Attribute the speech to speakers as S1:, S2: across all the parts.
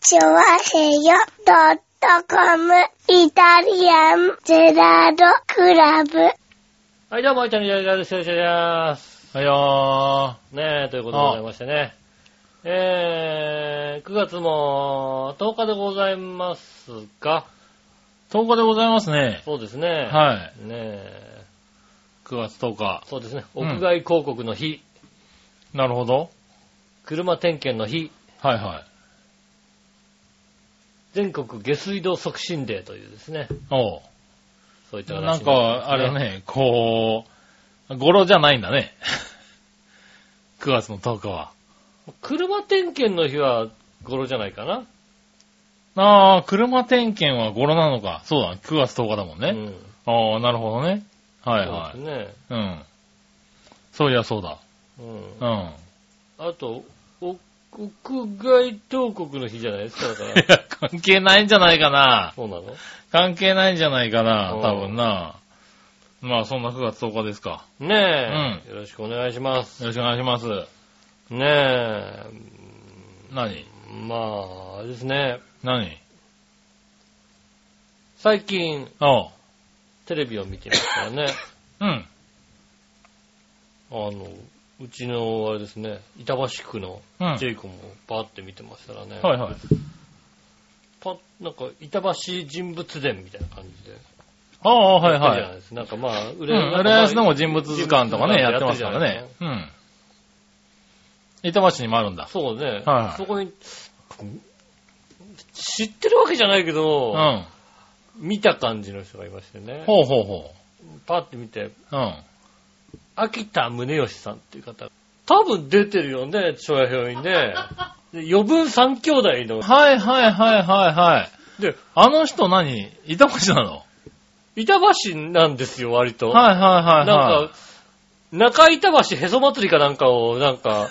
S1: チョワヘヨドットコムイタリアンゼラードクラブ。
S2: はい、どうも、いたにじゃりらです。よろしくお願いします。
S3: はいよ
S2: ねえ、ということでございましてね。えー、9月も10日でございますが、
S3: ー。10日でございますね。
S2: そうですね。は
S3: はい。
S2: い。ねえ、
S3: 9月10日。
S2: そうですね。
S3: う
S2: 屋
S3: ん
S2: 外広告の日、
S3: なるほど。
S2: 車点検の日、
S3: はいはい。
S2: 全国下水道促進デーというですね。
S3: おう。
S2: そういった
S3: なん
S2: 形
S3: か、あれ
S2: ね。
S3: ね、こう、語呂じゃないんだ ね。9月の10日は。
S2: 車点検の日は語呂じゃないかな。
S3: ああ、車点検は語呂なのか。そうだ、9月10日だもん
S2: う
S3: ね。
S2: ん。
S3: ああ、なるほどね。はいは
S2: そう
S3: い。
S2: ですね。
S3: うん。そういや、そうだ。
S2: うん。
S3: うん。
S2: あと、お屋外広告の日じゃないですか、だか
S3: い
S2: ら。
S3: や、関係ないんじゃないかな。
S2: そうなの
S3: 関係ないんじゃないかな
S2: う、ん
S3: 多分な。まあ、そんな9月10日ですか。
S2: ねえ、よろしくお願いします。
S3: よろしくお願いします。
S2: ねえ、
S3: 何
S2: まあ、あれですね。
S3: 何
S2: 最近、
S3: おう。
S2: テレビを見てますから ね。
S3: うん。
S2: あの、うちの、あれですね、板橋区の
S3: うん
S2: ジェイコもバーって見てましたらね。
S3: はいはい。
S2: パなんか、板橋人物伝みたいな感じで。
S3: ああ、はいは。
S2: やってるじゃないいですか。なんかまあ、売
S3: うん。浦安でも人物図鑑とかね、やってますか
S2: 人
S3: ら。
S2: 物図鑑る
S3: ね
S2: じゃないです。
S3: うん。板橋にもあるんだ。
S2: そうね。
S3: はい
S2: そこに、知ってるわけじゃないけ
S3: う
S2: ど、
S3: ん。
S2: 見た感じの人がいましてね。
S3: ほうほうほ
S2: パッて見て、
S3: う。うん。
S2: 秋田宗義さんっていう方。多分出てるよね、昭和表にね。で余分三兄弟の。
S3: はいはいはいはいはい。
S2: で、
S3: あの人何板橋なの
S2: 板橋なんですよ、割と。
S3: はいはいはい
S2: なん
S3: は
S2: か、中板橋へそ祭りかなんかを、なん か、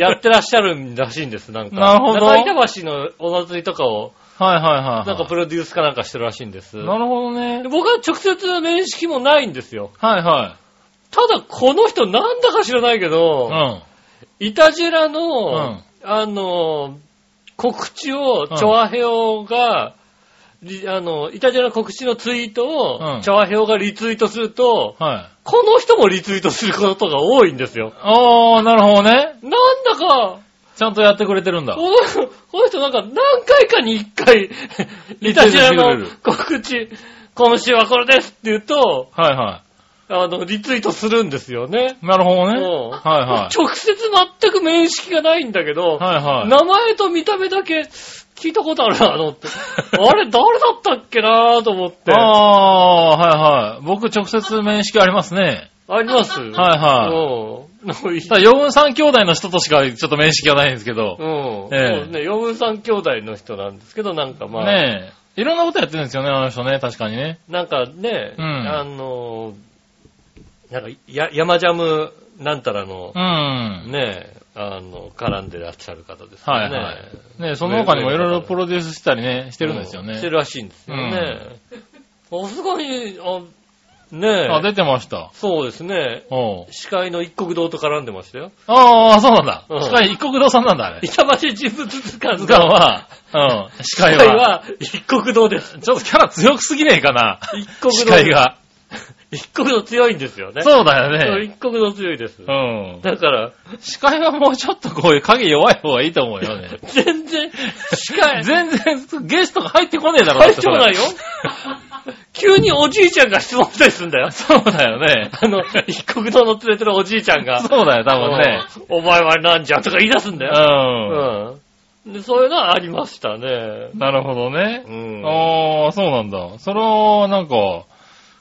S2: やってらっしゃるらしいんです、なんか。
S3: なるほど
S2: 中板橋のお祭りとかを、
S3: い。はいはいはいはい。
S2: なんかプロデュースかなんかしてるらしいんです。
S3: なるほどね
S2: で。僕は直接面識もないんですよ。
S3: はいは
S2: ただ、この人なんだか知らないけ
S3: い。う
S2: ど、
S3: ん。
S2: イタジェラ
S3: う
S2: の
S3: ん、
S2: あの、告知を、チョアヘオが、リあの、イタジェラの告知のツイート
S3: う
S2: を、
S3: ん
S2: チョアヘオがリツイートすると、
S3: はい。
S2: この人もリツイートすることが多いんですよ。
S3: おー、なるほどね。
S2: なんだか、
S3: ちゃんとやってくれてるんだ。
S2: このこの人なんか何回かに一 回、イタジェラの告知、今週はこれですって言うと、
S3: はいは
S2: あの、リツイートするんですよね。
S3: い。なるほどね。
S2: うん
S3: はいはい。
S2: 直接全く面識がないんだけど、
S3: はいはい。
S2: 名前と見た目だけ聞いたことあるなと思 って、あれ誰だったっけなと思って、あ
S3: ああー、はいはい。僕直接面識ありますね。
S2: ります
S3: はいはい。
S2: うん。なんかいい
S3: ただ、四分三兄弟の人としかちょっと面識がないんですけど
S2: う、ん。
S3: ええ
S2: そうね、四分三兄弟の人なんですけど、なんかまあ、
S3: ねえ、いろんなことやってるんですよね、あの人ね、確かにね。
S2: なんかね、
S3: うん
S2: あのー、なんか、や、山ジャムなんたらの
S3: う、ん。
S2: ね、あの、絡んでらっしゃる方です
S3: は
S2: よ
S3: い
S2: ね。
S3: はい。ねえその他にもいろいろプロデュースしたりね、し
S2: して
S3: るんですよ
S2: して
S3: ね。
S2: るらしいんですよね。さすがに、あ、ね
S3: あ、出てました。
S2: そうですね。
S3: おう
S2: 司会の一国堂と絡んでましたよ。
S3: ああ、そうなんだ
S2: うん。
S3: 司会一国堂さんなんだ、あれ。
S2: 板橋人物図鑑
S3: 図
S2: の
S3: 鑑は、うん、司
S2: 司
S3: 会
S2: 会
S3: は。
S2: は一国堂です。
S3: ちょっとキャラ強くすぎねえかな、
S2: 一国堂。
S3: 司会。が。
S2: 一国堂強いんですよね。
S3: そうだよ
S2: そう
S3: ね。
S2: 一国堂強いです。
S3: うん。
S2: だから、
S3: 司会はもうちょっとこういう影弱い方がいいと思うよね。
S2: 全然、司会、
S3: 全然、ゲストが入ってこねえだろ。
S2: 入ってこない よ。
S3: よ。
S2: 急におじいちゃんが質問したりするんだよ。
S3: そうだよね。
S2: あの、一国堂の連れてるおじいちゃんが。
S3: そうだよ、多分ね。
S2: お前はなんじゃとか言い出すんだよ。
S3: う
S2: うん。で、そういうのはありましたね。
S3: ん。なるほどね
S2: う。ん。
S3: ああ、そうなんだ。それは、なんか、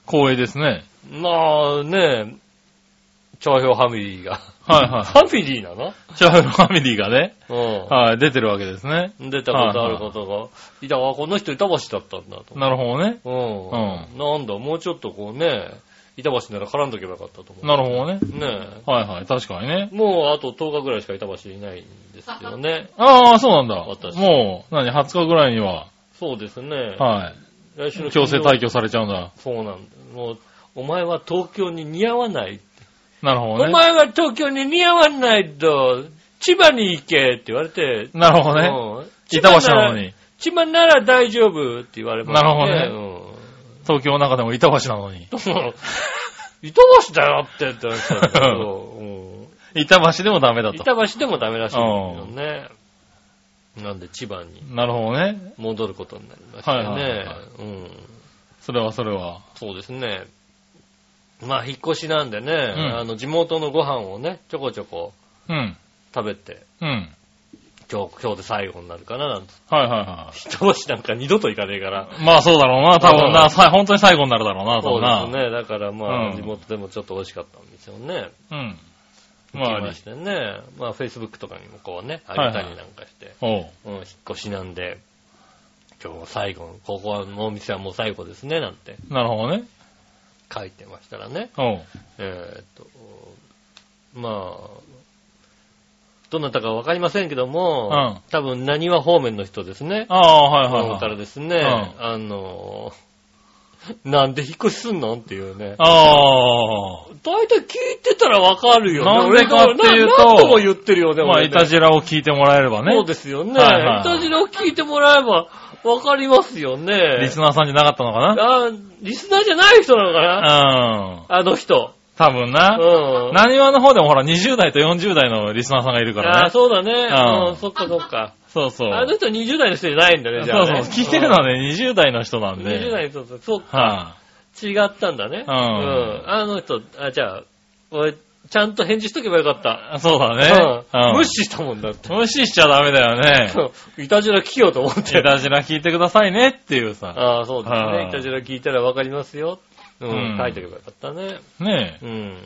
S3: 光栄ですね。
S2: まあね、長評ファミリー が。
S3: はい
S2: フ
S3: は
S2: ァミリーなの
S3: い。チャールファミリーがね、
S2: う
S3: はい、出てるわけですね。
S2: ん。出たことあることが。いたわ、この人板橋だったんだと。
S3: なるほどね。
S2: うん。なんだ、もうちょっとこうね、板橋なら絡んどけばよかったと思う。
S3: なるほどね。
S2: ね
S3: はいはい、確かにね。
S2: え。もうあと10日ぐらいしか板橋いないんですよね。
S3: ああ、そうなんだ
S2: 私。
S3: もう、何、20日ぐらいには、
S2: そうですね。
S3: は
S2: 来週の
S3: い、強制退
S2: 去。
S3: 去されちゃうんだ。
S2: そうなんだ。もう、お前は東京に似合わない。
S3: なる
S2: お
S3: ほどね。
S2: 前は東京に似合わないと、千葉に行けって言われて、
S3: なるほどね。
S2: うん
S3: 板橋なのに。
S2: 千葉なら大丈夫って言われました
S3: なる
S2: ほ
S3: 東京の中でも板橋なのに。
S2: どね。うん。板橋だよってって言ったんですけど、うん
S3: 板橋でもダメだと。
S2: 板橋でもダメらしいんですけどね。なんで千葉に
S3: なるほどね。
S2: 戻ることになりましたよね。
S3: はいはいはい
S2: うん。
S3: それはそれは。
S2: そうですね。まあ、引っ越しなんでね、
S3: ん
S2: あの、地元のご飯をね、ちょこちょこ
S3: うん。
S2: 食べて、
S3: うん。
S2: 今日、今日で最後になるかな、なんて。
S3: はいはいは
S2: 板橋なんか二度と行かねえから。
S3: い。まあそうだろうな、多分
S2: うん
S3: な。さ本当に最後になるだろうな、
S2: そう
S3: な。
S2: ですね。だからまあ、
S3: うん
S2: 地元でもちょっと美味しかったんですよね。
S3: うん。
S2: 行
S3: まあ
S2: き
S3: あ
S2: ま
S3: り
S2: し。てね。まあ、Facebook とかにもこうね、あ
S3: いは
S2: げ
S3: い
S2: たりなんかして、
S3: おう。
S2: うん、引っ越しなんで、今日最後、ここのお店はもう最後ですね、なんて
S3: なるほどね。
S2: 書いてましたらね。
S3: おう。
S2: えーっと、まあ、どなたかわかりませんけども、多分、何は方面の人ですね。
S3: ああ、はいはい
S2: だ
S3: は
S2: か
S3: い。
S2: らですね、あの、なんで引っ越しすんのっていうね。
S3: ああ。
S2: 大体聞いてたらわかるよね。
S3: なんでか
S2: 俺
S3: っていうと
S2: な何度も言ってるよね、
S3: まあ、
S2: 俺
S3: い
S2: ね
S3: たじらを聞いてもらえればね。
S2: そうですよね。
S3: はいはい
S2: いたじらを聞いてもらえばわかりますよね。
S3: リスナーさんじゃなかったのか
S2: あリスナーじゃない人なのかな
S3: なうん。
S2: あの人。
S3: 多分
S2: う
S3: な。
S2: ん。
S3: 何話の方でもほら、20代と40代のリスナーさんがいるから
S2: あ
S3: ね
S2: ー。そうだね。
S3: うん
S2: うん、そっかそっか。
S3: そうそう。
S2: あの人20代の人じゃないんだね、じゃあ、ね。
S3: そうそう。聞いてるのはね、20代の人な
S2: うんん
S3: で。
S2: 20代の人と、そうか。
S3: は
S2: 違ったんだね。
S3: うん
S2: うんあの人、あ、じゃあ、俺、ちゃんと返事しとけばよかった。
S3: い。そうだね。
S2: うん
S3: うん
S2: 無視したもんだって。
S3: 無視しちゃダメだよね。
S2: そういたじら聞きようと思って
S3: い。たじら聞いてくださいねっていうさ。
S2: ああ、そうです
S3: は
S2: ね。
S3: い
S2: いたじら聞いたらわかりますよ。う
S3: うん
S2: ん、書いとけばよかったね。
S3: ねえ。
S2: うん。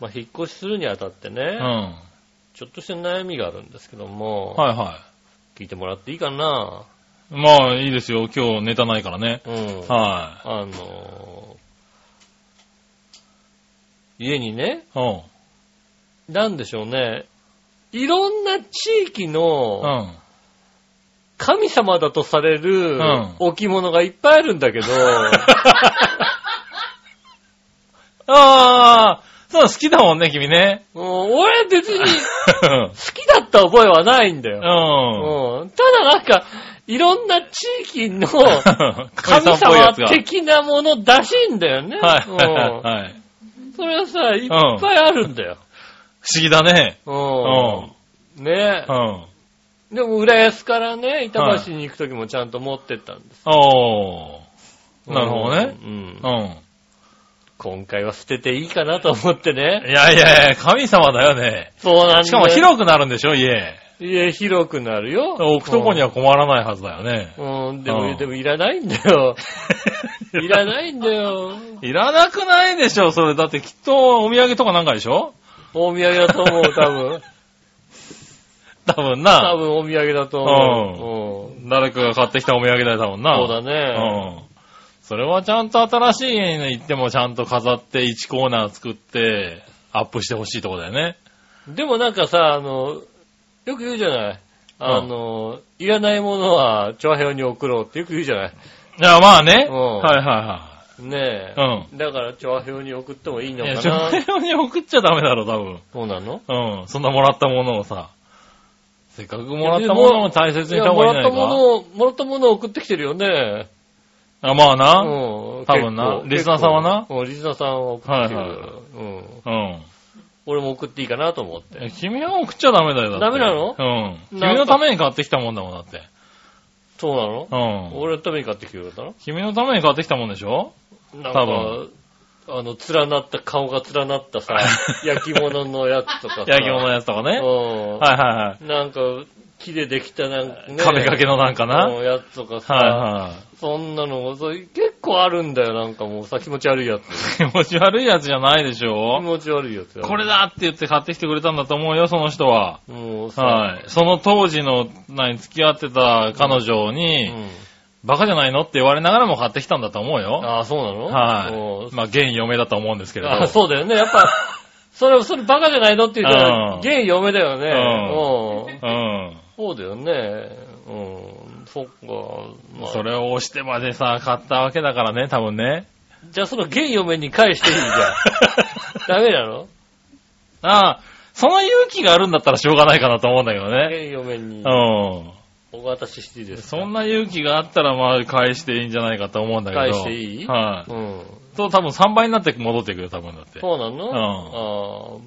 S2: まあ、引っ越しするにあたって
S3: う
S2: ね
S3: ん。、は
S2: ちょっとした悩みがあるんですけども、
S3: いは。
S2: 聞いてもらっていいかない
S3: まあいいですよ。今日ネタないからね。
S2: うん。
S3: は
S2: あのー家にね、
S3: い。うん。
S2: なんでしょうね、いろんな地域
S3: う
S2: の
S3: ん。
S2: 神様だとされる
S3: ん
S2: 置物がいっぱいあるんだけ ど、
S3: ああ、そう好きだもんね、君ね。
S2: もう俺別に
S3: うん。
S2: 好きだった覚えはないんだよ。
S3: 神
S2: うんただなんか、いろんな地域 の
S3: 様
S2: 神
S3: っぽいや
S2: 様
S3: つが。
S2: 的なものらしいんだよね。
S3: はいはいはい
S2: うん
S3: はい。
S2: それはさ、いっぱいあるんだよ。
S3: 不思議だね。
S2: うんね
S3: うん。
S2: え。でも、浦安からね、板橋に行くときもちゃんと持ってったんです。
S3: おー。なるほどね。
S2: う。
S3: うんん。
S2: 今回は捨てていいかなと思ってね。
S3: いやいやいや、神様だよね。
S2: そうなんだよ
S3: しかも広くなるんでしょ、家。
S2: いや、広くなるよ。
S3: 置くとこには困らないはずだよね。
S2: うん。うん、で
S3: うん
S2: も、でもいらないんだ よ。いらないんだよ。
S3: いらなくないでしょ、それ。だってきっとお土産とかなんかでしょ
S2: お土産だと思う、多 分。
S3: 多分
S2: 多
S3: な。
S2: 分お土産だと思う。うん
S3: 誰かが買ってきたお土産だったもんな。
S2: そうだね。
S3: ね。うん。それはちゃんと新しい家に行ってもちゃんと飾って1コーナー作ってアップしてほしいとこだよね。
S2: でもなんかさ、あの、よく言うじゃないあの、いらないものは、長編に送ろうってよく言うじゃない
S3: いや、まあね。
S2: うん
S3: はいは
S2: ね
S3: いはい。
S2: え。だから、長編に送ってもいい
S3: うん。
S2: の
S3: いや、
S2: か
S3: ちょ
S2: な
S3: っとに送っちゃダメだろ、多分。
S2: そうなの
S3: うん。そんなもらったものをさ、せっかくもらったものを大切にし
S2: いや
S3: た方
S2: も
S3: がいいん
S2: らった
S3: じゃ
S2: も
S3: ない
S2: のを、もらったものを送ってきてるよね。
S3: か。あ、まあ
S2: う
S3: な。
S2: ん。
S3: 多分な
S2: 結構
S3: リスナーさんはな
S2: うんリスナーさんは送ってきてる。
S3: はいはい
S2: うん。
S3: うん。
S2: 俺も送っていいかなと思って。
S3: え君は送っちゃダメだよ、だっ
S2: ダメ
S3: て
S2: なの
S3: うん。
S2: なんか
S3: 君のために買ってきたもんだもん、だって。
S2: そうなの
S3: うん。
S2: 俺のために買ってきてくれたの
S3: 君のために買ってきたもんでしょ
S2: なん
S3: 多
S2: か
S3: 分、
S2: あの、連なった、顔が連なった さ、焼き物のやつとかさ。
S3: 焼き物のやつとかね。
S2: うん
S3: はいはいは
S2: なんか、木でできたなんか
S3: い。
S2: ね。
S3: 壁掛けのなんかな。はい
S2: のやつとかさ、
S3: は
S2: そんなのもそう結構あるんだよ、なんかもうさ、気持ち悪いやつ。
S3: い。 気持ち悪いやつじゃないでし
S2: 気
S3: ょ
S2: 持ち悪いやつよ
S3: これだって言って買ってきてくれたんだと思うよ、その人は。
S2: もうさ、
S3: はい。その当時の、何、付き合ってた彼女
S2: う
S3: に、
S2: ん、
S3: バカじゃないのって言われながらも買ってきたんだと思うよ。
S2: ああ、そうなのも
S3: は
S2: う
S3: い。まあ、現嫁だと思うんですけれど。
S2: あそうだよね、やっぱ、 それ、それバカじゃないのって言ったら
S3: う、ん
S2: 現嫁だよね。
S3: う
S2: うん
S3: うん。
S2: そうだよね。うん、そっか。まあ
S3: それを押してまでさ、買ったわけだからね、多分ね。
S2: じゃあその現嫁に返していいじゃん。ダメなの
S3: ああ、その勇気があるんだったらしょうがないかなと思うんだけどね。
S2: 現嫁に
S3: うん。
S2: お渡ししていいですか
S3: そんな勇気があったら、まあ、返していいんじゃないかと思うんだけど。
S2: 返していい
S3: はい、
S2: うん。
S3: そう、多分3倍になって戻ってくるよ、多分だって。
S2: そうなの
S3: うん
S2: あー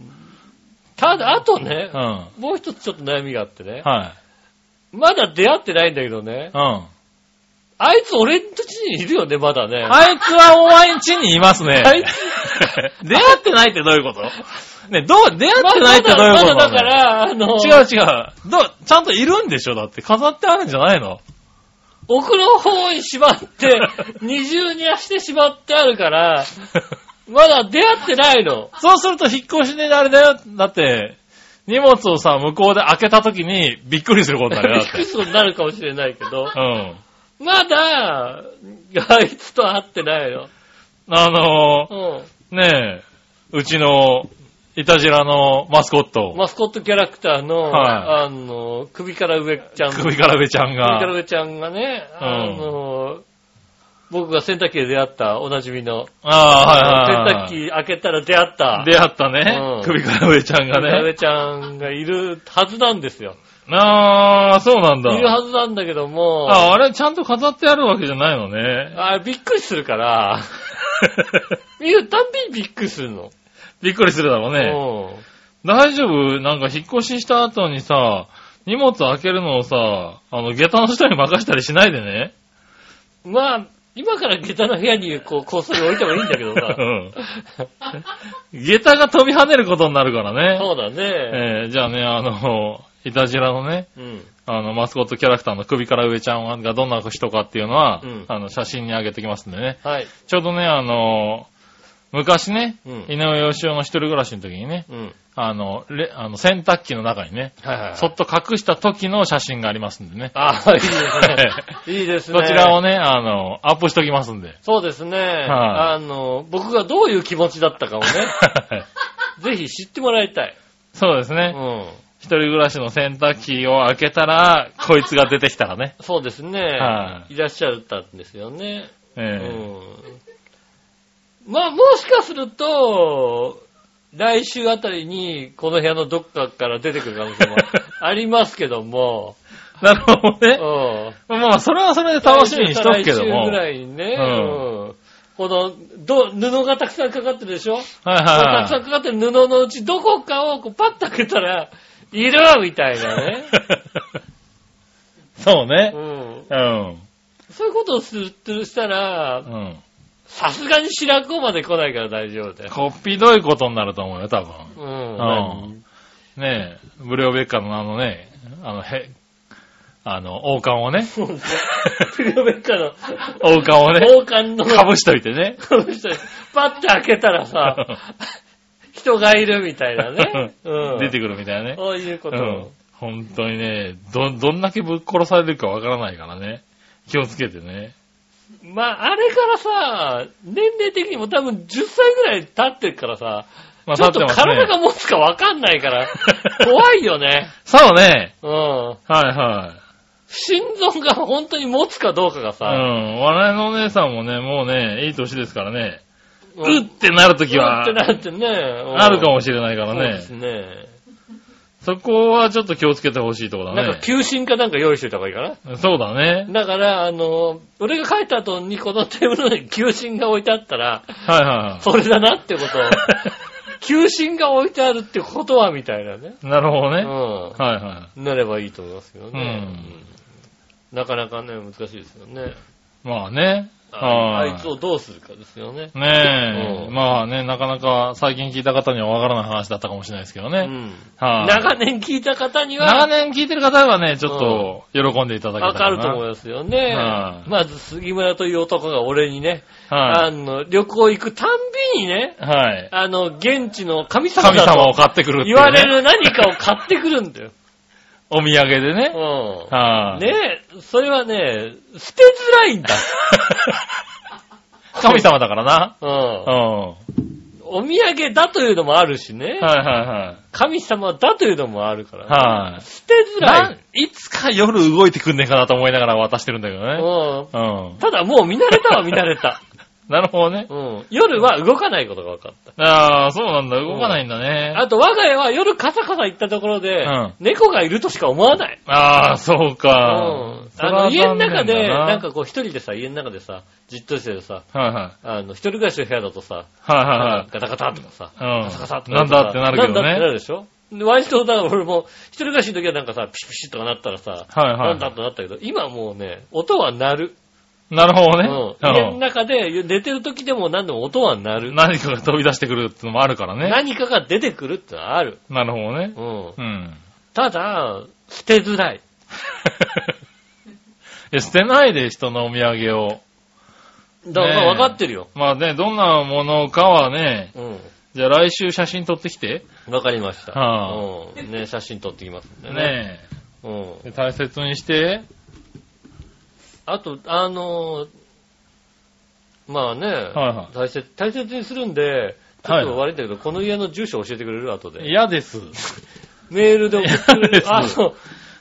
S2: ただ、あとね
S3: うん。、は
S2: もう一つちょっと悩みがあってね
S3: い。。う
S2: まだ出会ってないんだけどね。
S3: ん。
S2: あいつ俺んちにいるよね、まだね。
S3: あいつはお前ん家にいますね。
S2: あいつ
S3: 出会ってないってどういうことね、どう、出会ってないってどういうこと
S2: まだまだだ
S3: な
S2: か
S3: の
S2: ら、あの、
S3: 違う違う。どう、ちゃんといるんでしょだって飾ってあるんじゃな いの
S2: 奥の方にしまって、二重にしてしまってあるから、まだ出会ってないの。
S3: そうすると引っ越しであれだよ。だって、荷物をさ、向こうで開けた時にびっくりすることになるよ。だっ
S2: ク
S3: て。
S2: ソになるかもしれないけど、
S3: うん。
S2: まだ、あいつと会ってないの。
S3: あの
S2: う
S3: ーねえ、うちの、いたじらのマスコット
S2: ん。、マスコットキャラクターの、
S3: は
S2: あの、首から上ちゃん。
S3: 首からべちゃん
S2: 首から
S3: が、
S2: 上ちゃんがね、
S3: うん
S2: あの、僕が洗濯機で出会った、おなじみの、
S3: ああ、はいはいはい。
S2: 洗濯機開けたら出会った、
S3: 出会ったね
S2: う、ん
S3: 首からべちゃんが
S2: 首から上
S3: ね。
S2: ちゃんがいるはずなんですよ。
S3: ああ、そうなんだ。
S2: いるはずなんだけども、
S3: あ、あれちゃんと飾ってあるわけじゃないのね。
S2: あびっくりする から、見るたんびにびっくりするの。
S3: びっくりするだろうね。
S2: うん
S3: 大丈夫なんか引っ越しした後にさ、荷物開けるのをさ、あの、下駄の人に任したりしないでね。
S2: まあ、今から下駄の部屋にこう、こっそり置いてもいいんだけどさ
S3: う。ん。下駄が飛び跳ねることになるからね。
S2: そうだね。
S3: えーじゃあね、あの、いたじらのね、
S2: うん。
S3: あの、マスコットキャラクターの首から上ちゃんがどんな人かっていうのは、
S2: うん
S3: あの、写真に上げてきますんでね。
S2: はい。
S3: ちょうどね、あの、昔ね、
S2: うん
S3: 井上義雄の一人暮らしの時にね、
S2: うん。
S3: あの、れあの洗濯機の中にね、
S2: はいはいはい。
S3: そっと隠した時の写真がありますんでね。
S2: ああ、いいです ね。いいですね。
S3: そちらをね、あの、アップしときますん で。
S2: そうですね。
S3: は
S2: あの、僕がどういう気持ちだった かをね、ぜひ知ってもらいたい。
S3: そうです
S2: う
S3: ね。
S2: ん。
S3: 一人暮らしの洗濯機を開けたら、こいつが出てきたらね。
S2: そうですね。
S3: はい
S2: らっしゃったんですよね。う
S3: え
S2: ん。まあ、もしかすると、来週あたりに、この部屋のどっかから出てくる可能性 もありますけども、
S3: えなるほど
S2: う
S3: ね。
S2: ん。
S3: まあ、それはそれで楽しみにしとくけども。
S2: 来週ぐ
S3: はい
S2: らいにね、う
S3: う
S2: んん。この、ど、布がたくさんかかってるでしょ、たく
S3: は
S2: さんかかってる布のうちどこかをこうパッと開けたら、いるみたいな ね。
S3: い。そうね
S2: う。ん。
S3: うん。
S2: そういうことをするとしたら
S3: う、ん。
S2: さすがに白子まで来ないから大丈夫だよ。
S3: こっぴどいことになると思うよ、多分。
S2: うん。
S3: ねえ、ブレオベッカのあのね、あの、へ、あの、王冠をね、
S2: そうね。プリオベッカ の、
S3: 王冠をね、
S2: 王冠の、
S3: かぶしといてね。
S2: この人にパッて開けたら さ、人がいるみたいなね。うん。
S3: 出て
S2: くる。
S3: くるみたいなね。
S2: そういうこと。
S3: うん。本当にね、ど、どんだけぶっ殺されるかわからないからね。気をつけてね。
S2: まあ、あれからさ、年齢的にも多分10歳ぐらい経ってるからさ、
S3: まあ、
S2: ちょっと
S3: 立ってます
S2: 体
S3: ね。
S2: が持つかわかんない から、怖いよね。
S3: そうね。
S2: うん。
S3: はいはい。
S2: 心臓が本当に持つかどうかが
S3: う
S2: さ、
S3: ん。我々のお姉さんもね、もうね、いい年ですからね。
S2: うん
S3: うってなるとき
S2: う
S3: は
S2: って、なってね、うん
S3: あるかもしれないから
S2: そうで
S3: ね
S2: す。ね。
S3: そこはちょっと気をつけてほしいところ
S2: な
S3: だ
S2: んか
S3: ね。
S2: 求心かなんか用意しといた方がいいかな。
S3: そうだね。
S2: だから、あの、俺が帰った後にこのテーブルに球心が置いてあったら、
S3: はいは
S2: それだなってこと。 球心が置いてあるってことは、みたいなね。
S3: い。なるほど
S2: う
S3: ね。
S2: ん。
S3: はいは
S2: なればいいと思いますけど
S3: う
S2: ね。うんなかなかね、難しいですよね。
S3: い。まあね。
S2: あ
S3: はい
S2: あいつをどうするかですよね。
S3: ねえ。
S2: うん
S3: まあね、なかなか最近聞いた方にはわからない話だったかもしれないですけど
S2: う
S3: ね。
S2: ん。
S3: はい
S2: 長年聞いた方に
S3: 長
S2: は、
S3: 年聞いてる方はね、ちょっと喜んでいただけた
S2: わかると思い
S3: よ。
S2: ますよね
S3: は。い
S2: まず、杉村という男が俺にね、あ
S3: はい。
S2: の、旅行行くたんびにね、
S3: はい。
S2: あの、現地の神様
S3: 神
S2: だと
S3: 様を買ってくるってい
S2: 言
S3: うね
S2: われる何かを買ってくるんだよ。
S3: お土産でね。
S2: うん。
S3: はい。
S2: ねえ、それはね、捨てづら いんだ。
S3: 神様だからな。
S2: う
S3: う
S2: ん。
S3: ん。は
S2: お土産だというのもあるしね
S3: い。はいは
S2: 神様だというのもあるから
S3: い。
S2: ね。
S3: は
S2: 捨てづ
S3: い。
S2: ら。、
S3: ないいつか夜動いてくんねえかなと思いながら渡してるんだけどね。
S2: う
S3: うん
S2: ん。ただもう見慣れたは見慣れた。
S3: なるほどね。
S2: うん。夜は動かないことが分かった。
S3: ああ、そうなんだ。動かないんだね。
S2: あと、我が家は夜カサカサ行ったところで、
S3: うん
S2: 猫がいるとしか思わない。
S3: ああ、そう
S2: う
S3: か。
S2: ん。
S3: それ
S2: あ
S3: は
S2: の、
S3: 残
S2: 家の中
S3: 念
S2: で、
S3: だ
S2: なん、かこう一人でさ、家の中でさ、じっとしててさ、
S3: はいはい。
S2: あの、一人暮らしの部屋だとさ、
S3: はいはい
S2: ガ
S3: はい。
S2: タガタとかさ、ガタガタ
S3: う
S2: と
S3: ん。
S2: か
S3: なんだってなるけ
S2: なんだって
S3: ど
S2: な
S3: ね。
S2: るでしょで割と、だから俺も、一人暮らしの時はなんかさ、ピシピシとかなったらさ、
S3: はいは
S2: ないんだってなったけど、今はもうね、音は鳴る。
S3: なるほど
S2: う
S3: ね
S2: ん。家の
S3: うん
S2: 中で寝てる時でも何でも音は鳴る。
S3: 何かが飛び出してくるってのもあるからね。
S2: 何かが出てくるってのはある。
S3: なるほどね。
S2: うん。
S3: うん。
S2: ただ、捨てづらい。
S3: いや捨てないで、人のお土産を。
S2: だから
S3: ねえ
S2: まあ分かってるよ。
S3: まあね、どんなものかはね、
S2: うん。
S3: じゃあ来週写真撮ってきて。
S2: わかりました。
S3: は
S2: うん。ね、写真撮ってきますんでね。
S3: ね
S2: うん。
S3: え。大切にして。
S2: あと、あのーまあね、
S3: はいは
S2: 大切、大切にするんで、ちょっと悪いんだけど、この家の住所教えてくれる後で。
S3: 嫌です。
S2: メールで送ってくれ
S3: いや
S2: る。あの、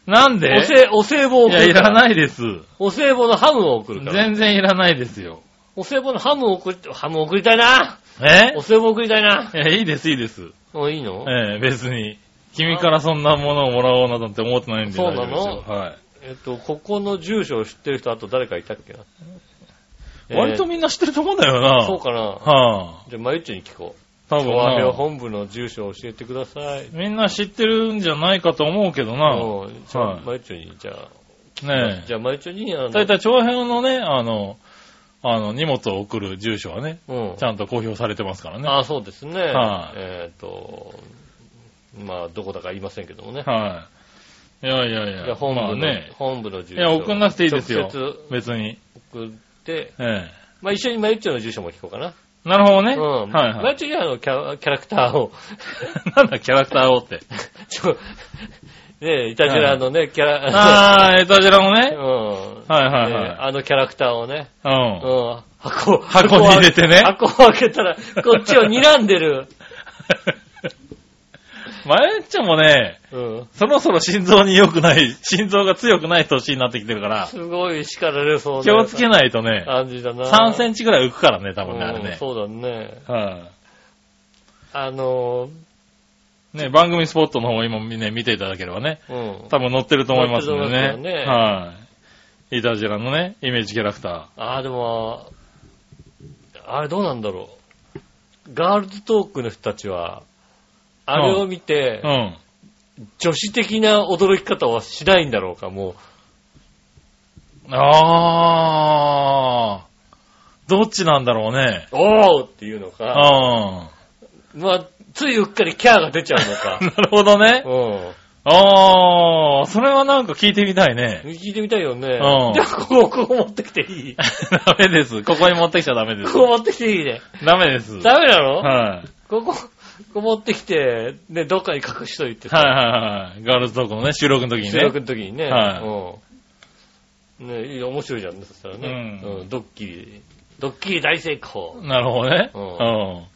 S3: なんで
S2: おせ、お歳暮を
S3: い
S2: 送
S3: や、い
S2: るからら。
S3: ないです。
S2: お歳暮のハムを送るから。
S3: 全然いらないですよ。
S2: お歳暮のハムを送り、ハムを送りたいな
S3: え
S2: お歳暮送りたいない
S3: や、いいです、いいです。
S2: もういいの
S3: ええ、別に。君からそんなものをもらおうなどって思ってないんで
S2: そう
S3: 大
S2: な
S3: 丈
S2: の
S3: 夫ですよ。は
S2: えっと、ここの住所を知ってる人、あと誰かいたっけな、え
S3: い。
S2: ー
S3: 割とみんな知ってると思うんだよな。
S2: そうかな
S3: はあ。
S2: じゃあ、まゆっちに聞こう。
S3: 多分
S2: 調和
S3: な
S2: 表本部の住所を教えてください。
S3: みんな知ってるんじゃないかと思うけどな。
S2: うんじゃ
S3: は
S2: あ、
S3: い
S2: まゆっちに、じゃあ、
S3: ねえ。
S2: じゃあ、毎日に、あの、
S3: だいたい長編のね、あの、あの、荷物を送る住所はね、
S2: うん
S3: ち。ゃんと公表されてますからね。
S2: ああ、そうですね。
S3: はい
S2: えっ、と、まあ、どこだか言いませんけどもね。
S3: はい。いやいやいや。
S2: じゃあ、本部
S3: まあ
S2: の、
S3: ね。
S2: 本部の住
S3: い
S2: 所。
S3: や、送んなくていいですよ
S2: 直接。
S3: 別に。
S2: 送って、
S3: え
S2: まあ、一緒にまゆっちの住所も聞こうかな。
S3: え。なるほどね。
S2: うん。
S3: はい
S2: ま
S3: は
S2: ゆっ
S3: い。
S2: ちに、あの、キャキャラクターを、
S3: なんだ、キャラクターを って。
S2: ちょ、ねえ、イタジラのね、キャラ、
S3: あー、エタジラもね。
S2: うん。
S3: はいはい
S2: ね
S3: は
S2: あのキャラクターをね、
S3: い。うん
S2: う。ん、箱、
S3: 箱に入れてね
S2: 箱を開けたら、こっちを睨んでる。
S3: マユッチョもね、
S2: うん。
S3: そろそろ心臓に良くない、心臓が強くない年になってきてるから、
S2: すごい叱られそうな
S3: 気をつけないとね、
S2: 感じだな。
S3: 3センチくらい浮くからね、多分ね、あれ
S2: うん
S3: ね。
S2: そうだね。
S3: は
S2: あの
S3: いね、番組スポットの方を今ね、見ていただければね、
S2: ー、うん。
S3: 多分載ってると思いますんで
S2: 載ってると思います
S3: ね。
S2: よね
S3: はい。イタジラのね、イメージキャラクタ
S2: ああ、でも、あれどうなんだろう。ガールズトークの人たちは、あれを見て
S3: ー。う、ん。
S2: 女子的な驚き方はしないんだろうか、も
S3: あー。どっちなんだろうね。
S2: う、おーっていうの
S3: うん。
S2: か、
S3: な
S2: まあ、ついうっかりキャーが出ちゃうのか。
S3: るほどね。
S2: うん。
S3: あー、それはなんか聞いてみたいね。
S2: 聞いてみたいよね。
S3: うん
S2: じゃあ、ここ、ここ持ってきていい
S3: ダメです。ここに持ってきちゃダメで
S2: こ
S3: す。
S2: こ持ってきていいね。
S3: ダメです。はい。
S2: ダメなの、
S3: はい
S2: ここ、ここ持ってきて、ね、どっかに隠しといてさ、
S3: はいはい。ガールズトークのね、収録の時に
S2: 収
S3: ね。
S2: 録の時にね。
S3: は
S2: うん。ね、いい面白いじゃんね、そしたらね。
S3: うん
S2: ドッキリ、ドッキリ大成功。
S3: なるほどね。
S2: う
S3: うんん。ちょ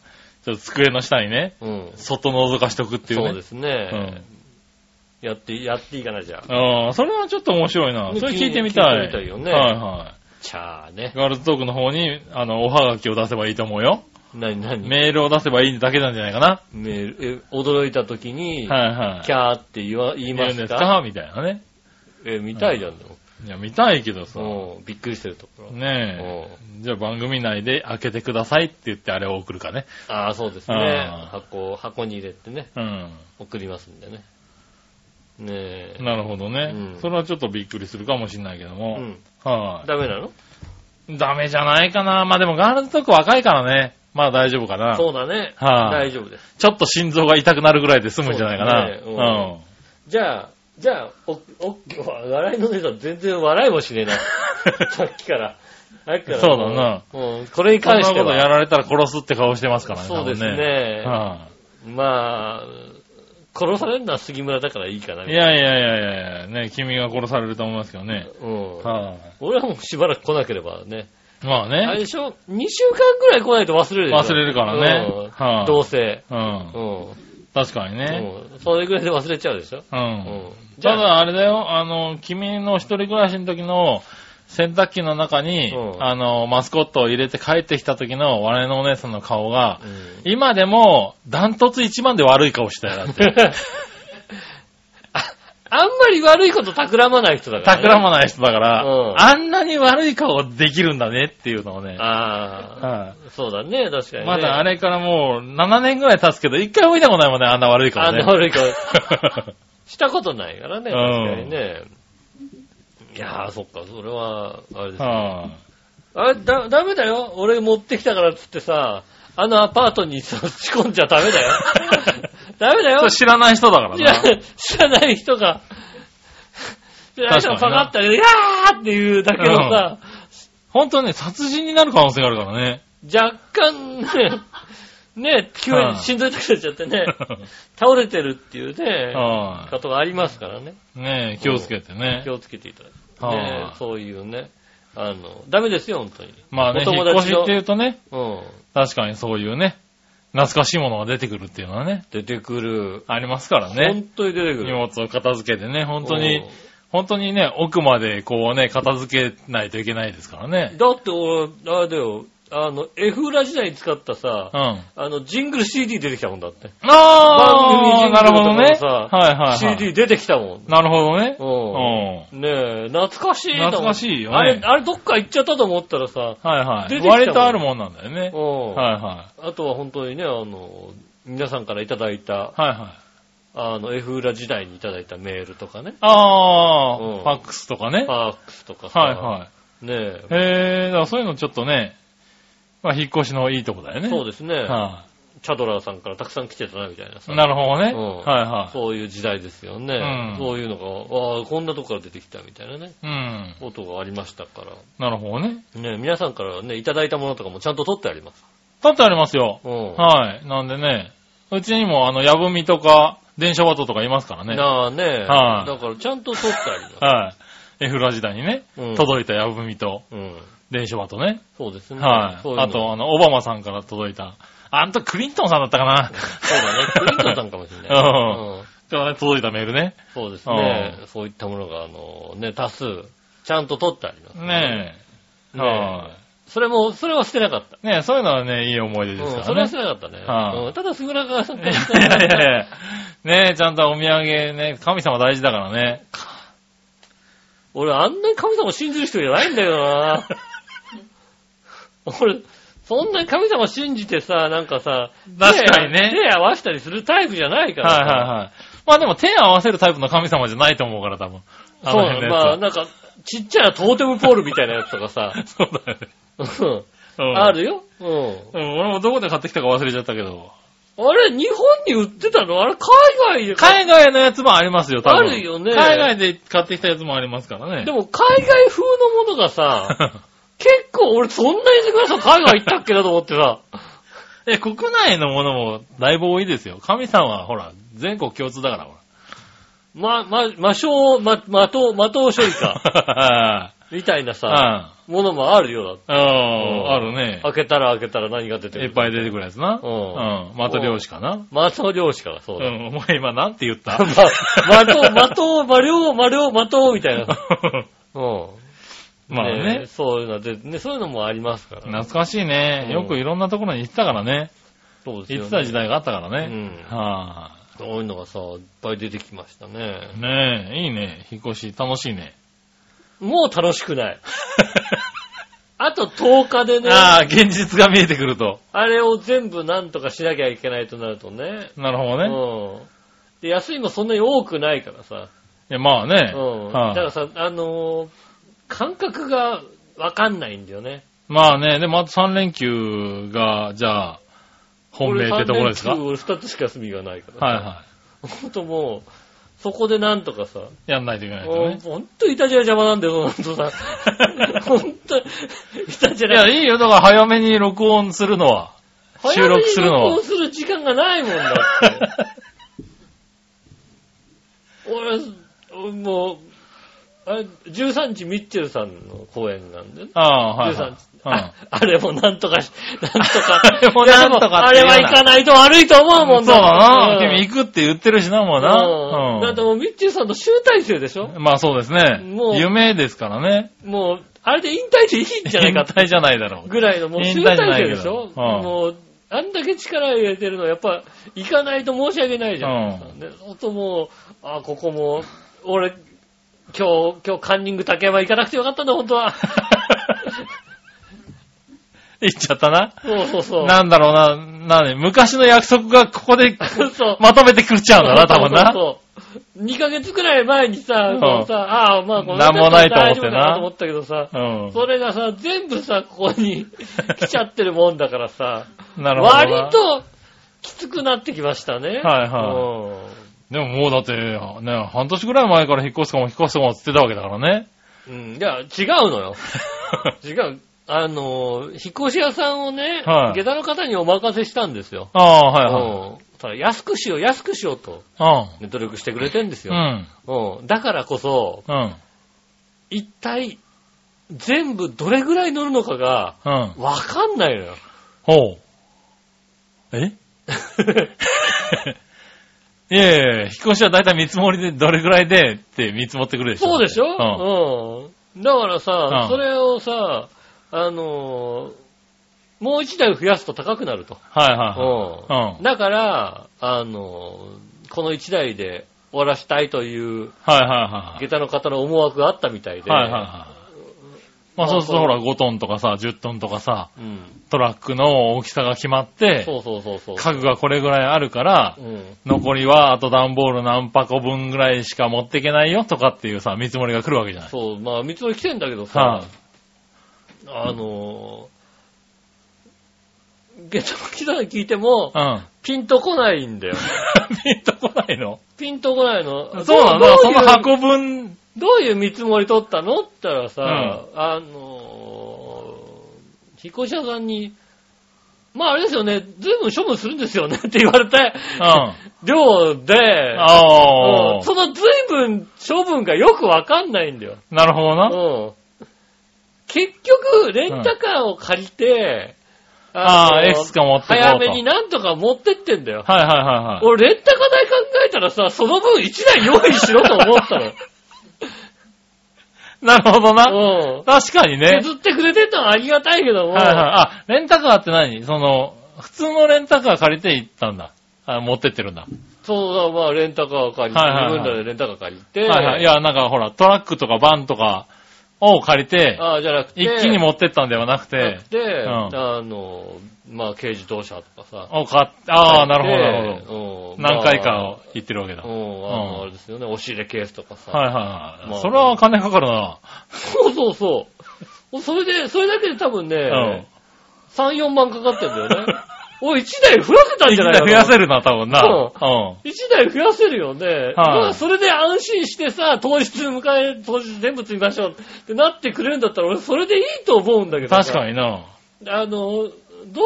S3: っと机の下にね、
S2: うん。
S3: そっと覗かしとくっていうね。
S2: そうですね。やって、やっていかなじゃ
S3: うん。ああ、それはちょっと面白いな。
S2: ね
S3: それ聞いてみたい。
S2: 聞いてみたいよね
S3: はいは
S2: あ。チャーね
S3: い。。ガールズトークの方に、あの、おはがきを出せばいいと思うよ。
S2: なになにメ
S3: メールを出せばいいだけなんじゃないかな。
S2: ール、え驚いた時に、
S3: はいはい。
S2: キャーって言わ、言い
S3: 見
S2: ま
S3: るん
S2: し
S3: です
S2: た。
S3: かみたいなね。
S2: え、見たいじゃん、でも。
S3: いや、見たいけどさ。
S2: うん、びっくりしてるところ。
S3: ねえ。じゃあ番組内で開けてくださいって言ってあれを送るかね。
S2: ああ、そうです
S3: あ
S2: ね
S3: ー。
S2: 箱、箱に入れてね、
S3: うん。
S2: 送りますんでね。ねえ。
S3: なるほどね、
S2: うん
S3: それはちょっとびっくりするかもしれないけど
S2: う
S3: も。
S2: ん。
S3: はい、
S2: ダメなの
S3: ダメじゃないかな。まあでもガールズトーク若いからね。まあ大丈夫かな。
S2: そうだね。
S3: はい
S2: 大丈夫です。
S3: ちょっと心臓が痛くなるぐらいで済むんじゃないかな。
S2: そうだねじゃあ、じゃあ、お、お、笑いの姉さん全然笑いもしねえ な。さっきから。さっきから。
S3: そうだな
S2: うん。これに
S3: うん。そん
S2: 関
S3: な
S2: して
S3: ことや
S2: は。
S3: られたら殺すって顔してますからね。
S2: そうですね
S3: 多分は
S2: まあ、殺されるのは杉村だからいいかな。
S3: いいやいやいやいやね、君が殺されると思いますけどね。
S2: うん。
S3: はい、
S2: 俺はもうしばらく来なければね。
S3: まあ
S2: あれ
S3: ね。
S2: でしょ ?2 週間くらい来ないと忘れるでしょ
S3: 忘れるからね
S2: うん
S3: はい
S2: どうせ。
S3: う。
S2: うんん。
S3: 確かにね。
S2: うんそれぐらいで忘れちゃうでしょ
S3: う。
S2: うんん。じ
S3: た
S2: ゃあ、
S3: だあれだよ、あの、君の一人暮らしの時の洗濯機の中に、
S2: うん
S3: あの、マスコットを入れて帰ってきた時の我のお姉さんの顔が、
S2: うん
S3: 今でも、ダントツ一番で悪い顔してたよ、 だって。
S2: ああんまり悪いこと企まない人だから、ね。
S3: 企まない人だから、
S2: うん
S3: あんなに悪い顔できるんだねっていうのをね。
S2: あ
S3: は
S2: あ、そうだね、確か
S3: い
S2: に、ね。
S3: まだあ
S2: れ
S3: れからもう7年ぐらい経つけど、一回も見たことないもんね、あんな悪
S2: あ
S3: い顔
S2: ん
S3: ね。
S2: な悪 い顔。したことないからね、
S3: うん
S2: 確かにね。いやー、そっか、それは、あれです。
S3: うん
S2: あれ、だ、ダメだよ。俺持ってきたからっつってさ、あのアパートにさ仕込んじゃダメ だよ。ダメだ
S3: そ
S2: よ
S3: れ。知らない人だから
S2: 知ら
S3: な。
S2: 知らない人が、知らない人がパカったら、いやーっていうだけのさ、
S3: 本当にね、殺人になる可能性があるからね。
S2: 若干ね、ね、急
S3: は
S2: に
S3: い
S2: しんどい時になっちゃってね、 倒れてるっていうね、
S3: は
S2: ことがありますからね。
S3: いねえ、気をつけてね
S2: 気。をつけていただいて、
S3: はい
S2: ね。そういうね、あの、ダメですよ、本当に。
S3: まあね、
S2: お友
S3: 引
S2: 達
S3: っ
S2: の
S3: 越しっていうとね、
S2: うん。
S3: 確かにそういうね、懐かしいものが出てくるっていうのはね、
S2: 出てくる。
S3: ありますから
S2: 本
S3: ね。
S2: 当に出てくる。
S3: 荷物を片付けてね、本当
S2: う
S3: に
S2: ん、
S3: 本当にね、奥までこうね、片付けないといけないですからね。
S2: だって俺、あれだよ、あの、F 裏時代に使ったさ
S3: う、ん。
S2: あの、ジングル CD 出てきたもんだって。
S3: ああ
S2: 番
S3: なる
S2: 組
S3: ほどね。
S2: ジングルとかもさ
S3: はいはい、はい。
S2: CD 出てきたもん。
S3: なるほどね。
S2: うん
S3: う
S2: ねえ、懐かしいな
S3: 懐かしいよね
S2: あれ、あれどっか行っちゃったと思ったらさ、
S3: はいは
S2: 出てきたも
S3: い。
S2: ん
S3: 割とあるもんなんだよね
S2: う。ん
S3: はいはい。
S2: あとは本当にね、あの、皆さんからいただいた、
S3: はいはい。
S2: あの、F 裏時代にいただいたメールとかね、
S3: ああ、フ
S2: うん
S3: ァックスとかね。は
S2: パークスとか
S3: い
S2: さ、
S3: はい
S2: ねえ。、
S3: へえ、だからそういうのちょっとね、まあ引っ越しのいいとこだよね。
S2: そう
S3: で
S2: ですね、
S3: は
S2: チャドラーさんからたくさん来てたな、みたいなさ
S3: い。。なるほどね。
S2: うん
S3: はいは
S2: そういう時代ですよね。
S3: うん
S2: そういうのが、ああ、こんなとこから出てきたみたいなね、
S3: い。うん。
S2: ことがありましたから。
S3: なるほどね。
S2: ね、皆さんからね、いただいたものとかもちゃんと取ってあります。
S3: だってありますよ。
S2: うん。
S3: はい。なんでね、うちにもあの、やぶみとか、電車バトとかいますからね。
S2: なあね、
S3: はい
S2: だからちゃんと取ってあります。
S3: はい。エフラ時代にね、
S2: うん
S3: 届いたやぶみと、
S2: うん。
S3: 電書バトね。
S2: そうですね。
S3: はい。
S2: そういうの
S3: あと、あの、オバマさんから届いた。あんたクリントンさんだったかな
S2: そうだね。クリントン さんかもしれない。
S3: う
S2: う
S3: ん
S2: ん
S3: からね届いたメールね。
S2: そうですね。そういったものが、あの、ね、多数、ちゃんと取ってあります。
S3: ねえ。
S2: ね
S3: は
S2: それも、それは捨てなかった。
S3: い。ねえ、そういうのはね、いい 思い出で
S2: う
S3: す
S2: ん、
S3: か
S2: それは
S3: らね
S2: 捨。てなかったね。
S3: はい
S2: うんただ、すぐらかさん
S3: いやいやいやいやねえ、ちゃんとお土産ね、神様大事だからね。
S2: 俺、あんなに神様信じる人じゃないんだよ な俺、そんなに神様信じてさ、なんかさ、
S3: 確かにね
S2: 手手合わせたりするタイプじゃないから
S3: は
S2: さ。
S3: いはいはい。まあでも手合わせるタイプの神様じゃないと思うから多分。あの
S2: そう
S3: 辺
S2: なの。
S3: のやつ
S2: まあ、
S3: は。
S2: なんか、ちっちゃなトーテムポールみたいなやつとかさ、
S3: そうだよね。
S2: うん
S3: うん
S2: あ。るよ。うん。
S3: うん、俺もどこで買ってきたか忘れちゃったけど。
S2: あれ、日本に売ってたのあれ、海外で買っ
S3: 海外のやつもありますよ、多分。
S2: あるよね
S3: 海外で買ってきたやつもありますからね。
S2: でも、海外風のものがさ、結構俺、そんなに桜井さん海外行ったっけなと思ってさ、
S3: え、国内のものもだいぶ多いですよ。神様はほら、全国共通 だから、ほ
S2: ま、ま、魔性、ま、まと、まとう処理か、
S3: ら。
S2: みたいな
S3: う
S2: さ、ものもあるよだって。
S3: ん。 うんあるね。
S2: 開けたら開けたら何が出てく
S3: い
S2: る
S3: っぱい
S2: で。
S3: 出てくるやつな。
S2: う
S3: うんん。また漁師かな。
S2: 魔と漁師かそう
S3: う
S2: だ。
S3: ん。お前今なんて 言った
S2: ままとう、まとう、まりょう、まりょう、まとう、みたいなさ。うん。
S3: まあ
S2: え
S3: ね。
S2: そういうので、ね、そういうのもありますから。
S3: 懐かしいうね。
S2: ん
S3: よくいろんなところに行ってたからね。
S2: そうですよ
S3: 行
S2: ね
S3: ってた時代があったから
S2: う
S3: ね。
S2: ん。
S3: は
S2: そういうのがさ、いっぱい出てきましたね。
S3: い。ねえ、いいね。引っ越し楽し いね。
S2: もう楽しくない。あと10日でね、あ
S3: ああ、現実が見えてくると。
S2: れを全部なんとかしなきゃいけないとなるとね。
S3: なるほどね。
S2: うん。で、休みもそんなに多くないからさ。
S3: いや、まあ
S2: う
S3: ね。
S2: ん。だ
S3: はい
S2: からさ、あのー感覚がわかんないんだよね。
S3: まあね、でもあと3連休が、じゃあ、本命ってところですかはい
S2: 俺3連休俺2つしか休みがないからさ。
S3: は
S2: ほんともう、そこでなんとかさ、
S3: い。やんないといけないですよ
S2: もう
S3: ね。
S2: ほんとイタジラ邪魔なんだよ、ほんと さ。ほんと、イタジ
S3: いや、
S2: ラ。
S3: いいよ、だから早めに録音する のは。収録するのは
S2: 早めに録音する時間がないもんだって。 俺、もう、あれ、13日ミッチェルさんの公演なんで、ね。
S3: ああ、はい、はい
S2: 13。ああれもなんとかし、なんとか。
S3: あれもなんとかって言うな
S2: あれは行かないと悪いと思うも
S3: うんそうだな。
S2: ん
S3: 君行くって言ってるしな、もう
S2: うんだ
S3: な。
S2: ってもうミッチェルさんの集大成でしょ
S3: うん。まあそうですね。
S2: もう
S3: 夢ですからね。
S2: もう、あれで引退でいいんじゃないかって
S3: じゃないだろう。
S2: ぐらいのもう
S3: 引
S2: 集大
S3: 退じゃな
S2: 成
S3: いけど
S2: でしょ
S3: うん
S2: もう、あんだけ力入れてるのはやっぱ、行かないと申し訳ないじゃないですか。ね、ほんともう、あ、ここも、俺、今日、今日カンニング竹山行かなくてよかったんだ、本当 は。
S3: 行っちゃったな。
S2: そうそうそう。
S3: なんだろうな、なに、昔の約束がここで
S2: そう。
S3: まとめてくれちゃうんだな、多分な。
S2: そうそうそう。2ヶ月くらい前にさ
S3: う、ん
S2: このさ、ああ、まあこの
S3: なんもないと思って
S2: 大丈
S3: な
S2: 夫かと思ったけどさ、
S3: う
S2: それがさ、全部さ、ここに 来ちゃってるもんだからさ、
S3: ん。なるほどな。
S2: 割ときつくなってきましたね。
S3: はいはでももうだって、ね、半年ぐらい前から引っ越すかも引っ越すかもって言ってたわけだから ね。
S2: い。うん。いや、違うの よ。違う。あの、引っ越し屋さんをね、
S3: はい
S2: 下駄の方にお任せしたんですよ。
S3: ああ、は
S2: うんただ安くしよう、安くしようと、
S3: いは
S2: ね努力してくれてんです
S3: い。
S2: よ
S3: う。ん。
S2: うんだからこそ、
S3: うん。うん。
S2: 一体、全部どれぐらい乗るのかが、
S3: うん。
S2: わかんないの よ。
S3: ほう。えいやいやいや引っ越しは大体見積もりでどれぐらいでって見積もってくるでしょ。
S2: そうでしょ
S3: う
S2: う
S3: ん。
S2: ん。だからさ
S3: う、ん
S2: それをさ、あのーもう一台増やすと高くなると。
S3: はいは
S2: うんだから、あのーこの一台で終わらしたいという、
S3: いはい。はいはいはい。
S2: 下駄の方の思惑があったみたいで。
S3: はいはいはい。まあそうするとほら5トンとかさ、10トンとかさ、
S2: うん。
S3: トラックの大きさが決まって、
S2: そうそうそうそう。
S3: 家具がこれぐらいあるから、
S2: うん。
S3: 残りはあと段ボール何箱分ぐらいしか持っていけないよとかっていうさ、見積もりが来るわけじゃない。
S2: そう、まあ、三つ折り来てんだけどさ、
S3: はい
S2: あのー、ゲットキザに聞いても、
S3: うん。
S2: ピンとこないんだ よ。
S3: ピンとこないの
S2: ピンとこないの。
S3: そうなの
S2: ど
S3: だ
S2: う
S3: そ
S2: ど
S3: の
S2: ういう
S3: 箱 分、
S2: どういう見積もり取ったのって言ったらさ、あのー、引っ越し屋さんに、まああれですよね、随分処分するんですよねって言われて、
S3: うん。あ
S2: 量で、
S3: あ
S2: うんその随分処分がよくわかんないんだよ。
S3: なるほどな。
S2: うん結局、レンタカーを借りて、
S3: ああ、
S2: の
S3: X か持ってこうと。
S2: 早めになんとか持ってってんだよ。
S3: はいはいはいはい。
S2: 俺、レンタカー代考えたらさ、その分1台用意しろと思った
S3: なるほどな。
S2: の。うん。
S3: 確かにね。
S2: 削ってくれてたのはありがたいけども、
S3: はいはい。あ、レンタカーって何その、普通のレンタカー借りて行ったんだ。あ持ってってるんだ。
S2: そうだ、まあ、レンタカーを借りて、
S3: はいはいはい
S2: 自分らでレンタカー借りて、
S3: はいはい。いや、なんかほら、トラックとかバンとかを借りて、
S2: ああ、じゃなくて、
S3: 一気に持ってったんではなく
S2: な
S3: て
S2: く、て、
S3: ん
S2: あの、まあ、軽自動車とかさ、
S3: を買っああ、なるほど、なるほど。
S2: ほ
S3: 何回かを行ってるわけだ。
S2: う
S3: はい
S2: ん、あの
S3: う、ん
S2: あれですよね、押し入れケースとかさ。
S3: はいはい。
S2: まあ
S3: それは金かかるな。
S2: そうそうそう。それで、それだけで多分ね、
S3: うん。
S2: 3、4万かかってんだよね。 おい、1台増やせたんじゃない
S3: 増やせ
S2: る。
S3: るな、多分な。
S2: そ
S3: うん。
S2: 1台増やせるよね。だからそれで安心してさ、当日迎え、当日全部積みましょうってなってくれるんだったら、俺それでいいと思うんだけど
S3: 確か
S2: に。
S3: にな。
S2: あの、どう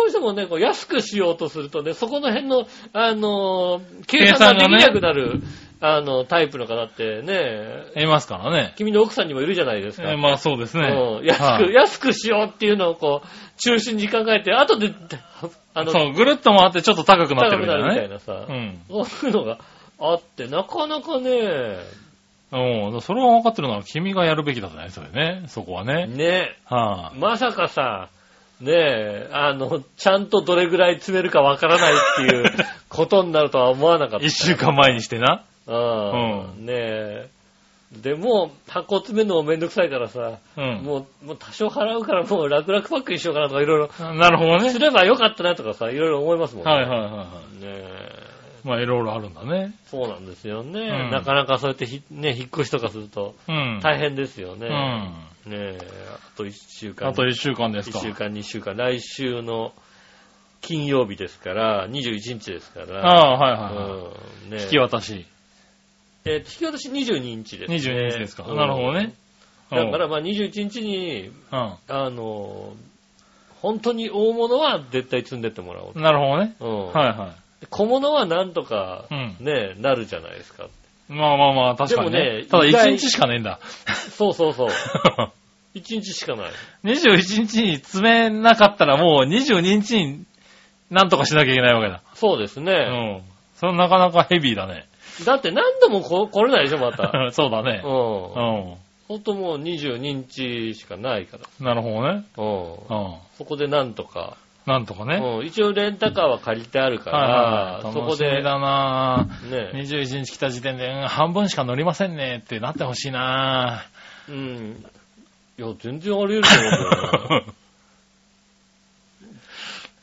S2: してもね、こう安くしようとするとね、そこの辺の、あの、計算ができなくなる、あの、タイプの方ってね、
S3: いますからね。
S2: 君の奥さんにもいるじゃないですか
S3: え。まあそうですね。
S2: うん安
S3: は
S2: く、
S3: い
S2: 安くしようっていうのをこう、中心に考えて、後で、 あの、
S3: そう、ぐるっと回ってちょっと高くなって
S2: 高
S3: る
S2: く
S3: み
S2: な
S3: たい
S2: る
S3: な
S2: みたい
S3: ね。
S2: なさ
S3: う、ん。
S2: そういうのがあって、なかなかね、
S3: うん。それは分かってるのは君がやるべきだったね、それね。そこはね。
S2: ね、
S3: は
S2: まさかさ、ねえ、あの、ちゃんとどれぐらい詰めるかわからない っていうことになるとは思わなかっ
S3: い。
S2: た。
S3: 一週間前にしてな。
S2: うん。ねえ。でも、箱詰めるのもめんどくさいからさ、
S3: うん。
S2: もう、もう多少払うからもう楽々パックにしようかなとかいろいろ、
S3: なるほどね。
S2: すればよかったなとかさ、いろいろ思いますもんね。
S3: はいはいはいは
S2: ねえ、
S3: い。まあいろいろあるんだね。
S2: そうなんですよね。
S3: うん
S2: なかなかそうやってひ、ね、引っ越しとかすると
S3: うん。
S2: 大変ですよ
S3: う
S2: ね。
S3: ん。
S2: ねえ、あと1週間。
S3: あと1週間ですか
S2: 1。週間、2週間。来週の金曜日ですから、21日ですから。
S3: ああ、はいはいはい。
S2: うんねえ
S3: 引き渡し。
S2: えっと引き渡し22日です、ね。
S3: 22日ですか。
S2: うん
S3: なるほどね。
S2: だからまあ21日に、
S3: うん、
S2: あの、本当に大物は絶対積んでってもらおう
S3: うん。なるほどね。
S2: と。うん
S3: はいは
S2: 小物はなんとか
S3: い。うん。
S2: ね、なるじゃないですか。
S3: まあまあまあ、確かにね。
S2: でもね
S3: ただ
S2: 意外
S3: 1日しかねえんだ。
S2: そうそうそう。一日しかない。
S3: 21日に詰めなかったらもう22日になんとかしなきゃいけないわけだ。
S2: そうです
S3: う
S2: ね。
S3: ん。それなかなかヘビーだね。
S2: だって何度もこ来れないでしょ、ま た。
S3: そうだ
S2: うん
S3: ね。。う
S2: ほんともう22日しかないから。
S3: ん。なるほどね。
S2: うん。
S3: うん。
S2: そこでなんとか。
S3: なんとかね。
S2: うん。一応レンタカーは借りてあるか
S3: はいはい
S2: ら、
S3: はい
S2: そこ
S3: 楽しみ
S2: で、
S3: だなぁ
S2: ね、
S3: 21日来た時点で、うん半分しか乗りませんねってなってほしいなぁ
S2: うん。いや、全然あり得ると思うんだよ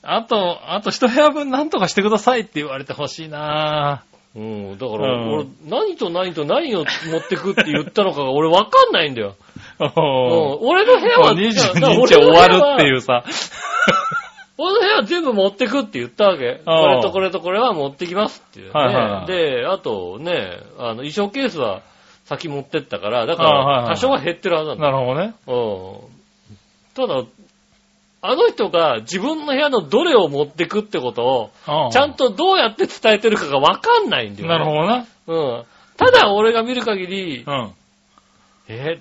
S3: あと、あと一部屋分なんとかしてくださいって言われてほしい な
S2: な。
S3: ぁ
S2: うん。だから、
S3: うん
S2: 俺、何と何と何を持ってくって言ったのかが俺わかんないんだよ。うん。俺の部屋 は、
S3: 22
S2: だから俺
S3: 日
S2: の
S3: 終
S2: 部屋
S3: わ
S2: は
S3: るっていうさ。
S2: 俺の部屋は全部持ってくって言ったわけ。
S3: ああ
S2: これとこれとこれは持ってきますっていう、ね
S3: はいはいはい
S2: で、あとね、あの、衣装ケースは先持ってったから、だか
S3: ああはい
S2: ら
S3: はい
S2: 多少は減ってるはずなんだ。
S3: なるほどね。
S2: うん。ただ、あの人が自分の部屋のどれを持ってくってことを、
S3: う
S2: ちゃんとどうやって伝えてるかがわかんないんだよ、ね。
S3: なるほどな。
S2: ど。うん。ただ俺が見る限り
S3: う、ん。
S2: えー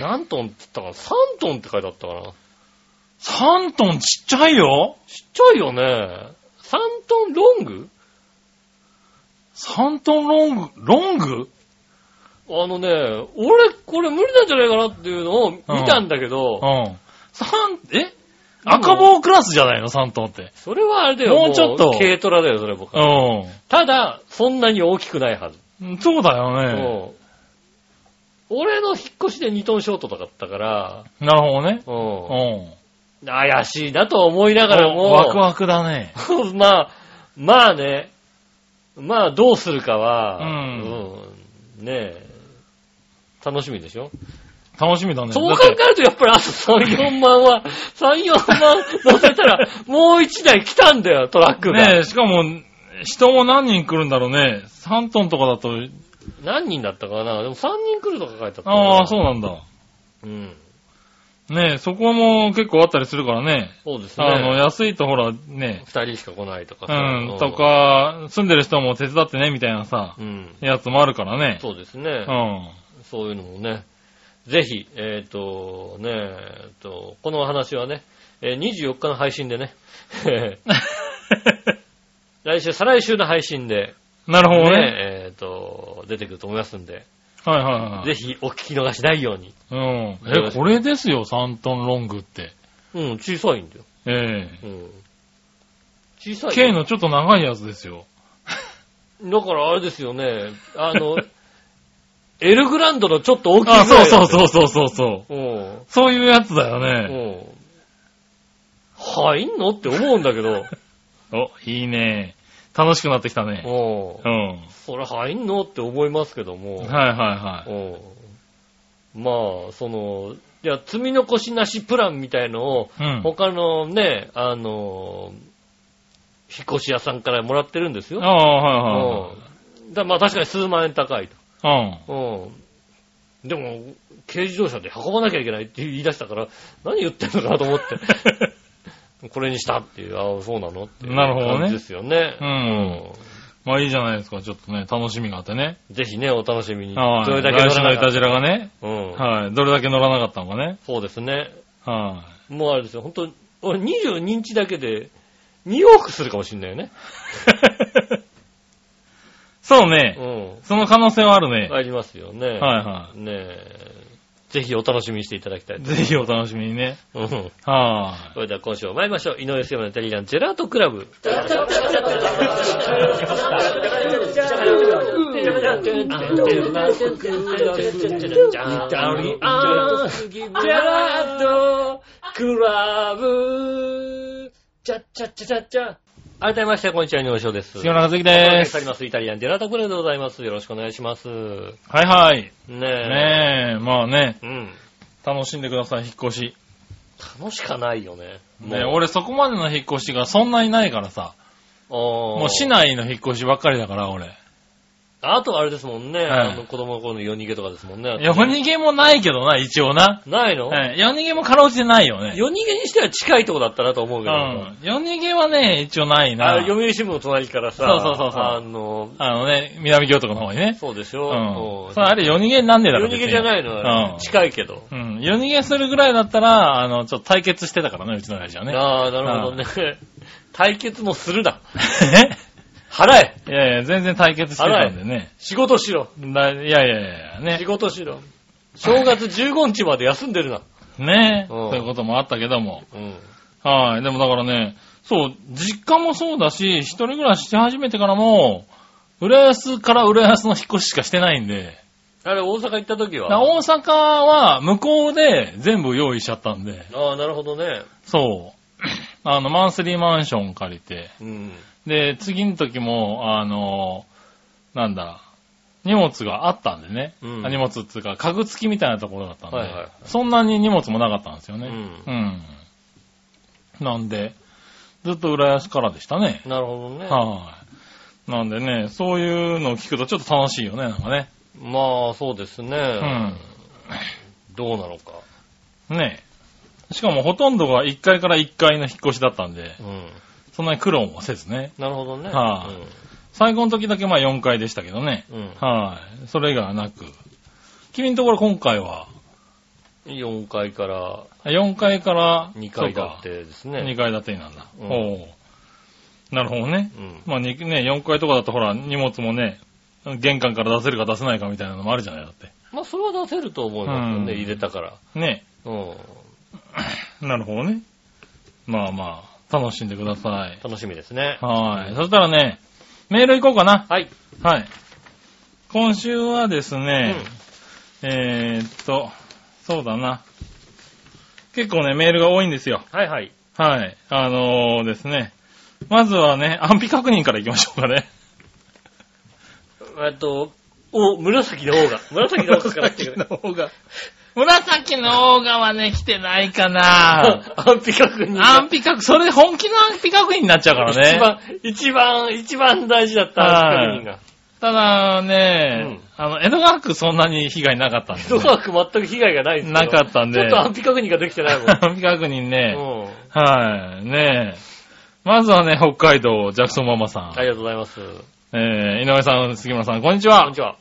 S2: 何トンって言ったかな ?3 トンって書いてあったかな
S3: 3トンちっちゃいよ
S2: ちっちゃいよね。3トンロング
S3: ?3 トンロング、ロング
S2: あのね、俺、これ無理なんじゃないかなっていうのを見たんだけど、
S3: うん。三、え赤棒クラスじゃないの ?3 トンって。
S2: それはあれだよ、
S3: もうちょっと
S2: も軽トラだよ、それ僕は。
S3: う
S2: ただ、そんなに大きくないはず。
S3: ん。そうだよね。
S2: うん俺の引っ越しで2トンショートとかだったから、
S3: なるほどね。
S2: うん
S3: うん。
S2: 怪しいなと思いな
S3: だ
S2: がらも、
S3: ワクワクだね。
S2: まあ、まあね、まあどうするかは、
S3: うん
S2: うんねえ、楽しみでしょ
S3: 楽しみだね。
S2: そう考えるとやっぱりあと3、4万 は、3、4万乗せたら、もう1台来たんだよ、トラックが。
S3: ねえ、しかも、人も何人来るんだろうね。3トンとかだと、
S2: 何人だったかなでも3人来るとか書いてあったな
S3: ああ、そうなんだ。
S2: うん。
S3: ねえ、そこも結構あったりするからね。
S2: そうです
S3: あの、
S2: ね。
S3: 安いとほら、ね、
S2: 2人しか来ないとか
S3: う
S2: さ
S3: ん、と。か、住んでる人も手伝ってね、みたいなさ、
S2: うん。
S3: やつもあるからね。
S2: そうですね。
S3: うん。
S2: そういうのもね。ぜひ、えっ、と、ねえ、えーと、このお話はね、えー24日の配信でね、 来週、再来週の配信で、
S3: なるほどね。
S2: ね、えっ、と、出てくると思いますんで、
S3: はいはいは
S2: ぜ
S3: い。
S2: ひお聞き逃しないように。
S3: うん。え、これですよ、3トンロングって。
S2: うん、小さいんだよ。
S3: え
S2: う
S3: え
S2: ん。小さい。
S3: K のちょっと長いやつですよ。
S2: だからあれですよね、あ の、エルグランドのちょっと大きいぐら
S3: あ、
S2: いだ
S3: そう
S2: よ
S3: そうそうそうそうそう。
S2: うん。
S3: そういうやつだよ
S2: う
S3: ね。
S2: ん。入んのって思うんだけ ど、
S3: お、いいね。楽しくなってきたね。
S2: うん
S3: う。ん。
S2: それ入んのって思いますけども。
S3: はいはいはい。
S2: うんまあ、その、いや、積み残しなしプランみたいのを、
S3: うん。
S2: 他のね、あの、引っ越し屋さんからもらってるんです
S3: あ
S2: よ。
S3: あ、はいは
S2: うん。だまあ確かに数万円高い
S3: いはい。
S2: と。うん。でも、軽自動車で運ばなきゃいけないって言い出したから、何言ってんのかなと思って。 これにしたっていう、ああ、そうなのっていう
S3: なるほどね
S2: 感じですよね。
S3: うん。うん。まあいいじゃないですか。ちょっとね、楽しみがあってね。
S2: うんぜひね、お楽しみに。
S3: はい。
S2: どれだけ乗
S3: 来週の
S2: ら
S3: イ
S2: なか
S3: タ
S2: っ
S3: ジラがね。
S2: たうん。
S3: はい。どれだけ乗らなかったのかね。
S2: そうですね。
S3: は
S2: もうあれですよ、本当俺22日だけで2億するかもしんないよね。
S3: い。そうね。
S2: う
S3: その可能性はあるね
S2: ん。。ありますよね。
S3: はいは
S2: ねえ。ぜひお楽しみにしていただきたい
S3: い。
S2: と。
S3: ぜひお楽しみにね。
S2: うん
S3: は
S2: それでは今週も参りましょう。井上杉山のイタリアンジェラートクラブ。改めまして、こんにちは、井上翔です。
S3: い。杉村和樹
S2: お
S3: で
S2: 願いし
S3: す。
S2: ます。イタリアンジェラートクラブでございます。よろしくお願いします。ね
S3: はいはい。
S2: え。
S3: ねえ、まあね、
S2: うん。
S3: 楽しんでください、引っ越し。
S2: 楽しかないよね。
S3: ね、
S2: もう
S3: 俺そこまでの引っ越しがそんなにないからさ、
S2: あー
S3: もう市内の引っ越しばっかりだから、俺。
S2: あとあれですもんね。
S3: はい
S2: あの子供の頃の夜逃げとかですもんね。
S3: 夜逃げもないけどな、一応な。
S2: ないの、
S3: はい夜逃げもかろうじてないよね。
S2: 夜逃げにしては近いとこだったなと思う
S3: う
S2: けど。
S3: ん。夜逃げはね、一応ないな。
S2: あ読売新聞の隣からさ、
S3: そうそうそうそう
S2: あの、
S3: あのね、南行とかの方にね。
S2: そうでし
S3: う
S2: ょ、も
S3: ん。
S2: う
S3: そうあれ夜逃げになんねえだろ。
S2: 夜逃げじゃないいの、
S3: うん
S2: 近いけど。
S3: うん。夜逃げするぐらいだったら、あの、ちょっと対決してたからね、うちの親父はね。
S2: ああ、なるほどね。 対決もするな。
S3: え
S2: 払え
S3: いやいや、全然対決してたんでね。
S2: 仕事しろ
S3: だいやいやいや、
S2: 仕
S3: ね。
S2: 事しろ正月15日まで休んでるな。
S3: ね。
S2: うん
S3: そういうこともあったけども。
S2: うん。
S3: はい。でもだからね、そう、実家もそうだし、一人暮らしし始めてからも、浦安から浦安の引っ越ししかしてないんで、
S2: あれ、大阪行った時
S3: だ
S2: は
S3: から大阪は向こうで全部用意しちゃったんで、
S2: ああ、なるほどね。
S3: そう。あの、マンスリーマンション借りて、
S2: うん。
S3: で、次の時も、あの、なんだ、荷物があったんでね。
S2: うん
S3: あ荷物っていうか、家具付きみたいなところだったんで、
S2: はいはいはい
S3: そんなに荷物もなかったんですよ
S2: う
S3: ね。
S2: ん。
S3: うん。なんで、ずっと浦安からでしたね。
S2: なるほどね。
S3: はい。なんでね、そういうのを聞くとちょっと楽しいよね、なんかね。
S2: まあ、そうですね。
S3: うん。
S2: どうなのか。
S3: ねえしかもほとんどが1階から1階の引っ越しだったんで
S2: う、ん。
S3: そんなに苦労もせずね。
S2: なるほどね。
S3: はい最後の時だけまあ4階でしたけどね。
S2: うん。うん
S3: はい。それ以外はなく。君のところ今回は、
S2: 4階から
S3: 4階から
S2: 2階だっ
S3: そう
S2: てです
S3: か2
S2: ね。
S3: 階建てになんだ。
S2: うん
S3: おうなるほどね。
S2: うん。
S3: まあ、にね、4階とかだとほら、荷物もね、玄関から出せるか出せないかみたいなのもあるじゃないだって。
S2: まあ、それは出せると思いますよね、
S3: うん
S2: 入れたから。
S3: ね。
S2: うん。
S3: なるほどね。まあまあ、楽しんでください。
S2: 楽しみですね。
S3: はい。そしたらね、メール行こうかな。
S2: はい。
S3: はい。今週はです
S2: う
S3: ね
S2: ん、
S3: えーっと、そうだな。結構ね、メールが多いんですよ。
S2: はいはい。
S3: はい。あのー、ですね。まずはね、安否確認から行きましょうかね。
S2: えっと、お、紫の方が。紫の方がから来てくれ。
S3: 方が。 紫の方がはね、来てないかな
S2: 安否確認。
S3: 安否確、それ本気の安否確認になっちゃうからね。
S2: 一番、一番、一番大事だった安否確認が。
S3: ただね、あの、江戸川区そんなに被害なか ったんで、ね。
S2: 一枠全く被害がないんですけど
S3: なかったんで
S2: ちょっと安否確認ができてないもん。
S3: 安否確認ね。
S2: うん。
S3: はい、ねえ。まずはね、北海道、ジャクソンママさん。
S2: ありがとうございます。
S3: えー、井上さん、杉村さん、こんにち
S2: こん
S3: は
S2: に。ちは。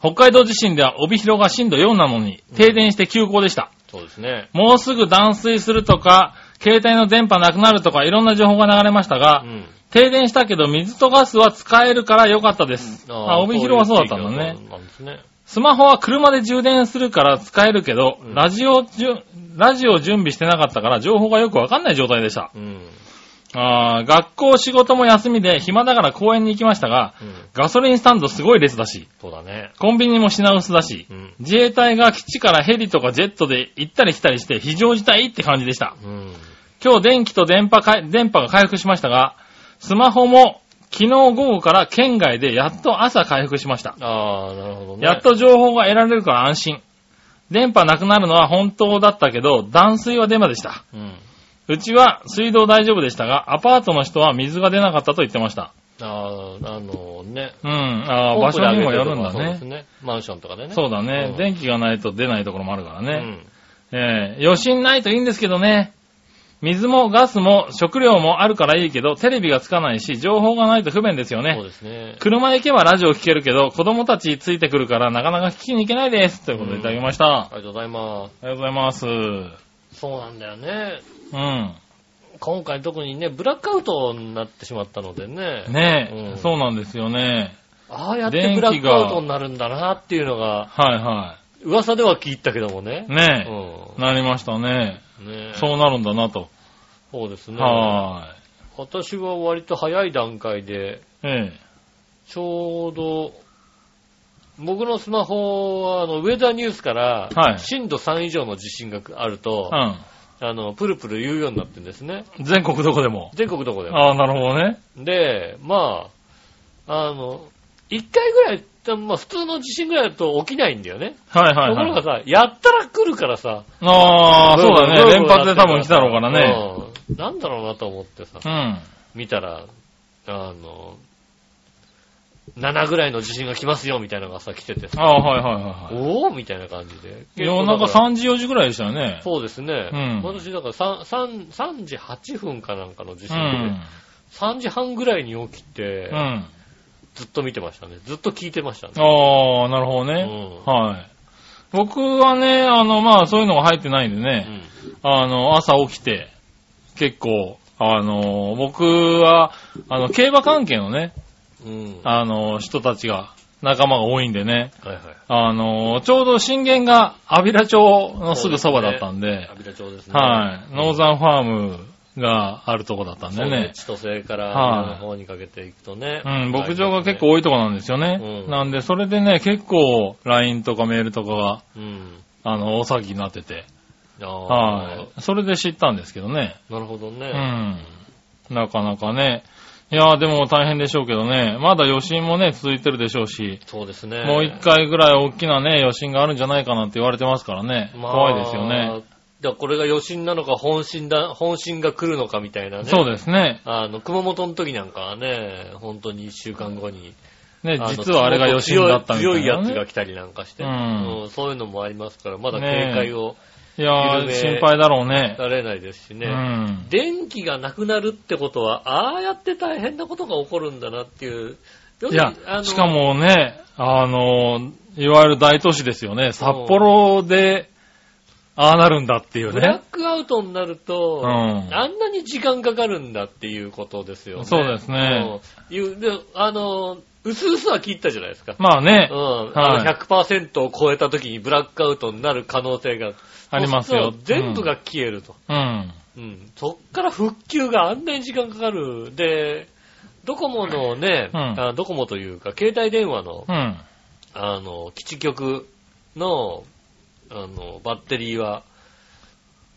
S3: 北海道地震では帯広が震度4なのに、停電して休校でした。
S2: そうですね。
S3: もうすぐ断水するとか、携帯の電波なくなるとか、いろんな情報が流れました
S2: う
S3: が、
S2: ん。
S3: 停電したけど水とガスは使えるから良かったです。あ、帯広はそうだったんだね
S2: そういう地。域はそうなんですね。
S3: スマホは車で充電するから使えるけど、
S2: うん
S3: ラジオじゅ、ラジオ準備してなかったから情報がよくわかんない状態でした。
S2: うん。
S3: あー学校仕事も休みで暇だから公園に行きましたが、
S2: うん。
S3: ガソリンスタンドすごい列だし、
S2: そうだね。
S3: コンビニも品薄だし
S2: う、ん。
S3: 自衛隊が基地からヘリとかジェットで行ったり来たりして非常事態って感じでした。
S2: うん。
S3: 今日電気と電波かい、電波が回復しましたが、スマホも昨日午後から県外でやっと朝回復しました。
S2: ああ、なるほどね。
S3: やっと情報が得られるから安心。電波なくなるのは本当だったけど、断水はデマでした。
S2: うん。
S3: うちは水道大丈夫でしたが、アパートの人は水が出なかったと言ってました。
S2: ああ、あのね。
S3: うん、あー場所にもよるんだ
S2: そうです
S3: ね。
S2: ね。マンションとかでね。
S3: そうだね、
S2: うん
S3: 電気がないと出ないところもあるから
S2: う
S3: ね。
S2: ん。
S3: えー余震ないといいんですけどね。水もガスも食料もあるからいいけど、テレビがつかないし、情報がないと不便ですよ
S2: そう
S3: ね。
S2: ですね。
S3: 車で行けばラジオ聞けるけど、子供たちついてくるからなかなか聞きに行けないです。ということでいただきました。
S2: ありがとうございま
S3: ありがとうございます。うん。
S2: す。そうなんだよね。今回特にね、ブラックアウトになってしまったのでね。
S3: ねえ、
S2: うん
S3: そうなんですよね。
S2: ああやってブラックアウトになるんだなっていうのが、
S3: はいは
S2: 噂では聞いたけどもね
S3: い。。ねえ、
S2: う
S3: なりましたね。
S2: ん。ねえ
S3: そうなるんだなと。
S2: そうですね。
S3: は
S2: 私は割と早い段階で、
S3: ーい。え
S2: ちょうど、僕のスマホは、あの、ウェザーニュースから、
S3: はい
S2: 震度3以上の地震があると、
S3: え。
S2: あの、プルプル言うようになってるんですね。
S3: うん。全国どこでも。
S2: 全国どこでも。
S3: ああ、なるほどね。
S2: で、まあ、あの、一回ぐらい、まあ普通の地震ぐらいだと起きないんだよね。
S3: はいはい
S2: とこ
S3: はい。
S2: ろがさ、やったら来るからさ。
S3: ああ、そうだね。
S2: ブル
S3: 連
S2: ブル
S3: 発で多分来たろうからね。。
S2: うんなんだろうなと思ってさ、
S3: うん。
S2: 見たら、あの、 7ぐらいの地震が来ますよ、みたいなのがさ、来ててさ、
S3: ああ、はいはいはいはい。
S2: おーみたいな感じで。
S3: 夜中3時4時ぐらいでしたよね。
S2: そうですね。
S3: うん
S2: 私、だから 3, 3, 3時8分かなんかの地
S3: う
S2: 震で、
S3: ん。
S2: 3時半ぐらいに起きて、
S3: うん。
S2: ずっと見てましたね。ずっと聞いてましたね。
S3: ああ、なるほど
S2: う
S3: ね。
S2: ん
S3: はい。僕はね、あの、まあ、そういうのが入ってないんで
S2: う
S3: ね、
S2: ん
S3: あの、朝起きて、結構、あの、僕は、あの、競馬関係のね、
S2: うん。
S3: あの、人たちが、仲間が多いんでね、
S2: はいはい。
S3: あの、ちょうど震源が、安平町のすぐそばだったんで、
S2: 阿弥陀町ですね。
S3: はい。ノー
S2: ン
S3: ザンファームがあるとこだったんでね。
S2: 千歳から
S3: はい
S2: 南の方にかけていくとね。
S3: うん、牧場が結構
S2: 多い。
S3: 多いとこなんですよね。
S2: うん
S3: なんで、それでね、結構、LINE とかメールとかが、
S2: うん。
S3: あの、大騒ぎになってて、
S2: あ
S3: はい。それで知ったんですけどね。
S2: あ。なるほど
S3: う
S2: ね。
S3: ん。なかなかね。いやーでも大変でしょうけどね。まだ余震もね、続いてるでしょうし、
S2: そうですね。
S3: もう一回ぐらい大きなね、余震があるんじゃないかなって言われてますからね。
S2: まあ
S3: 怖いですよね。。
S2: じゃあこれが余震なのか本震だ、本震が来るのかみたいなね。
S3: そうですね。
S2: あの、熊本の時なんかはね、本当に一週間後に。
S3: ね、
S2: の
S3: 実はあれが余震だったみたいな、
S2: 強
S3: ね。
S2: い強いやつが来たりなんかして、
S3: うん
S2: うんそういうのもありますから、まだ警戒を
S3: いや
S2: 昼
S3: ー、
S2: 寝
S3: 心配だろうね。
S2: されないですし
S3: う
S2: ね。
S3: ん。
S2: 電気がなくなるってことは、ああやって大変なことが起こるんだなっていう。要
S3: い
S2: する
S3: や
S2: にあ、の
S3: しかもね、あの、いわゆる大都市ですよね。札幌で、ああなるんだっていう
S2: ブラッ
S3: ね。
S2: クアウトになると、
S3: うん
S2: あんなに時間かかるんだっていうことですよね。
S3: そうですね
S2: うん。いうであの、うすうすは聞いたじゃないですか。
S3: まあね
S2: う、ん。
S3: はい
S2: あの100%を超えた時にブラックアウトになる可能性が
S3: ありますよ
S2: そうすると全部が消えると。
S3: うん。
S2: うん。そっから復旧があんなに時間かかる。で、ドコモのね、
S3: うん
S2: あドコモというか、携帯電話の、
S3: うん。
S2: あの、基地局の、あの、バッテリーは、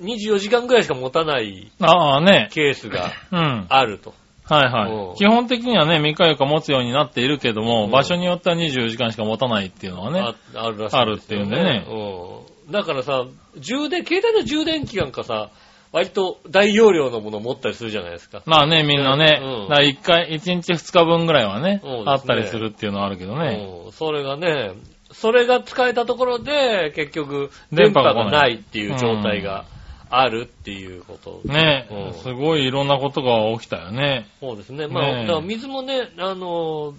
S2: 24時間ぐらいしか持たない
S3: ああね、
S2: ケースが
S3: うん。
S2: あると。
S3: はいは
S2: う
S3: い。
S2: ん
S3: 基本的にはね、3日4日持つようになっているけども、
S2: うん
S3: 場所によっては24時間しか持たないっていうのはね
S2: あ。あるらしい、
S3: あるっていうんでね。
S2: うん。だからさ、充電、携帯の充電器なんかさ、割と大容量のものを持ったりするじゃないですか。
S3: まあね、みんな
S2: う
S3: ね
S2: ん、
S3: だ1回、1日2日分ぐらいはね
S2: そうですね、
S3: あったりするっていうのはあるけどね。
S2: うん。それがね、それが使えたところで、結局、
S3: 電
S2: 電
S3: 波
S2: 波
S3: が来ない
S2: がないっていう状態があるっていうこと。
S3: ね
S2: うん
S3: すごいいろんなことが起きたよね。
S2: そうですね。まあ、
S3: ねえ
S2: だから水もね、あの、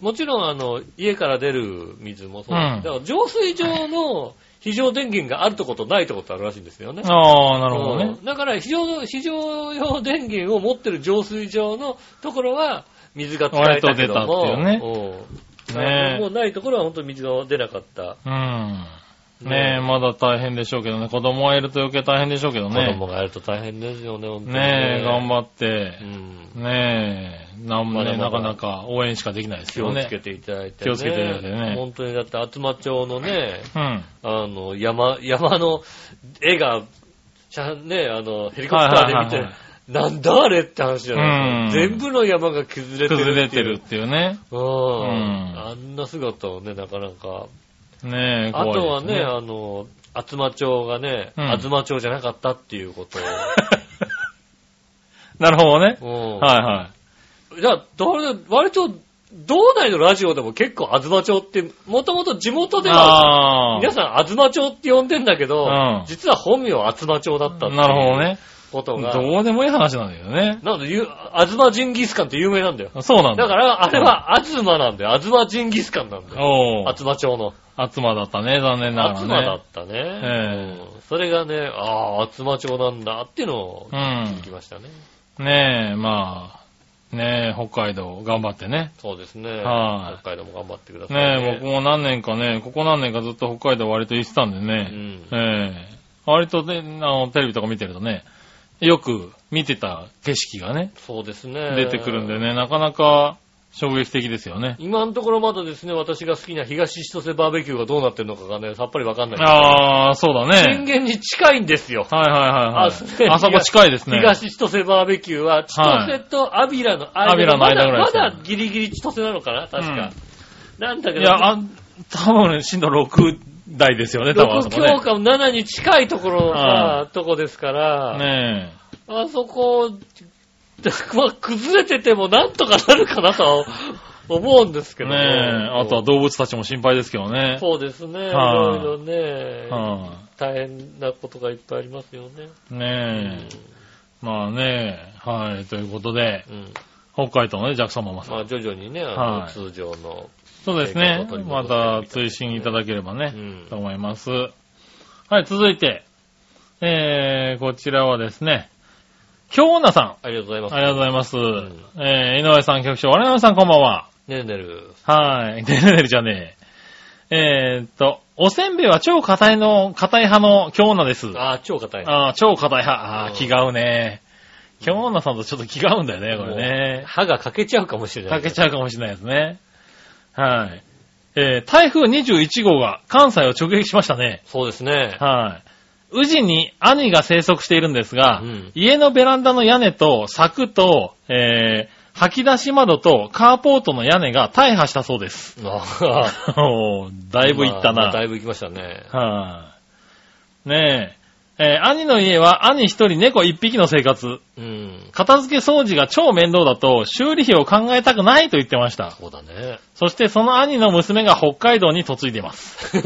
S2: もちろん、あの、家から出る水もそう
S3: うん
S2: です。だから浄水場の非常電源があるとことないとことあるらしいんですよね。
S3: ああ、なるほどね
S2: う。んだから非常、非常用電源を持ってる浄水場のところは、水が使えたけども、
S3: 割と出たって
S2: うん
S3: ねえ
S2: もうないところは本当に水が出なかった。
S3: うん。ねえ、まだ大変でしょうけどね。子供がいると余計大変でしょうけど
S2: 子
S3: ね
S2: 供。がやると大変ですよね、本当に
S3: ねえ、頑張って
S2: う。ん。
S3: ねえ、なんもね、
S2: まだ
S3: なか
S2: まだ
S3: なか応援しかできないです
S2: 気
S3: よ
S2: を
S3: ね。
S2: つけていただいて、ね。
S3: 気をつけていただいてね
S2: 本当にだって、厚真町のね、
S3: うん。
S2: あの、山、山の絵が、ちゃんね、あの、ヘリコプターで見
S3: はいはいはい
S2: て
S3: は、
S2: なんだあれって話じゃないですか。
S3: うん
S2: 全部の山が崩れてるっていう。
S3: 崩れてるっていうね。
S2: うん。
S3: ん
S2: あんな姿をね、なかなか。
S3: ねえ、
S2: あ
S3: 怖い
S2: とは
S3: です
S2: ね、あの、厚真町がね、
S3: うん
S2: 厚真町じゃなかったっていうこと
S3: なるほどね。
S2: を。
S3: はいはい。
S2: い。じゃあ、どれ割と、道内のラジオでも結構、東町って、もともと地元では、
S3: ああ。
S2: 皆さん、東町って呼んでんだけど、
S3: うん
S2: 実は本名は東町だったっていう
S3: なるほどね。
S2: ことが。
S3: どうでもいい話なんだけどね。
S2: なんで、ゆ東ジンギスカンって有名なんだよ。
S3: そうなん
S2: だ
S3: だ。
S2: から、あれは、東なんだよ。東ジンギスカンなんだよ。
S3: おお。
S2: 東町の。
S3: あつまだったね、残念ながらね。
S2: 厚間だったね。うんそれがね、ああ、厚間町なんだっていうのを聞きましたね。
S3: うん。ねえ、まあ、ねえ、北海道頑張ってね。
S2: そうですね。
S3: はい
S2: 北海道も頑張ってください
S3: ねえ、僕も何年かね、ここ何年かずっと北海道割と行ってたんで
S2: う
S3: ね。
S2: ん。
S3: ええ割とね、あの、テレビとか見てるとね、よく見てた景色がね、
S2: そうですね。
S3: 出てくるんで。ね、なかなか衝撃的ですよね。
S2: 今のところまだですね、私が好きな東千歳バーベキューがどうなってるのかがね、さっぱりわかんない。
S3: ああ、そうだ
S2: 震
S3: ね。
S2: 源に近いんですよ。
S3: はいはいはいはい。
S2: あそうね
S3: あそこ近いですね。
S2: 東千歳バーベキューは、千歳とアビラの間、
S3: アビラの間ぐらいで
S2: ます
S3: ね
S2: だまだギリギリ千歳なのかな確か。なんだけ
S3: い
S2: ど、
S3: や、あ、多分震度6台ですよね、多分あそ
S2: 6
S3: こね
S2: 強。か7に近いところ
S3: は
S2: が、とこですから、
S3: ね え。
S2: あそこ、まあ崩れててもなんとかなるかなとは思うんですけど
S3: ねえ、あとは動物たちも心配ですけどね。
S2: そうですね。い
S3: は
S2: ろ
S3: い
S2: いろね、
S3: は
S2: 大変なことがいっぱいありますよね。
S3: いねえ。まあねはい。ということで、
S2: うん。
S3: 北海道のね、ジャクソンママさん。
S2: まあ徐々にね、あの
S3: はい
S2: 通常の、
S3: そうですね
S2: という。こ
S3: ま
S2: とで
S3: た追伸いただければね
S2: う、ん
S3: と思います。はい、続いて、えー、こちらはですね、京女さん。
S2: ありがとうございます。
S3: ありがとうございます。
S2: ん
S3: えー、井上さん局長、我々さんこんばんは。
S2: ねるねる。
S3: はい。 ねるねるじゃねえ。えーっと、おせんべいは超硬いの、硬い派の京女です。あ
S2: あー、超硬い。
S3: あー超硬い派。ああ、
S2: うん
S3: 気が合うね。京女さんとちょっと気が合うんだよね、これね。
S2: 歯が欠けちゃうかもしれない。
S3: かけちゃうかもしれないですね。はい。えー、台風21号が関西を直撃しましたね。
S2: そうですね。
S3: はい。宇治に兄が生息しているんですが、
S2: うん
S3: 家のベランダの屋根と柵と、えー、吐き出し窓とカーポートの屋根が大破したそうです。
S2: あー
S3: おーだいぶいっ
S2: まあ
S3: た
S2: ま
S3: な。
S2: あだいぶ行きましたね。
S3: はい。ねえ。えー兄の家は兄一人猫一匹の生活。
S2: うん。
S3: 片付け掃除が超面倒だと修理費を考えたくないと言ってました。
S2: そうだね。
S3: そしてその兄の娘が北海道に嫁いでます。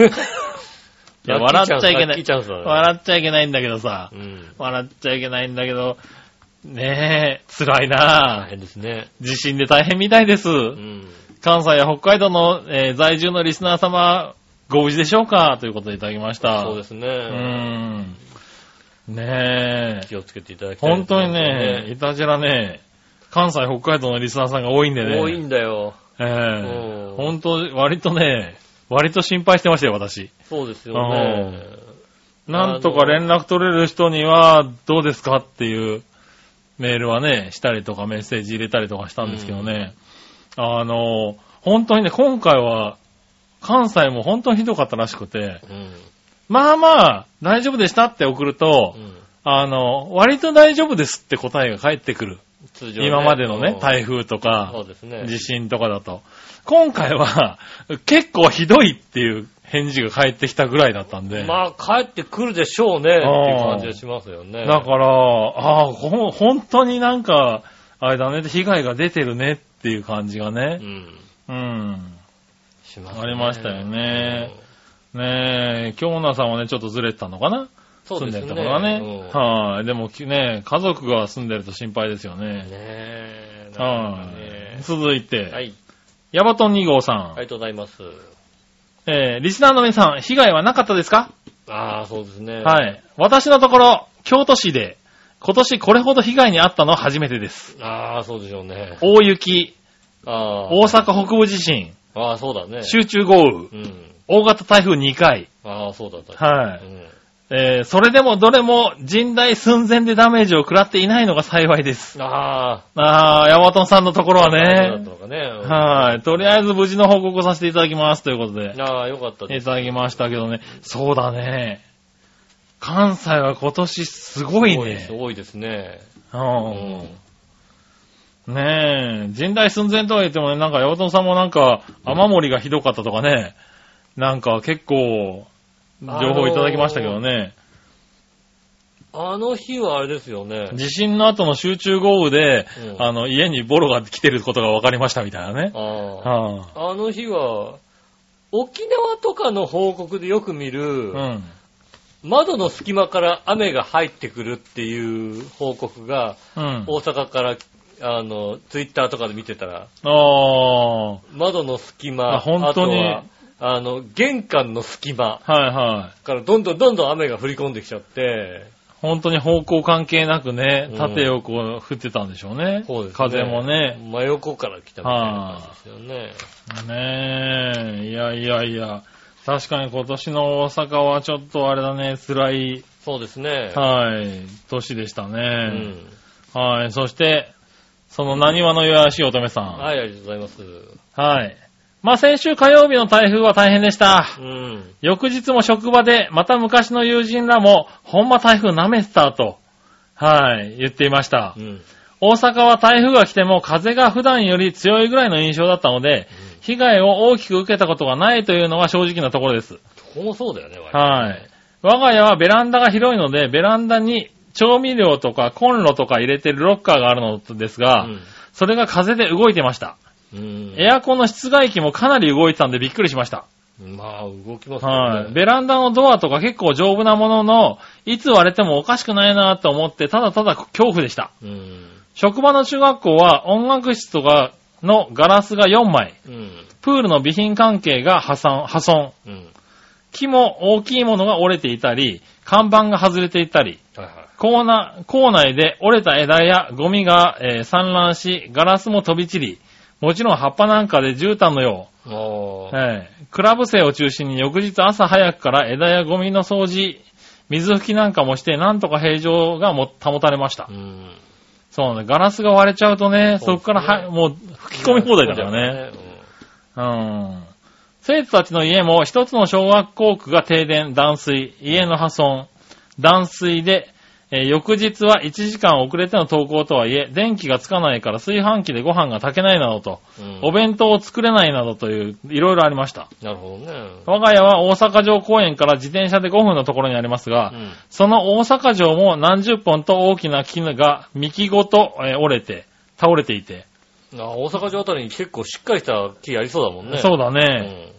S3: いや笑っちゃいけない
S2: ラッキーチャンスだね。
S3: 笑っちゃいけないんだけどさ。
S2: うん。
S3: 笑っちゃいけないんだけど、ねえ、辛
S2: 大
S3: いなぁ。
S2: 変ですね。
S3: 地震で大変みたいです。
S2: うん。
S3: 関西や北海道の、えー在住のリスナー様、ご無事でしょうかということでいただきました。
S2: そうですね。
S3: うーん。ねえ、
S2: 気をつけていただきたい、
S3: 本当にね、いたじらね、関西、北海道のリスナーさんが多いんでね。
S2: 多いんだよ。
S3: え
S2: うん
S3: え本当、割とね、割と心配してましたよ、私。
S2: そうですよね。
S3: なんとか連絡取れる人には、どうですかっていうメールはね、したりとかメッセージ入れたりとかしたんですけどね。あの、本当にね、今回は、関西も本当にひどかったらしくて、
S2: うん。
S3: まあまあ、大丈夫でしたって送ると、
S2: うん
S3: あの、割と大丈夫ですって答えが返ってくる。
S2: 通常ね
S3: 今までのね、台風と
S2: そう
S3: か、
S2: ですね。
S3: 地震とかだと。今回は、結構ひどいっていう返事が返ってきたぐらいだったんで。
S2: まあ、帰ってくるでしょうね、っていう感じがしますよね。
S3: だから、ああ、ほん、本当になんか、あれだね、被害が出てるねっていう感じが
S2: う
S3: ね。
S2: ん。
S3: うん。
S2: しますね
S3: ありましたよね。ねえ、京奈さんはね、ちょっとずれてたのかな、
S2: そう
S3: 住ん
S2: です
S3: で
S2: ね。
S3: るところがね。
S2: うん
S3: はい。でもきね、家族が住んでると心配ですよ
S2: ね
S3: ね。
S2: え。なんか
S3: は
S2: ね
S3: い。続いて、
S2: はい。
S3: ヤバトン2号さん。
S2: ありがとうございます。
S3: えーリスナーの皆さん、被害はなかったですか
S2: ああ、そうですね。。
S3: はいい。私のところ、京都市で、今年これほど被害に遭ったのは初めてです。
S2: ああ、そうでしょうね。
S3: 大雪、
S2: あ
S3: 大
S2: あ。
S3: 阪北部地震、
S2: ああ、そうだね。
S3: 集中豪雨、
S2: うん。
S3: 大型台風2回。
S2: ああ、そうだった。
S3: は
S2: う
S3: い。
S2: ん。
S3: えー、それでもどれも甚大寸前でダメージを食らっていないのが幸いです。
S2: あ
S3: あー、ヤマトンさんのところは
S2: あ。そうだった。
S3: ね
S2: のかね。
S3: はい。とりあえず無事の報告をさせていただきますということで、
S2: ああ、よかったで
S3: い
S2: す。
S3: ただきましたけどね。そうだね。関西は今年すごい
S2: す
S3: ね。
S2: ごいですね。う
S3: うん
S2: ん。
S3: ねえ、甚大寸前とは言ってもね、なんか、ヤバトンさんもなんか、雨漏りがひどかったとかね、なんか結構、情報いただきましたけどね、
S2: あの日はあれですよね。
S3: 地震の後の集中豪雨で、
S2: うん
S3: あの、家にボロが来てることが分かりましたみたいなね。
S2: あ
S3: は
S2: ああの日は、沖縄とかの報告でよく見
S3: あ、
S2: る、
S3: うん。
S2: 窓の隙間から雨が入ってくるっていう報告が、
S3: うん。
S2: 大阪から、あの、ツイッターとかで見てたら、
S3: あ
S2: 窓の隙間、
S3: あ本当に
S2: あとはあの、玄関の隙間
S3: あ、はいはい。
S2: からどんどんどんどん雨が降り込んできちゃって、
S3: 本当に方向関係なくね
S2: うん、
S3: 縦横降ってたんでしょうね。
S2: そうですね。
S3: 風もね。。
S2: 真横から来たみたいな感じですよね。
S3: ねえ、いやいやいや。確かに今年の大阪はちょっとあれだね、辛い、
S2: そうですね。
S3: はい、年でした
S2: う
S3: ね。
S2: ん。
S3: はい、そして、その何話の弱しい乙女さん。はい。
S2: はい、ありがとうございます。
S3: まあ、先週火曜日の台風は大変でした。
S2: うん。
S3: 翌日も職場で、また昔の友人らも、ほんま台風舐めてたと、はい、言っていました
S2: う。ん。
S3: 大阪は台風が来ても風が普段より強いぐらいの印象だったので、被害を大きく受けたことがないというのが正直なところです。
S2: ここもそうだよね、割と
S3: はい。我が家はベランダが広いので、ベランダに調味料とかコンロとか入れてるロッカーがあるのですが、
S2: うん
S3: それが風で動いてました。
S2: うん。
S3: エアコンの室外機もかなり動いてたんでびっくりしました。
S2: まあ、動きますよね。
S3: はい。ベランダのドアとか結構丈夫なものの、いつ割れてもおかしくないなと思って、ただただ恐怖でした。
S2: うん。
S3: 職場の中学校は音楽室とかのガラスが4枚、
S2: うん。
S3: プールの備品関係が破産、破損、
S2: うん。
S3: 木も大きいものが折れていたり、看板が外れていたり、
S2: はいは
S3: 校内校内で折れた枝やゴミが、えー散乱し、ガラスも飛び散り、もちろん葉っぱなんかで絨毯のよ
S2: い。も
S3: う、えークラブ生を中心に翌日朝早くから枝やゴミの掃除、水拭きなんかもして、なんとか平常がも保たれました。
S2: う、うん。
S3: そうね、ガラスが割れちゃうとね、そこから
S2: そうですね
S3: は、もう吹き込み放題だからね。
S2: そうだよね。
S3: うん。生徒たちの家も一つの小学校区が停電、断水、家の破損、断水で、えー翌日は1時間遅れての登校とはいえ、電気がつかないから炊飯器でご飯が炊けないなどと、
S2: うん
S3: お弁当を作れないなどという、いろいろありました。
S2: なるほどね。
S3: 我が家は大阪城公園から自転車で5分のところにありますが、
S2: うん。
S3: その大阪城も何十本と大きな木が幹ごとえー折れて、倒れていて。
S2: あ大阪城あたりに結構しっかりした木ありそうだもんね。
S3: そうう
S2: だ
S3: だね、
S2: ね。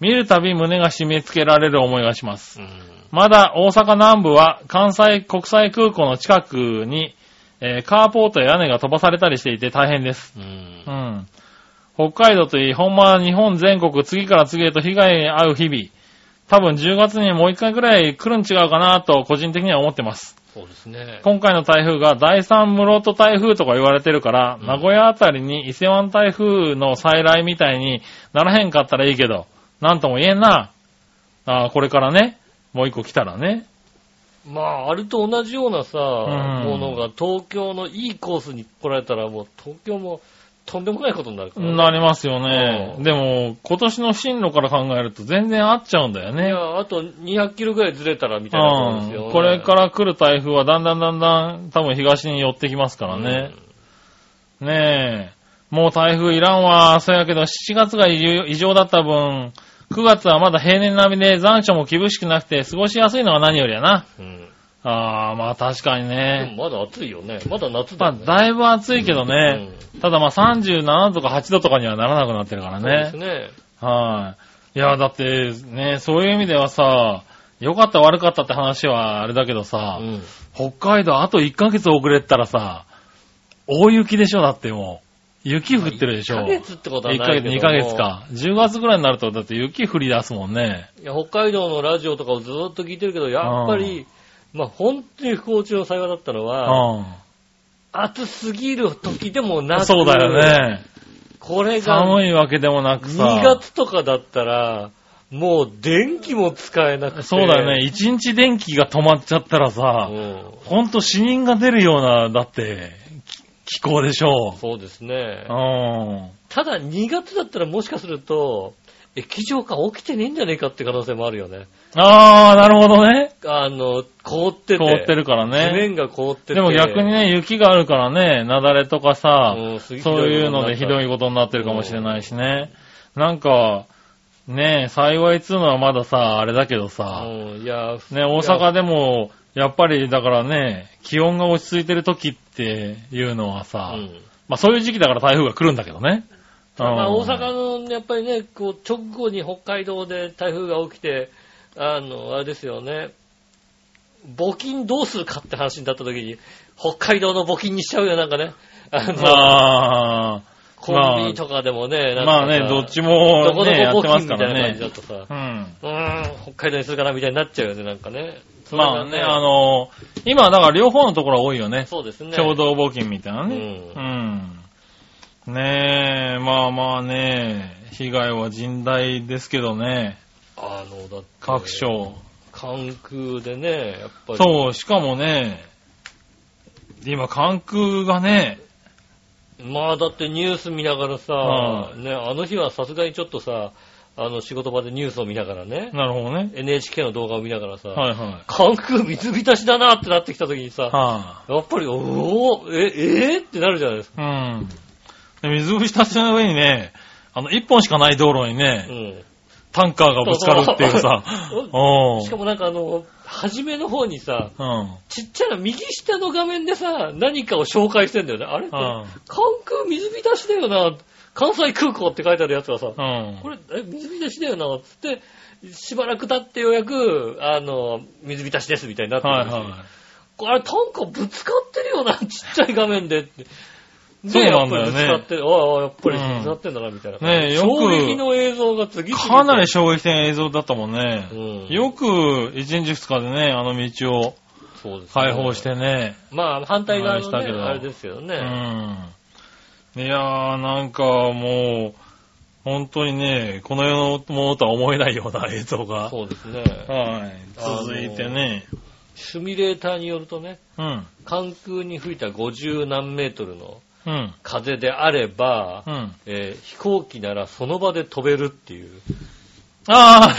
S3: 見るたび胸が締め付けられる思いがします。
S2: うん。
S3: まだ大阪南部は関西国際空港の近くに、えーカーポートや屋根が飛ばされたりしていて大変です。
S2: うん
S3: う。ん。北海道といい、ほんま日本全国次から次へと被害に遭う日々。多分10月にもう一回ぐらい来るん違うかなと個人的には思ってます。
S2: そうですね。
S3: 今回の台風が第三室戸台風とか言われてるから、
S2: うん
S3: 名古屋あたりに伊勢湾台風の再来みたいにならへんかったらいいけど、なんとも言えんな。あーこれからね、もう一個来たらね。
S2: まあ、あれと同じようなさ、
S3: ん
S2: ものが東京のいいコースに来られたら、もう東京もとんでもないことになるからね。
S3: なりますよね
S2: う。ん
S3: でも、今年の進路から考えると全然合っちゃうんだよ
S2: い
S3: ね。
S2: や、あと200キロぐらいずれたらみたいなことですよ、
S3: うん、これから来る台風はだんだんだんだん多分東に寄ってきますからね。ねえ。もう台風いらんわ。そうやけど、7月が異常だった分、9月はまだ平年並みで残暑も厳しくなくて過ごしやすいのが何よりやな。
S2: うん。うん
S3: あー、まあ確かに
S2: で
S3: ね。
S2: もまだ暑いよね。まだ夏だ
S3: まあ
S2: よね。
S3: だいぶ暑いけどね。ただまあ37度とか8度とかにはならなくなってるから
S2: うんそうです
S3: ね。
S2: ね。
S3: はい。いや、だってね、そういう意味ではさ、良かった悪かったって話はあれだけどさ、
S2: うん
S3: 北海道あと1ヶ月遅れたらさ、大雪でしょだってもう。雪降ってるでしょ。
S2: 1ヶ月ってことは
S3: 1
S2: な
S3: ヶ
S2: い
S3: 月、
S2: けども
S3: 2ヶ月。か。10月ぐらいになると、だって雪降り出すもんね。
S2: いや、北海道のラジオとかをずっと聞いてるけど、やっぱり、まあ本当に不幸中の幸いだったの
S3: う
S2: は、
S3: ん。
S2: 暑すぎる時でもなく、
S3: そうだよね。
S2: これが
S3: 寒いわけでもなくさ。
S2: 2月とかだったら、もう電気も使えなくて。
S3: そうだよね。1日電気が止まっちゃったらさ、
S2: う
S3: ほんと死人が出るような、だって、き気候でしょ
S2: ん。。そうですね
S3: う。ん。
S2: ただ2月だったらもしかすると、液状化起きてねえんじゃねえかって可能性もあるよね。
S3: あー、なるほどね。
S2: あの、凍ってて。
S3: 凍ってるから
S2: 地
S3: ね。
S2: 面が凍ってて。
S3: でも逆にね、雪があるからね、雪崩とかさ、
S2: うん、すげえ
S3: そういうのでひどい
S2: こ
S3: ことになってるかもしれないしね。なんか、ねえ、幸いっつうのはまださ、あれだけど
S2: と
S3: さ、
S2: うん、いや、
S3: ね、大阪でも、やっぱりだからね、気温が落ち着いてる時っていうのはさ、
S2: うん。
S3: まあそういう時期だから台風が来るんだけどね。
S2: まあ
S3: うん
S2: 大阪の、やっぱりね、こう、直後に北海道で台風が起きて、あの、あれですよね、募金どうするかって話になった時に、北海道の募金にしちゃうよ、なんかね。あの、
S3: まあ、
S2: コンビニとかでもね、なんか
S3: まあ
S2: さ
S3: ね、どっち
S2: どこど
S3: もね、や
S2: こ
S3: ってま
S2: 募金
S3: す
S2: み
S3: か
S2: たい
S3: ら
S2: な感じだ
S3: ね。
S2: とさ、
S3: うん。
S2: うーん、北海道にするかなみたいになっちゃうよね、なんかね。それ
S3: ま
S2: が
S3: あね、あ、の、今はだから両方のところが多いよね。
S2: そうですね。
S3: 共同募金みたいなね。
S2: う
S3: うん。ねえ、まあまあねえ、被害は甚大ですけどね、
S2: あの、だって
S3: 各所。
S2: 関空でね、やっぱり。
S3: そう、しかもね、今、関空がね、
S2: まあだってニュース見ながらさ、
S3: う
S2: ね、あの日はさすがにちょっとさ、あの仕事場でニュースを見ながらね、
S3: なるほどね。
S2: NHK の動画を見ながらさ、
S3: はいはい。
S2: 関空水浸しだなってなってきた時にさ、
S3: は
S2: やっぱり、おおえ、えーってなるじゃないですか。
S3: あ、うん。で水ぶし立ちの上にね、あの、一本しかない道路にね、
S2: うん。
S3: タンカーがぶつかるっていうさ、
S2: そう
S3: お
S2: しかもなんかあの、初めの方にさ、
S3: うん。
S2: ちっちゃな右下の画面でさ、何かを紹介してんだよね。あれ、
S3: うん
S2: 関空水浸しだよな。関西空港って書いてあるやつがさ、
S3: うん。
S2: これ、え、水浸しだよな、つって、しばらく経ってようやく、あの、水浸しですみたいになってるん
S3: はい
S2: ですよ
S3: は
S2: これ、あれ、単価ぶつかってるよな、ちっちゃい画面でって。で
S3: そうなんだよね
S2: やっぱりぶつかってる、ああ、やっぱり
S3: うん
S2: ぶつかってんだな、みたいな。
S3: ねえよく
S2: 衝撃の映像が次
S3: い。
S2: 々と
S3: かなり衝撃的な映像だったもんね。
S2: うん
S3: よく、1日2日でね、あの道を
S2: そうですね
S3: 開放し。てね。
S2: まあ、反対側の、
S3: あれしたけ
S2: ね、
S3: ど
S2: あれですけど
S3: う
S2: ね。
S3: ん。いやー、なんかもう、本当にね、この世のものとは思えないような映像が、
S2: そうですね。
S3: はい、続いてね。
S2: シミュレーターによるとね、
S3: うん、
S2: 関空に吹いた50何メートルの
S3: うん、
S2: 風であれば、
S3: うん。
S2: えー飛行機ならその場で飛べるっていう。
S3: あ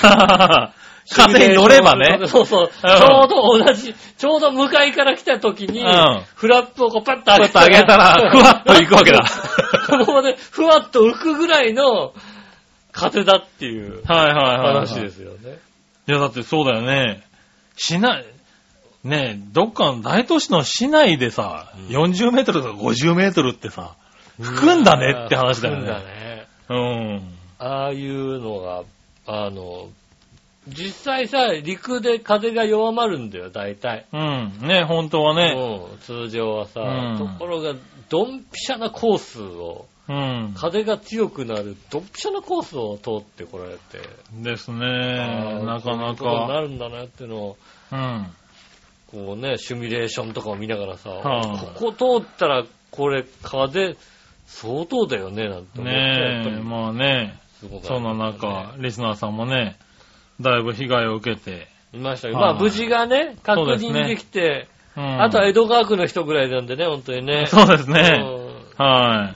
S3: あ、 風に乗ればね。
S2: そうそう。ちょうど同じ、ちょうど向かいから来た時に、
S3: うん
S2: フラップをこうパッと上げ
S3: パッと上げたらふわっと行くわ けだ
S2: その場で、ふわっと浮くぐらいの風だっていう
S3: はいはいはい、
S2: 話ですよね。
S3: いや、だってそうだよね。市内、ねえ、どっかの大都市の市内でさ、
S2: うん
S3: 40メートルとか50メートルってさ、吹くんだねって話だよね
S2: 吹くんだね。
S3: うん。
S2: ああいうのが、あの、実際さ、陸で風が弱まるんだよ、大体。
S3: うん。ねえ本当はね。
S2: うん、通常はさ、
S3: うん
S2: ところが、ドンピシャなコースを、
S3: うん。
S2: 風が強くなる、ドンピシャなコースを通ってこられて、
S3: ですね
S2: あー。
S3: なか
S2: こ
S3: な
S2: ういうことにな
S3: か。
S2: るんだなっていうのを、
S3: うん。
S2: こうね、シミュレーションとかを見ながらさ、
S3: はい
S2: ここ通ったら、これ風、相当だよね、なんて思って、や
S3: ね
S2: っぱ
S3: え、
S2: り
S3: まあね。
S2: すごかった
S3: そんな中、リスナーさんもね、だいぶ被害を受けて。
S2: いましたよ。
S3: はい
S2: まあ、無事がね、確
S3: そうですね
S2: 認できて、
S3: うん
S2: あとは江戸川区の人ぐらいなんでね、本当にね。
S3: そうです
S2: う
S3: ね。
S2: ん
S3: はい。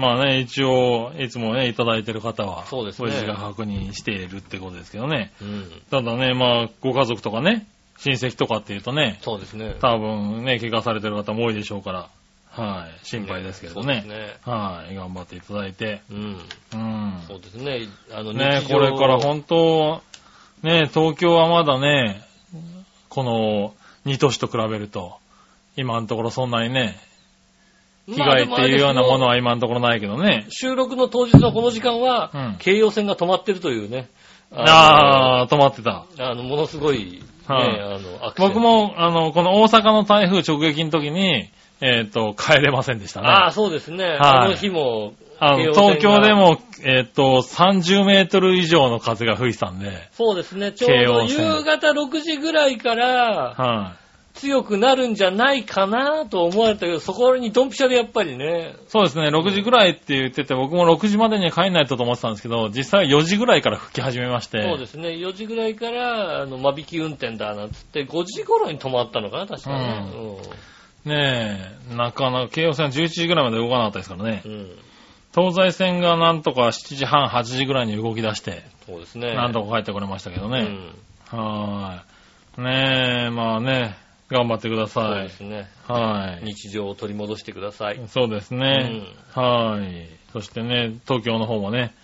S3: まあね、一応、いつもね、いただいてる方は、
S2: そうですね
S3: 無事が確認しているってことですけどね。
S2: うん。
S3: ただね、まあ、ご家族とかね、親戚とかっていうとね、
S2: そうですね。
S3: 多分ね、怪我されてる方も多いでしょうから、はい、心配ですけどね。
S2: そうですね。
S3: はい、頑張っていただいて。
S2: うん。
S3: うん。
S2: そうですね。あの、
S3: ね、
S2: 日常
S3: これから本当、ね、東京はまだね、この2都市と比べると、今のところそんなにね、被害っていうようなもの
S2: まあであれ
S3: は今のところないけどね
S2: です。よ収録の当日のこの時間は、
S3: うん
S2: 京葉線が止まってるというね。
S3: ああー、止まってた。
S2: あの。あの、ものすごい、ね、
S3: はい
S2: あの、アクセント
S3: 僕、も、あの、この大阪の台風直撃の時に、えっ、と、帰れませんでしたね。
S2: ああ、そうですね。
S3: い
S2: あの日も、
S3: あ
S2: 京
S3: の、
S2: 王線が
S3: 東京で。も、えっ、と、30メートル以上の風が吹いてたんで、
S2: そうですね。ちょうど
S3: 京王線
S2: 夕方6時ぐらいから、
S3: はい。
S2: 強くなるんじゃないかなと思われたけど、そこにドンピシャでやっぱりね、
S3: そうですね、6時ぐらいって言ってて、僕も6時までには帰んないとと思ってたんですけど、実際は4時ぐらいから吹き始めまして、
S2: そうですね、4時ぐらいから、あの、間引き運転だなんつって、5時頃に止まったのかな、確かね。
S3: ねえ、なかなか、京王線は11時ぐらいまで動かなかったですからね
S2: う、ん。うん。
S3: 東西線がなんとか7時半、8時ぐらいに動き出して、
S2: そうですね。
S3: なんとか帰ってこれましたけど
S2: う
S3: ね。
S2: ん。
S3: はーい。ねえ、まあね、頑張ってくだ
S2: そう
S3: さ
S2: で
S3: い。
S2: すね。
S3: はい。
S2: 日常を取り戻してください。
S3: そうですね。はい。そしてね、東京の方もね、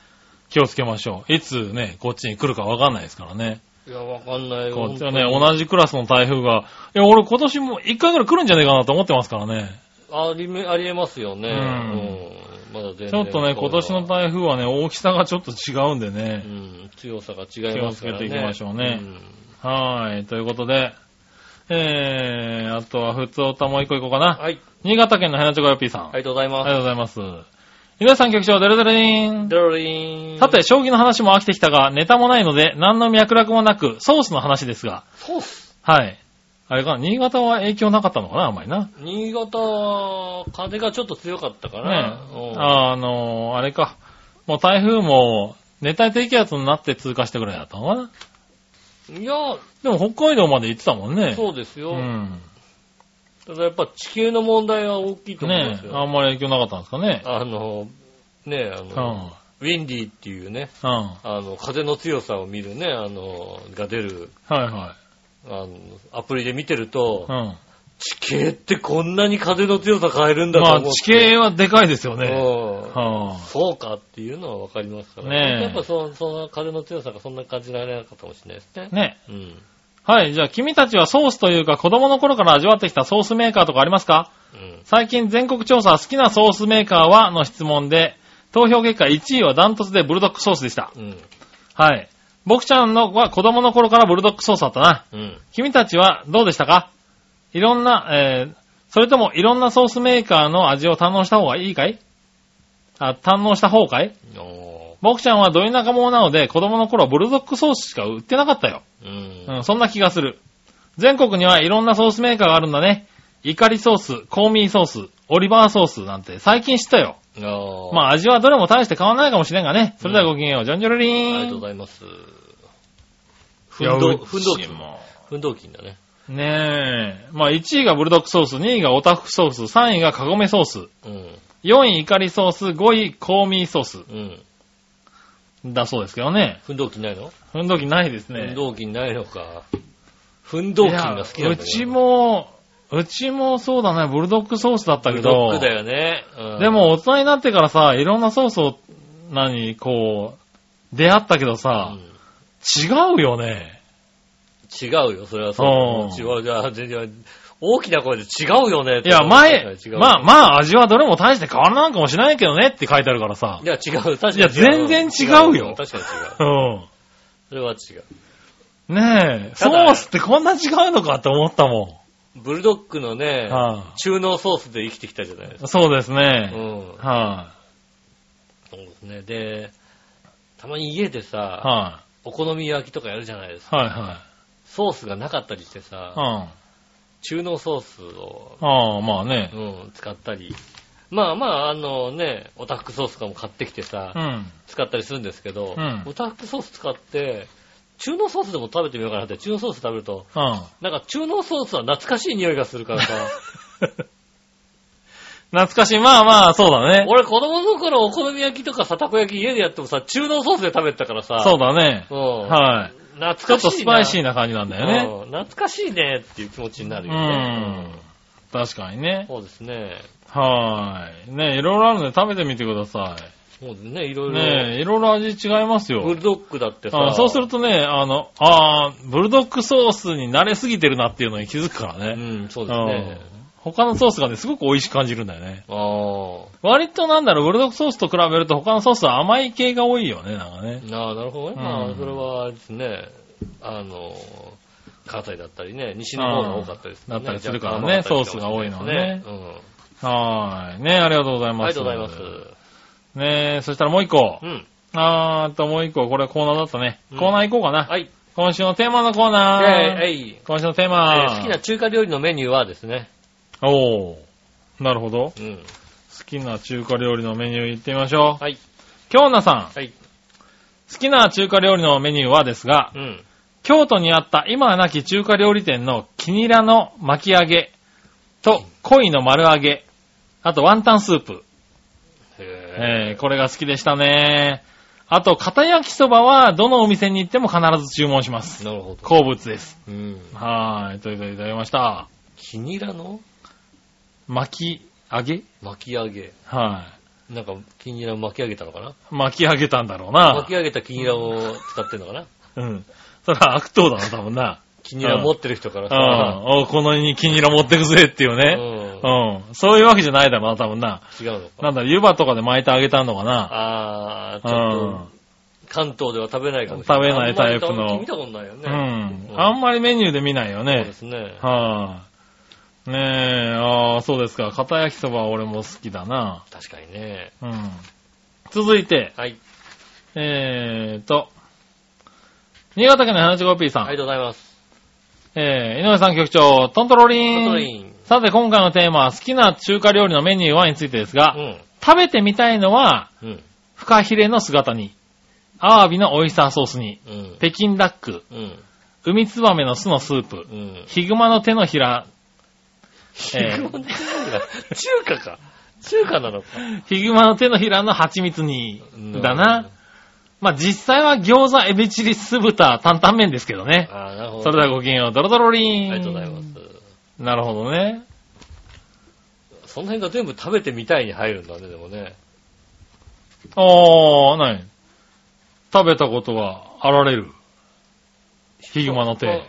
S3: 気をつけましょう。いつね、こっちに来るかわかんないですからね。
S2: いや、わかんないよ。
S3: こっちはね、
S2: 本当に
S3: 同じクラスの台風が、いや、俺今年も一回ぐらい来るんじゃねえかなと思ってますからね。
S2: ありめ、ありえますよね。
S3: う
S2: うんまだ全然。
S3: ちょっとね、今年の台風はね、大きさがちょっと違うんで
S2: う
S3: ね。
S2: ん、強さが違いますからね。
S3: 気をつけていきましょうねはい。ということで、えー、あとは、普通おたもう一個行こうか
S2: うん
S3: な。
S2: はい、
S3: 新潟県のヘナチョコヨッピーさん。
S2: ありがとうござい
S3: あり
S2: ま
S3: が
S2: す。
S3: とうございます。皆さん局長、デルデルリン。
S2: ドロリーン。
S3: さて、、将棋の話も飽きてきたが、ネタもないので、何の脈絡もなく、ソースの話ですが、
S2: そうっす。
S3: はい。あれかな、新潟は影響なかったのかな、あんまりな。ね
S2: 新潟は、風がちょっと強かったかな。うん
S3: ああのー、あれか。もう台風も、熱帯低気圧になって通過したぐらいだったのかな。
S2: いや、
S3: でも北海道まで行ってたもんね。
S2: そううです
S3: う
S2: よ。
S3: ん。
S2: ただやっぱ地形の問題は大きいと思いま
S3: ね
S2: す
S3: え、
S2: よ。
S3: あんまり影響なかったんですかね。
S2: あの、ねあ
S3: う
S2: の、
S3: ん。
S2: ウィンディーっていうね、
S3: うん。は
S2: あの、風の強さを見るね、あの、が出る、
S3: いは
S2: あの、アプリで見てる
S3: い。
S2: と
S3: う、ん。
S2: 地形ってこんなに風の強さ変えるんだと
S3: ま
S2: 思
S3: あ
S2: って。
S3: 地形はでかいですよね。
S2: うん
S3: は
S2: そうかっていうのはわかりますから
S3: ねえ
S2: やっぱそそんな風の強さがそんな感じられなかったかもしれないですね。
S3: あ。ね。
S2: うん。
S3: はい。じゃあ、君たちはソースというか、子供の頃から味わってきたソースメーカーとかありますか
S2: うん。
S3: 最近全国調査、好きなソースメーカーはの質問で、投票結果1位はダントツでブルドックソースでした。
S2: うん。
S3: はい。僕ちゃんのは子供の頃からブルドックソースだったな。
S2: うん。
S3: 君たちはどうでしたかいろんな、えー、それともいろんなソースメーカーの味を堪能した方がいいかいあ、堪能した方かい
S2: お
S3: 僕ちゃんはど田舎者なので子供の頃はブルドックソースしか売ってなかったよ。
S2: ーうん。
S3: うん、そんな気がする。全国にはいろんなソースメーカーがあるんだね。イカリソース、コーミーソース、オリバーソースなんて最近知ったよ。
S2: ああ。
S3: まあ味はどれも大して変わらないかもしれんがね。それではごきげんよう、ジョンジョルリ
S2: あ
S3: ー
S2: り
S3: ン。
S2: がとうございます。
S3: い
S2: 奮
S3: や
S2: 闘、
S3: う
S2: 奮
S3: ち
S2: 闘金。
S3: も
S2: 奮闘金だね。
S3: ねえ。まあ1位がブルドックソース、2位がオタフソース、3位がカゴメソース、
S2: うん。
S3: 4位イカリソース、5位コーミーソース
S2: うん。
S3: だそうですけどね。
S2: 奮闘金ないの
S3: ふんどきないですね。
S2: 奮闘金ないのか。奮闘金が好きなんだ
S3: いや
S2: ね
S3: うち。も、うちもそうだね、ブルドックソースだった
S2: だけ
S3: けど。
S2: ど。だよね。うん
S3: でも、大人になってからさ、いろんなソースを、何、こう、出会ったけど
S2: う
S3: さ、
S2: ん
S3: 違うよね。
S2: 違うよ、それはそうう。
S3: ん
S2: 違う、じゃあ、全然、大きな声で違うよねって。
S3: いや、前
S2: 違、う
S3: まあまあ味はどれも大して変わらないかもしれないけどねって書いてあるからさ
S2: い。や、違う。確かに違う。
S3: いや全然違うよ
S2: 確かに違う。
S3: うん。
S2: それは違う。
S3: ねえ、ソ
S2: ただ
S3: ースってこんな違うのかって思ったも
S2: ブルドックの
S3: ん。
S2: ね、
S3: は
S2: 中濃ソースで生きてきたじゃないです
S3: あ
S2: か。
S3: そうです
S2: う
S3: ね。
S2: ん。
S3: は
S2: そうですね。で、たまに家で
S3: い。
S2: さ、
S3: は
S2: お好み焼きとかやるじゃないですか。
S3: い。は
S2: ソースがなかったりして
S3: い
S2: さ、
S3: はい。
S2: 中濃ソースを、
S3: うん。ああ、まあね
S2: う。ん、使ったり。まあまあ、あのね、オタフクソースとかも買ってきてさ、
S3: うん。
S2: 使ったりするんですけど、
S3: うん
S2: オタフクソース使って、中濃ソースでも食べてみようかなって、中濃ソース食べると、
S3: うん。
S2: なんか中濃ソースは懐かしい匂いがする からさ、
S3: 懐かしい。まあまあ、そうだね。
S2: 俺子供の頃お好み焼きとかさ、たこ焼き家でやってもさ、中濃ソースで食べてたからさ、
S3: そうだね。
S2: うん。
S3: はい。
S2: 懐かしい
S3: ちょっとスパイシー
S2: な
S3: な感じなんだよね。
S2: うん懐かしいねっていう気持ちになるよ
S3: うん
S2: ね。。
S3: 確かにね。
S2: そうですね。
S3: はーい。ねいろいろあるので食べてみてくださ
S2: そうですね、いろ
S3: い。
S2: いろ。
S3: ねいろいろ味違います
S2: ブ
S3: よ
S2: ル。ドックだってさ
S3: あ。そうするとね、あの、あーブルドックソースに慣れすぎてるなっていうのに気づくから
S2: う
S3: ね。
S2: ん、そうですね。
S3: 他のソースがね、すごく美味しく感じるんだよね。
S2: ああ。
S3: 割となんだろう、ブルドックソースと比べると他のソースは甘い系が多いよね、なんかね。
S2: なあ、なるほどね。
S3: うん
S2: まあ、それはあれですね、あの、関西だったりね、西の方が多かったですね。
S3: うんだったりするからね
S2: 若干甘かったりかもしれなです
S3: はーい。ねありがとうござい
S2: うん。あ
S3: ま
S2: りが
S3: す。
S2: とうございます。
S3: す。ねそしたらもう一個
S2: う。ん。
S3: あーっと、もう一個、これコーナーだったね。
S2: うん
S3: コーナー行こうかな。
S2: はい。
S3: 今週のテーマのコー
S2: えー
S3: ナー。
S2: えいえ
S3: 今週のテー
S2: ー
S3: マ。
S2: 好きな中華料理のメニューはですね、
S3: おー。なるほど。
S2: うん。
S3: 好きな中華料理のメニュー行ってみましょう。
S2: はい。
S3: 京奈さん。
S2: はい。
S3: 好きな中華料理のメニューはですが、
S2: うん。
S3: 京都にあった今はなき中華料理店のキニラの巻き揚げと鯉の丸揚げ、あとワンタンスープ。
S2: へ
S3: えー、これが好きでしたね。あと、片焼きそばはどのお店に行っても必ず注文します。
S2: なるほど。
S3: 好物です。
S2: うん。
S3: はーい。ということでいただきました。
S2: キニラの
S3: 巻き揚げ
S2: 巻き上げ。
S3: は。
S2: なんか、キニラを巻き上げたのかない
S3: 巻き上げたんだろうな
S2: 巻き。上げたキニラを使ってんのかな
S3: うん。それは悪党だな、多分 な。
S2: キニラ持ってる人から
S3: うん
S2: さ、。
S3: おこのに気に入ら持ってくぜっていう
S2: う
S3: ね。
S2: ん
S3: うん。そういうわけじゃないだろうな、多分な。
S2: 違うのか。
S3: なんだろう、湯葉とかで巻いてあげたのかな。
S2: あー、
S3: う
S2: ちょっ
S3: ん
S2: と。、関東では食べないかもしれない。
S3: 食べないタイ
S2: あ
S3: プの
S2: んまり見たことないよ
S3: う
S2: ね。
S3: ん。あん
S2: ま
S3: まりメニューで見ないよ
S2: そうで
S3: ね。
S2: すね。
S3: はい、ねえ、ああ、そうですか。片焼きそばは俺も好きだな。
S2: 確かにね。
S3: うん。続いて、
S2: はい。
S3: えーと、新潟県の花ちご P さん。
S2: ありがとうございます。
S3: えー、井上さん局長、トントロリ
S2: ト
S3: ーン。
S2: ントロリン。
S3: さて今回のテーマは好きな中華料理のメニューはについてですが、
S2: うん。
S3: 食べてみたいのは、
S2: うん。
S3: フカヒレの姿に、アワビのオイスターソースに、
S2: うん。
S3: 北京ダック、
S2: うん。
S3: ウミツバメの巣のスープ、
S2: うん。
S3: ヒグマの手のひら、えー
S2: 中華か。中華なのか。
S3: ヒグマの手のひらの蜂蜜に
S2: うん、
S3: だな。。まあ、実際は餃子、エビチリ、酢豚、担々麺ですけどね。
S2: あー、なるほど。
S3: それではごきげんよう、ドロドロリーン。
S2: ありがとうございます。。
S3: なるほどね。
S2: その辺が全部食べてみたいに入るんだね、でもね。
S3: あー、なに食べたことはあられる。ヒグマの手。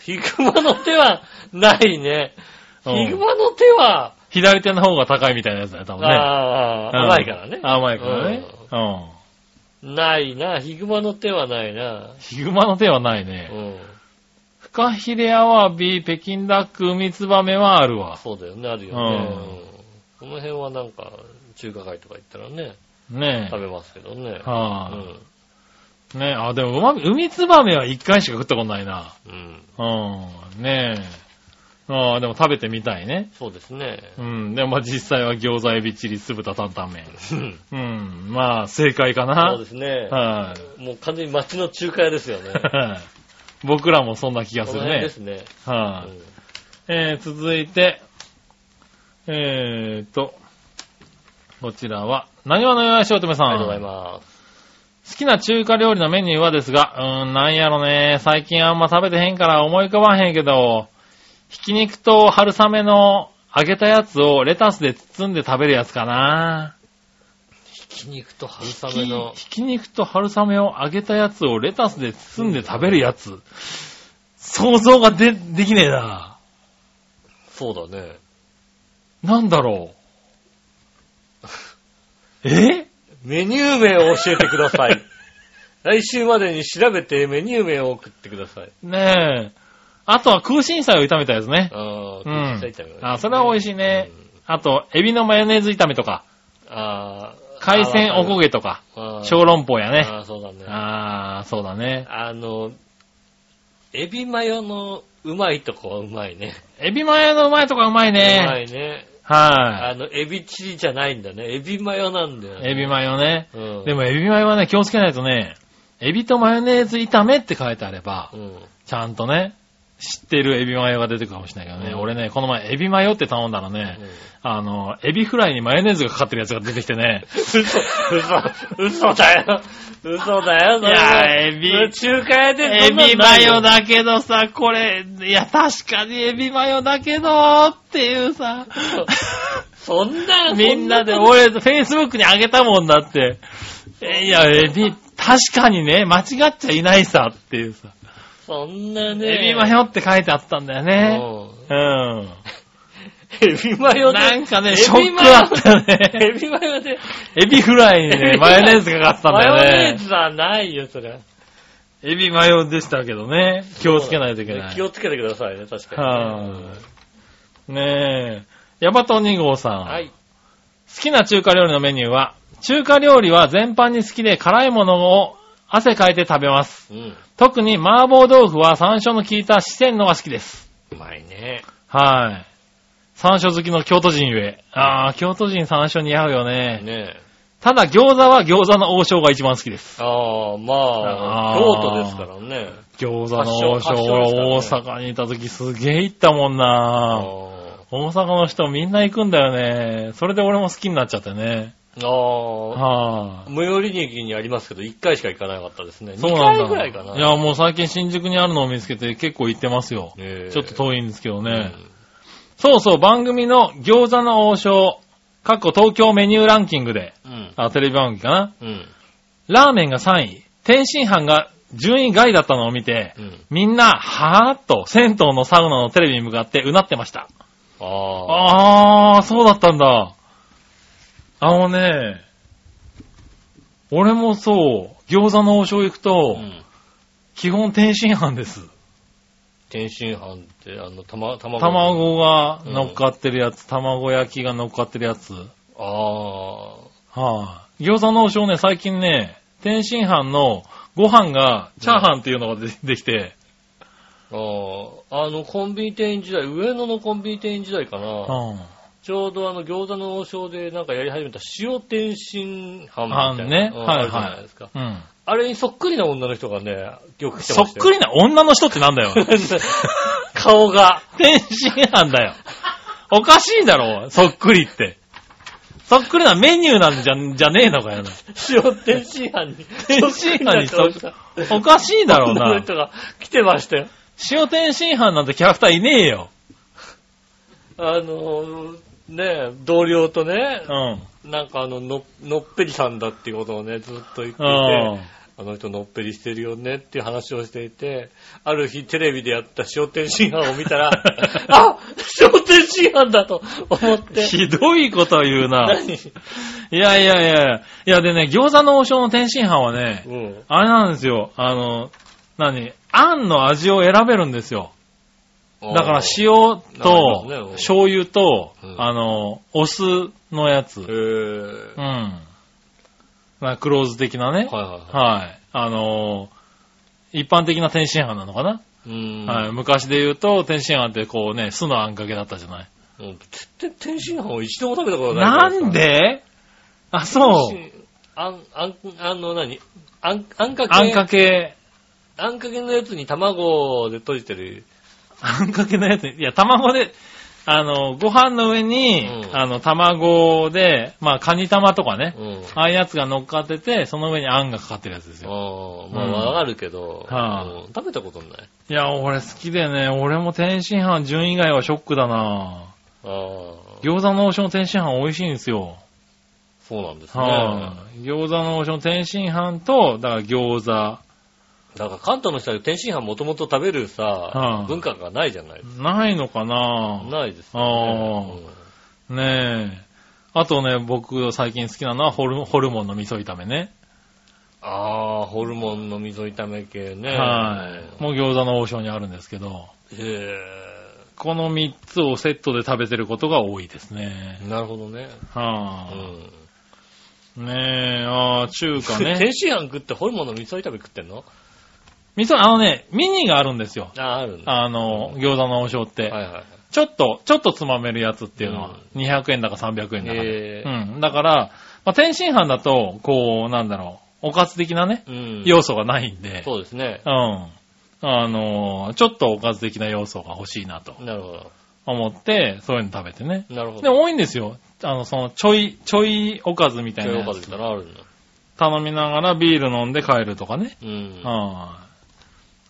S2: ヒグマの手はないね。
S3: うん
S2: ヒグマの手は
S3: 左手の方が高いみたいなやつだよ、多分ね。
S2: あ
S3: うん
S2: あ、甘いからね。
S3: 甘いからね。うん。
S2: ないな、ヒグマの手はないな。
S3: ヒグマの手はないうね。
S2: ん。
S3: フカヒレアワビ、北京ダック、ウミツバメはあるわ。
S2: そうだよね、あるよね。うんこの辺はなんか、中華街とか行ったらね、
S3: ね
S2: 食べますけどね。
S3: え。は
S2: う
S3: い。ねえ、あ、でもうまみ、ウミツバメは一回しか食ったことないな。
S2: ん。うん。
S3: うん。ねえ。ああ、でも食べてみたいね。
S2: そうですね。
S3: うん。でもまあ実際は餃子、エビチリ、酢豚、担々麺。
S2: うん
S3: うん。まあ、正解かな。
S2: そうですね。
S3: は
S2: もう完全に街の中華屋ですよ ね。
S3: い。僕らもそんな気が
S2: こ
S3: す
S2: の
S3: る
S2: 辺で
S3: ね
S2: す。ね。
S3: は
S2: うん
S3: い。えー、続いて、えーと、こちらは、何話のよやしおとめさん。
S2: ありがとうございます。
S3: 好きな中華料理のメニューはですが、うーん、なんやろね、最近あんま食べてへんから思い浮かばへんけど、ひき肉と春雨の揚げたやつをレタスで包んで食べるやつかな。
S2: ひき肉と春
S3: ひ
S2: 雨の。
S3: ひき肉と春雨を揚げたやつをレタスで包んで食べるやつ。想像がで、できねえな。
S2: そうだね。
S3: なんだろう。 え
S2: メニュー名を教えてくださ い。来週までに調べてメニュー名を送ってください。
S3: ねえ。あとは空心菜を炒めたやつね。
S2: ああ、小
S3: う
S2: さい
S3: ん
S2: 炒め。
S3: あ、それは美味しいね。あと、エビのマヨネーズ炒めとか、
S2: ああ。
S3: 海鮮おこげとか、
S2: あー。
S3: 小籠包やね。
S2: ああ、そうだね。あ
S3: あー、そうだね。
S2: の、エビマヨのうまいとこはうまいね。
S3: エビマヨのうまいとかうまいう
S2: ま
S3: ね。
S2: いね。
S3: は
S2: あの、エビチリじゃないんだね。エビマヨなんだよ、
S3: い。
S2: ね。
S3: エビマヨね。
S2: うん。
S3: でもエビマヨはね、気をつけないとね、エビとマヨネーズ炒めって書いてあれば
S2: う、ん。
S3: ちゃんとね、知ってるエビマヨが出てくるかもしれないけどね。
S2: うん
S3: 俺ね、この前エビマヨって頼んだらね、
S2: うん
S3: あの、エビフライにマヨネーズがかかってるやつが出てきてね、
S2: 嘘、嘘、嘘だよ。嘘だよ、それは。
S3: いやエビ
S2: それ中華屋 で
S3: エ
S2: そんな
S3: ビ
S2: ん
S3: マ
S2: ないよ
S3: ヨ。だけどさ、これ、いや、確かにエビマヨだけど、っていうさ、
S2: そんな、
S3: みんなで、
S2: そこと
S3: 俺、Facebook にあげたもんだって、えいや、エビ、確かにね、間違っちゃいないさ、っていうさ、
S2: そんなね。
S3: エビマヨって書いてあったんだよね。
S2: う
S3: うん。
S2: ん。エビマヨで
S3: なんかね、
S2: エ
S3: ショ
S2: ビ
S3: ッ
S2: マ
S3: ク
S2: ヨ
S3: だったね。
S2: エビマヨで。
S3: エビフライに ね、マヨネーズかかってたんだ
S2: マヨ
S3: よ
S2: ネー
S3: ね。
S2: ズはないよ、それ。
S3: エビマヨでしたけどね、気をつけないといけない。
S2: 気をつけてくださいね、確かに。
S3: はぁ。ねえ。ヤバト2号さん。
S2: はい。
S3: 好きな中華料理のメニューは、中華料理は全般に好きで辛いものを汗かいて食べます。
S2: うん。
S3: 特に麻婆豆腐は山椒の効いた四川のが好きです。
S2: うまいね。
S3: はい。山椒好きの京都人ゆえ。あー、京都人山椒似合うよね。
S2: ねえ。
S3: ただ餃子は餃子の王将が一番好きです。
S2: ああ、まあ、
S3: あー
S2: 京都ですからね。
S3: 餃子の王将、
S2: 発祥発祥
S3: 俺
S2: で
S3: 大
S2: すから
S3: 阪にいた時すげえ行ったもんな
S2: あ
S3: 大阪の人みんな行くんだよね。それで俺も好きになっちゃってね。
S2: ーあ
S3: は
S2: ー、最寄り駅にありますけど、1回しか行かなかったですね。
S3: い。
S2: 2
S3: そうなんだ。
S2: 回ぐらいかな。
S3: いや、もう最近新宿にあるのを見つけて結構行ってますよ。
S2: えー
S3: ちょっと遠いんですけど
S2: う
S3: ね。
S2: ん
S3: そうそう、番組の餃子の王将、かっこ東京メニューランキングで、
S2: うん。
S3: あ、テレビ番組かな。
S2: うん。
S3: ラーメンが3位、天津飯が順位外だったのを見て、
S2: うん。
S3: みんな、はーっと、銭湯のサウナのテレビに向かってうなってました。
S2: ああ。
S3: あー、そうだったんだ。あのね、俺もそう、餃子の王将行くと、
S2: うん
S3: 基本天津飯です。
S2: 天津飯って、あの、たま、卵。。
S3: 卵が乗っかってるやつ、卵焼きが乗っかってるやつ。はい、
S2: ああ。
S3: 餃子の王将ね、最近ね、天津飯のご飯がチャーハンっていうのが出てきて、
S2: ああ、あの、コンビニ店員時代、上野のコンビニ店員時代か
S3: う
S2: な。
S3: ん。
S2: ちょうどあの、餃子の王将でなんかやり始めた塩天津飯みたいな。
S3: あんね
S2: うん
S3: はい
S2: あ
S3: はい
S2: るじゃないですか。
S3: うん。そ
S2: あれにそっくりな女の人がね、よく来て
S3: っ
S2: ました
S3: く
S2: よ。
S3: りな女の人ってなん だよ。
S2: 顔が。
S3: 天津飯だよ。おかしいだろ、そっくりって。そっくりなメニューなんじゃ、じゃねえのかよな。
S2: 塩天津飯に。
S3: 天津飯に
S2: そ
S3: そ
S2: っくりな
S3: おかしいだろう
S2: 女の
S3: な。
S2: 人が来てましたよ。
S3: 塩天津飯なんてキャラクターいねえよ。
S2: あのー、ね同僚とね
S3: う、ん。
S2: なんかあのの、のっぺりさんだっていうことをね、ずっと言っていて、
S3: うん。
S2: あの人のっぺりしてるよねっていう話をしていて、ある日テレビでやった焦点真犯を見た ら、あ焦点真犯だと思って。
S3: ひどいことを言うな。
S2: 何
S3: いやいやいやいや、でね、餃子の王将の天津飯はね、
S2: うん。
S3: あれなんですよ。あの、何あんの味を選べるんですよ。だから塩
S2: あーなるほど
S3: と
S2: ねうん
S3: 醤油と
S2: う、ん
S3: あの、お酢のやつ。
S2: へ
S3: うん。
S2: ー
S3: まあクローズ的な
S2: はいは
S3: ね。
S2: いは
S3: はい。あのー一般的な天津飯なのかな、
S2: い。うん。
S3: はい。昔で言うと、天津飯ってこうね、酢のあんかけだったじゃない。
S2: うんてて天津飯を一度も食べたこと
S3: な
S2: ないからさ。
S3: んであ、そう。
S2: 天津あん、あん、あの何あん、あんかけ。
S3: あんかけ、
S2: あんかけのやつに卵で閉じてる。
S3: あんかけのやつに、いや、卵で、あの、ご飯の上に、
S2: うん
S3: あの、卵で、まあ、カニ玉とかね、
S2: うん。
S3: ああいうやつが乗っかってて、その上にあんがかかってるやつですよ。
S2: あーまあ、
S3: うん
S2: わかるけど、
S3: は
S2: うん食べたことない。
S3: いや、俺好きでね、俺も天津飯順以外はショックだな
S2: ああ、
S3: 餃子の王将の天津飯美味しいんですよ。
S2: そうなんですね。
S3: はい、餃子の王将の天津飯と、だから餃子。
S2: だから関東の人は天津飯もともと食べるさ、
S3: はい
S2: 文化がないじゃないです
S3: ないのかな
S2: か。ないです
S3: あ
S2: よね。
S3: ねえ。あとね、僕最近好きなのはホルホルモンの味噌炒めね。
S2: ああー、ホルモンの味噌炒め系ね。
S3: はい。もう餃子の王将にあるんですけど、
S2: へ
S3: この3つをセットで食べてることが多いですね
S2: え。。なるほどね。う
S3: はあ。
S2: ん。
S3: ねえ、ああ、中華ね
S2: 天。津飯食ってホルモンの味噌炒め食ってんの
S3: 味噌、あのね、ミニがあるんですよ。
S2: ああ、あるんだ。
S3: あの、餃子の王将っ
S2: は
S3: て
S2: い。はい。
S3: ちょっと、ちょっとつまめるやつっていうのは、200円だか300円だかで。
S2: へえ
S3: うん。だから、まあ、天津飯だと、こう、なんだろう、おかず的なね、
S2: うん。
S3: 要素がないんで、
S2: そうですね。
S3: うん。あのー、ちょっとおかず的な要素が欲しいなと
S2: なるほど。
S3: 思って、そういうの食べてね。
S2: なるほ
S3: で、
S2: ど。
S3: 多いんですよ。あの、その、ちょい、ちょいおかずみたいな
S2: 強い
S3: や
S2: かっ
S3: つ。
S2: たらあるんだ。
S3: 頼みながらビール飲んで帰るとかね。
S2: うん。
S3: はい。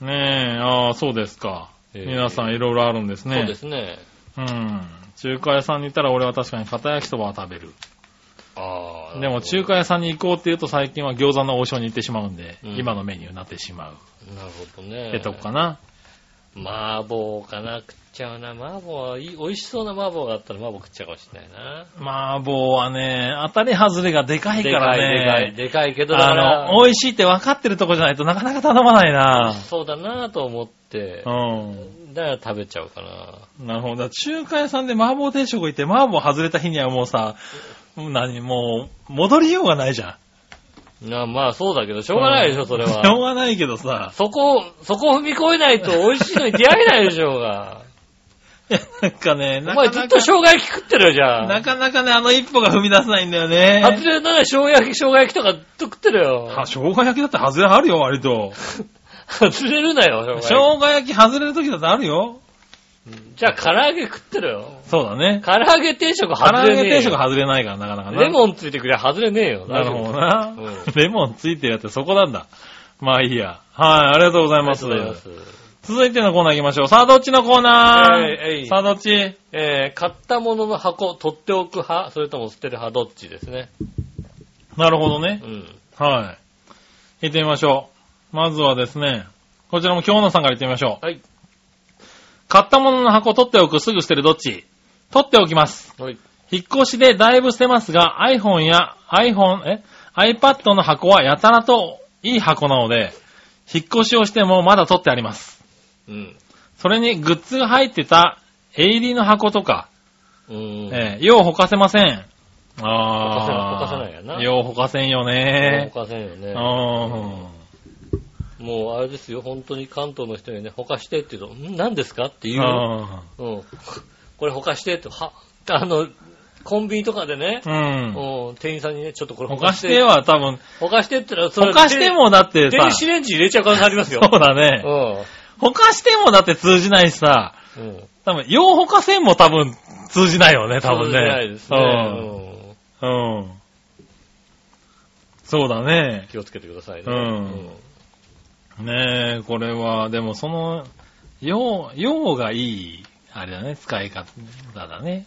S3: ねえ、ああ、そうですか。
S2: ええ
S3: 皆さんいろいろあるんですね。
S2: そうですね。
S3: うん。中華屋さんに行ったら俺は確かに片焼きそばは食べる。
S2: ああ。
S3: でも中華屋さんに行こうって言うと最近は餃子の王将に行ってしまうんで、
S2: うん
S3: 今のメニューになってしまう。
S2: なるほどね。
S3: ってとこかな。
S2: 麻婆かな、食っちゃうな。麻婆はいい、美味しそうな麻婆があったら麻婆食っちゃうかもしれないな。
S3: 麻婆はね、当たり外れがでかいからね。
S2: でかい、でかい、でかいけど、だか
S3: あ
S2: ら
S3: の、美味しいって分かってるとこじゃないとなかなか頼まないな。
S2: そうだなと思って、
S3: う
S2: だから食べちゃうかな。
S3: ん。なるほど。だから中華屋さんで麻婆定食行って麻婆外れた日にはもうさ、もう何、もう、戻りようがないじゃん。
S2: なまあそうだけど、しょうがないでしょ、それ
S3: しょ
S2: は。
S3: うがないけどさ、
S2: そこ、そこを踏み越えないと美味しいのに出会えないでしょうが。
S3: いやなんかね、
S2: お
S3: なか
S2: 前
S3: な
S2: ず
S3: か
S2: っと生姜焼き食ってるよ、じゃ
S3: な
S2: あ。
S3: かなかね、あの一歩が踏み出せないんだよね。
S2: 外れなら生姜焼き、生姜焼きとかずっと食ってるよ。
S3: は生姜焼きだって外れあるよ、割と。
S2: 外れるなよ、
S3: 生
S2: 生姜焼
S3: 姜焼き外れる時だってあるよ。
S2: き。じゃあ唐揚げ食ってるよ。
S3: そうだね。
S2: 唐揚げ定食
S3: 唐
S2: 外
S3: 揚
S2: れ
S3: げ
S2: ねえ
S3: 定食
S2: よ。
S3: 外れないから、なかなかな。
S2: レモンついてくりゃ外れねえよ。
S3: なるほどな
S2: 大丈夫。
S3: レモンついてるやつそこなんだ。まあいいや。はい、ありがとうござい
S2: あり
S3: ま
S2: が
S3: す
S2: とう。ございます。
S3: 続いてのコーナー行きましょう。さあ、どっちのコーナー、
S2: えいえい
S3: さあ、どっち
S2: えー、買ったものの箱、取っておく派、それとも捨てる派、どっちですね。
S3: なるほどね
S2: う。ん。
S3: はい。行ってみましょう。まずはですね、こちらも京野さんから行ってみましょう。
S2: はい。
S3: 買ったものの箱取っておく、すぐ捨てる、どっち取っておきます。
S2: はい。
S3: 引っ越しでだいぶ捨てますが、iPhone や iPhone、え ?iPad の箱はやたらといい箱なので、引っ越しをしてもまだ取ってあります。
S2: うん。
S3: それにグッズが入ってた AD の箱とか、
S2: うん。
S3: えーようほかせません。あ
S2: ほかせないほかせないやな
S3: ようほかせんよ
S2: もうお
S3: ね。
S2: かせんよ
S3: う
S2: ね。
S3: ん。
S2: もうあれですよ、本当に関東の人にね、ほかしてって言うと、ん何ですかって言う。
S3: うん
S2: うん。 これほかしてって、は、あの、コンビニとかでね、
S3: うん。
S2: うん、店員さんにね、ちょっとこれ
S3: ほ
S2: ほ
S3: か
S2: か
S3: し
S2: してて。
S3: は多分、
S2: ほかしてって言ったら、
S3: ほかしてもだってさ
S2: 電、子レンジ入れちゃう可能性ありますよ。
S3: そうだね。ほかしてもだって通じないしさ、
S2: うん。うん。
S3: 多分、ようほかせんも多分通じないよね、多
S2: そう
S3: 分ね。
S2: じゃないですね。うん
S3: うん。うん。そうだね。
S2: 気をつけてくださいね。
S3: うんねえ、これは、でもその、よう、ようがいい、あれだね、使い方だね。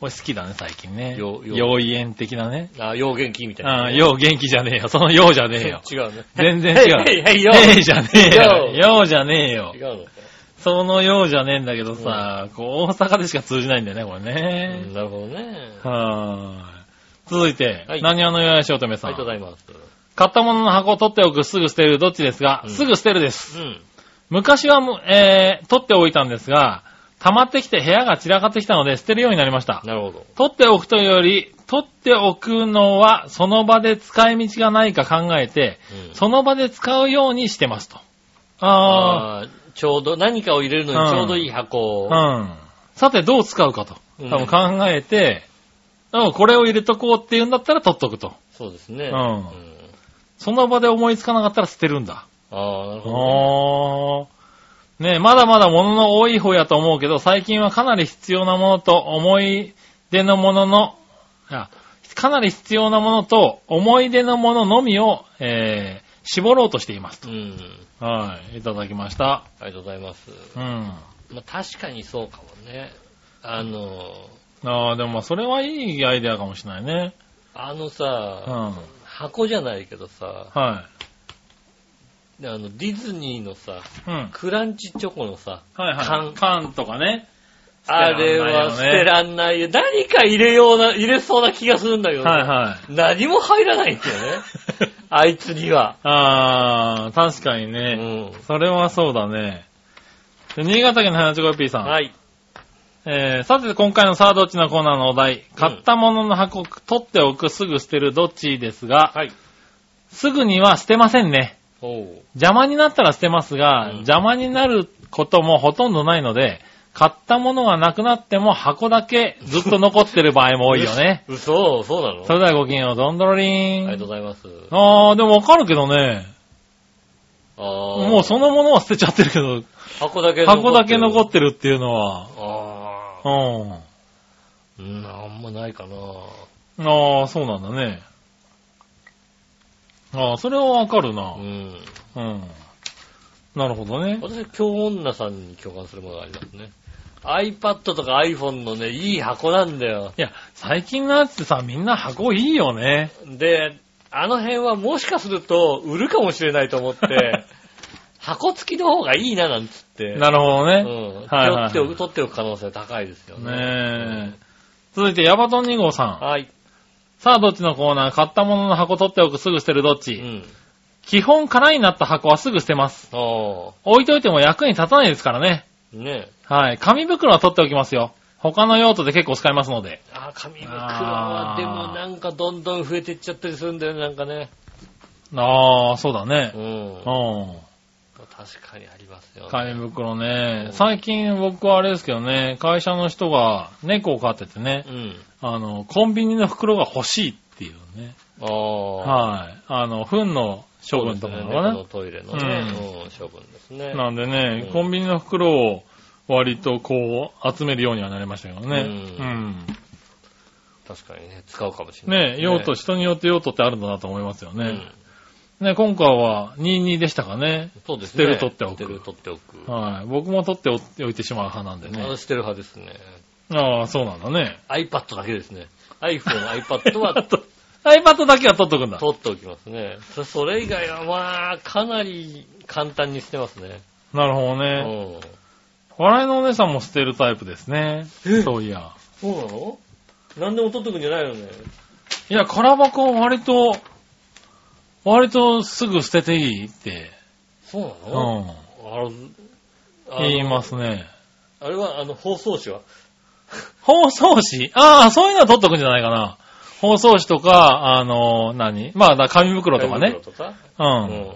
S3: これ好きだね、最近ね。
S2: よよ
S3: 妖艶的なね。
S2: あ、要元気みたいな。。
S3: あよう元気じゃねえよ。そのようじゃねえよ
S2: 違うね。
S3: 全然 違う。
S2: へいへいへいよ
S3: ねえじゃねえよ。
S2: よ
S3: ようじゃねえよ
S2: 違。うのか。
S3: そのようじゃねえんだけどさ、こう大阪でしか通じないんだよね、これね。
S2: うんなるほどね。
S3: はーい。続いて、
S2: はい
S3: 何話のよやしおとめさ
S2: ありがとうござ
S3: ん。
S2: います。
S3: 買ったものの箱を取っておく、すぐ捨てる、どっちですが、
S2: うん
S3: すぐ捨てるです。
S2: うん。
S3: 昔はもう、えー、取っておいたんですが、溜まってきて部屋が散らかってきたので捨てるようになりました。
S2: なるほど。
S3: 取っておくというより、取っておくのはその場で使い道がないか考えて、
S2: うん
S3: その場で使うようにしてますと。
S2: あ
S3: あ
S2: ーちょうど、何かを入れるのにちょうどいい箱を。
S3: あ、うん。さてどう使うかと。
S2: うん
S3: 多分考えて、うん、これを入れとこうっていうんだったら取っとくと。
S2: そうですね。
S3: うん
S2: ん
S3: その場で思いつかなかったら捨てるんだ。
S2: ああ、なるほどね。
S3: おー。ねえまだまだ物の多い方やと思うけど、最近はかなり必要なものと思い出のものの、あかなり必要なものと思い出のもののみを、えー絞ろうとしていますと。
S2: うん。
S3: はい、いただきました。
S2: ありがとうございます。
S3: うん。
S2: まあ、確かにそうかもね。あの、
S3: ああ、でもまあそれはいいアイデアかもしれないね。
S2: あの
S3: うん。
S2: さ、
S3: は
S2: 箱じゃないけどさ、
S3: い。
S2: あの、ディズニーのさ、
S3: うん。
S2: クランチチョコのさ、
S3: はいはい。
S2: 缶
S3: 缶とかね。
S2: あれは捨
S3: 捨
S2: て
S3: て
S2: らんないよ。何か入れような、入れそうな気がするんだけどさ、
S3: はいはい。
S2: 何も入らないんだよ ね。あいつには。
S3: ああ、確かに
S2: う
S3: ね。
S2: ん。
S3: それはそうだね。で新潟県の花ちごよぴーさん。
S2: はい。
S3: えー、さて今回のサードッチのコーナーのお題。買ったものの箱、取っておく、すぐ捨てる、どっちですが、
S2: はい。
S3: すぐには捨てませんね。
S2: おう。
S3: 邪魔になったら捨てますが、
S2: うん。
S3: 邪魔になることもほとんどないので、買ったものがなくなっても箱だけずっと残ってる場合も多いよね
S2: 嘘、そうなの
S3: それではごきげんよう、どんどろり
S2: あり
S3: ん。
S2: がとうございます。
S3: あー、でもわかるけどね。
S2: あー
S3: もうそのものは捨てちゃってるけど、
S2: 箱だけ
S3: 箱だけ残
S2: て
S3: ってるっていうのは、
S2: る。ああ。
S3: うん。
S2: うん、あんまないかな。
S3: ああ、そうなんだね。ああ、それはわかるな
S2: う。ん。
S3: うん。なるほどね。
S2: 私は今日女さんに共感するものがありますね。iPad とか iPhone のね、いい箱なんだよ。
S3: いや、最近のやつってさ、みんな箱いいよね。
S2: で、あの辺はもしかすると売るかもしれないと思 って、箱付きの方がいいななんつって。
S3: なるほど
S2: う
S3: ね。
S2: ん。
S3: はいはいは
S2: 取
S3: い
S2: っておく、取っておく可能性高いですよね。
S3: ねえ。続いて、ヤバトン2号さ
S2: うん
S3: ん。
S2: はい。
S3: さあ、どっちのコーナー買ったものの箱取っておく、すぐ捨てるどっ
S2: う
S3: ち
S2: ん。
S3: 基本空になった箱はすぐ捨てます。
S2: あ
S3: 置いといても役に立たないですからね。
S2: あ。ねえ。
S3: はい。紙袋は取っておきますよ。他の用途で結構使いますので。
S2: ああ、紙袋はでもなんかどんどん増えていっちゃったりするんだよね、なんかね。
S3: ああ、そうだね
S2: う。ん。
S3: うん。
S2: 確かにありますよ、ね。
S3: 紙袋ね
S2: うん。
S3: 最近僕はあれですけどね、会社の人が猫を飼っててね
S2: う、ん。
S3: あの、コンビニの袋が欲しいっていうね。
S2: ああ。
S3: はい。あの、糞の処分とかなのか
S2: そうですね猫のト
S3: な。
S2: イレのね、うん、処分ですね。
S3: なんでね
S2: う、ん
S3: コンビニの袋を割とこう集めるようにはなりましたけど
S2: う
S3: ね。うん。
S2: 確かにね、使うかもしれない
S3: ね
S2: です、
S3: 用途、人によって用途ってあるんだなと思いますよ
S2: う
S3: ね
S2: ん。
S3: ね、今回は22でしたかね。
S2: そうです
S3: 捨
S2: ね。
S3: てる取っておく
S2: 捨てる取っておく。
S3: はい。僕も取っておいてしまう派なんで
S2: あ
S3: ね。
S2: 捨てる派ですね。
S3: ああ、そうなんだね。
S2: iPad だけですね。iPhone、iPad は
S3: iPad だけは取っとくんだ。
S2: 取っておきますね。そそれ以外は、まあ、かなり簡単に捨てますね。
S3: なるほど
S2: う
S3: ね。
S2: ん。
S3: 笑いのお姉さんも捨てるタイプですね。そういや。
S2: そうなの何でも取っておくんじゃないよね。
S3: いや、空箱は割と、割とすぐ捨てていいって、
S2: そうな
S3: う
S2: の
S3: ん、
S2: あの
S3: 言いますね。
S2: あれは、あの、包装紙は
S3: 放送紙ああ、そういうのは取っとくんじゃないかな。放送紙とか、あの、何まあ、だ紙袋とかね
S2: 紙。袋とかう
S3: う。
S2: んん。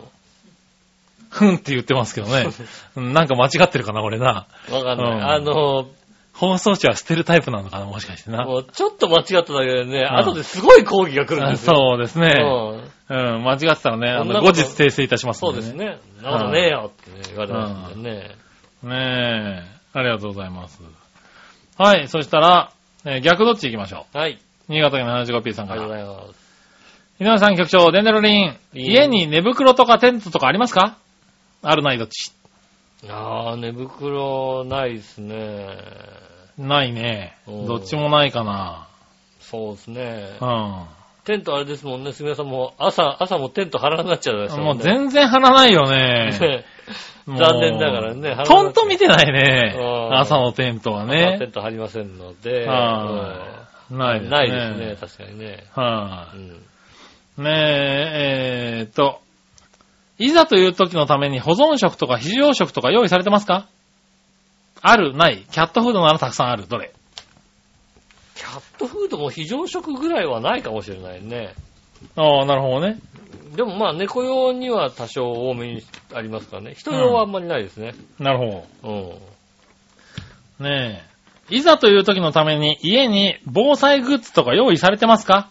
S3: ふんって言ってますけどね。うんなんか間違ってるかな、俺な。
S2: わかんない。
S3: うん
S2: あの、
S3: 放送紙は捨てるタイプなのかな、もしかしてな。
S2: もうちょっと間違っただけでね、
S3: ん
S2: 後ですごい抗議が来るん
S3: あ
S2: ですよ。
S3: そうですね。
S2: うん
S3: うん、間違ってたらね、あ
S2: そんな
S3: の、
S2: こ
S3: 後
S2: と
S3: 日訂正いたします
S2: そ
S3: の
S2: う
S3: で、
S2: です。ね。そんなことねえよってね言われますんでね。
S3: ねえ。ありがとうございます。はい、そしたら、えー逆どっち行きましょ
S2: はい。
S3: う。新潟県の 75P さ
S2: あ
S3: ん
S2: りがと
S3: か
S2: うご
S3: ら。
S2: ざいます。
S3: 井上さん局長、デンデロリン。
S2: リン
S3: 家に寝袋とかテントとかありますかあるないどっち
S2: あー、寝袋ないですね。
S3: ないね。
S2: おー
S3: どっちもないかな。
S2: そうですね。
S3: う
S2: テントあれですもんね、すみません、もう朝、朝もテント張らなくなっちゃうでしょ、
S3: ん。もう全然張らないよね。
S2: ね 残念ながらね
S3: もう
S2: 張ら
S3: と
S2: なん
S3: と見てないね
S2: う。ん
S3: 朝のテントは
S2: まあテ
S3: ね。
S2: ント張りませんので、
S3: は
S2: うん
S3: ないですね。
S2: ないですね、。確かにね。
S3: は
S2: う
S3: い、
S2: ん
S3: ねえ、えーっと、いざという時のために保存食とか非常食とか用意されてますかあるないキャットフードならたくさんあるどれ
S2: キャットフードも非常食ぐらいはないかもしれないね。
S3: ああ、なるほどね。
S2: でもまあ、猫用には多少多めにありますからね。人用はあんまりないですね。
S3: なるほ
S2: うん。
S3: ど。ねえ。いざという時のために家に防災グッズとか用意されてますか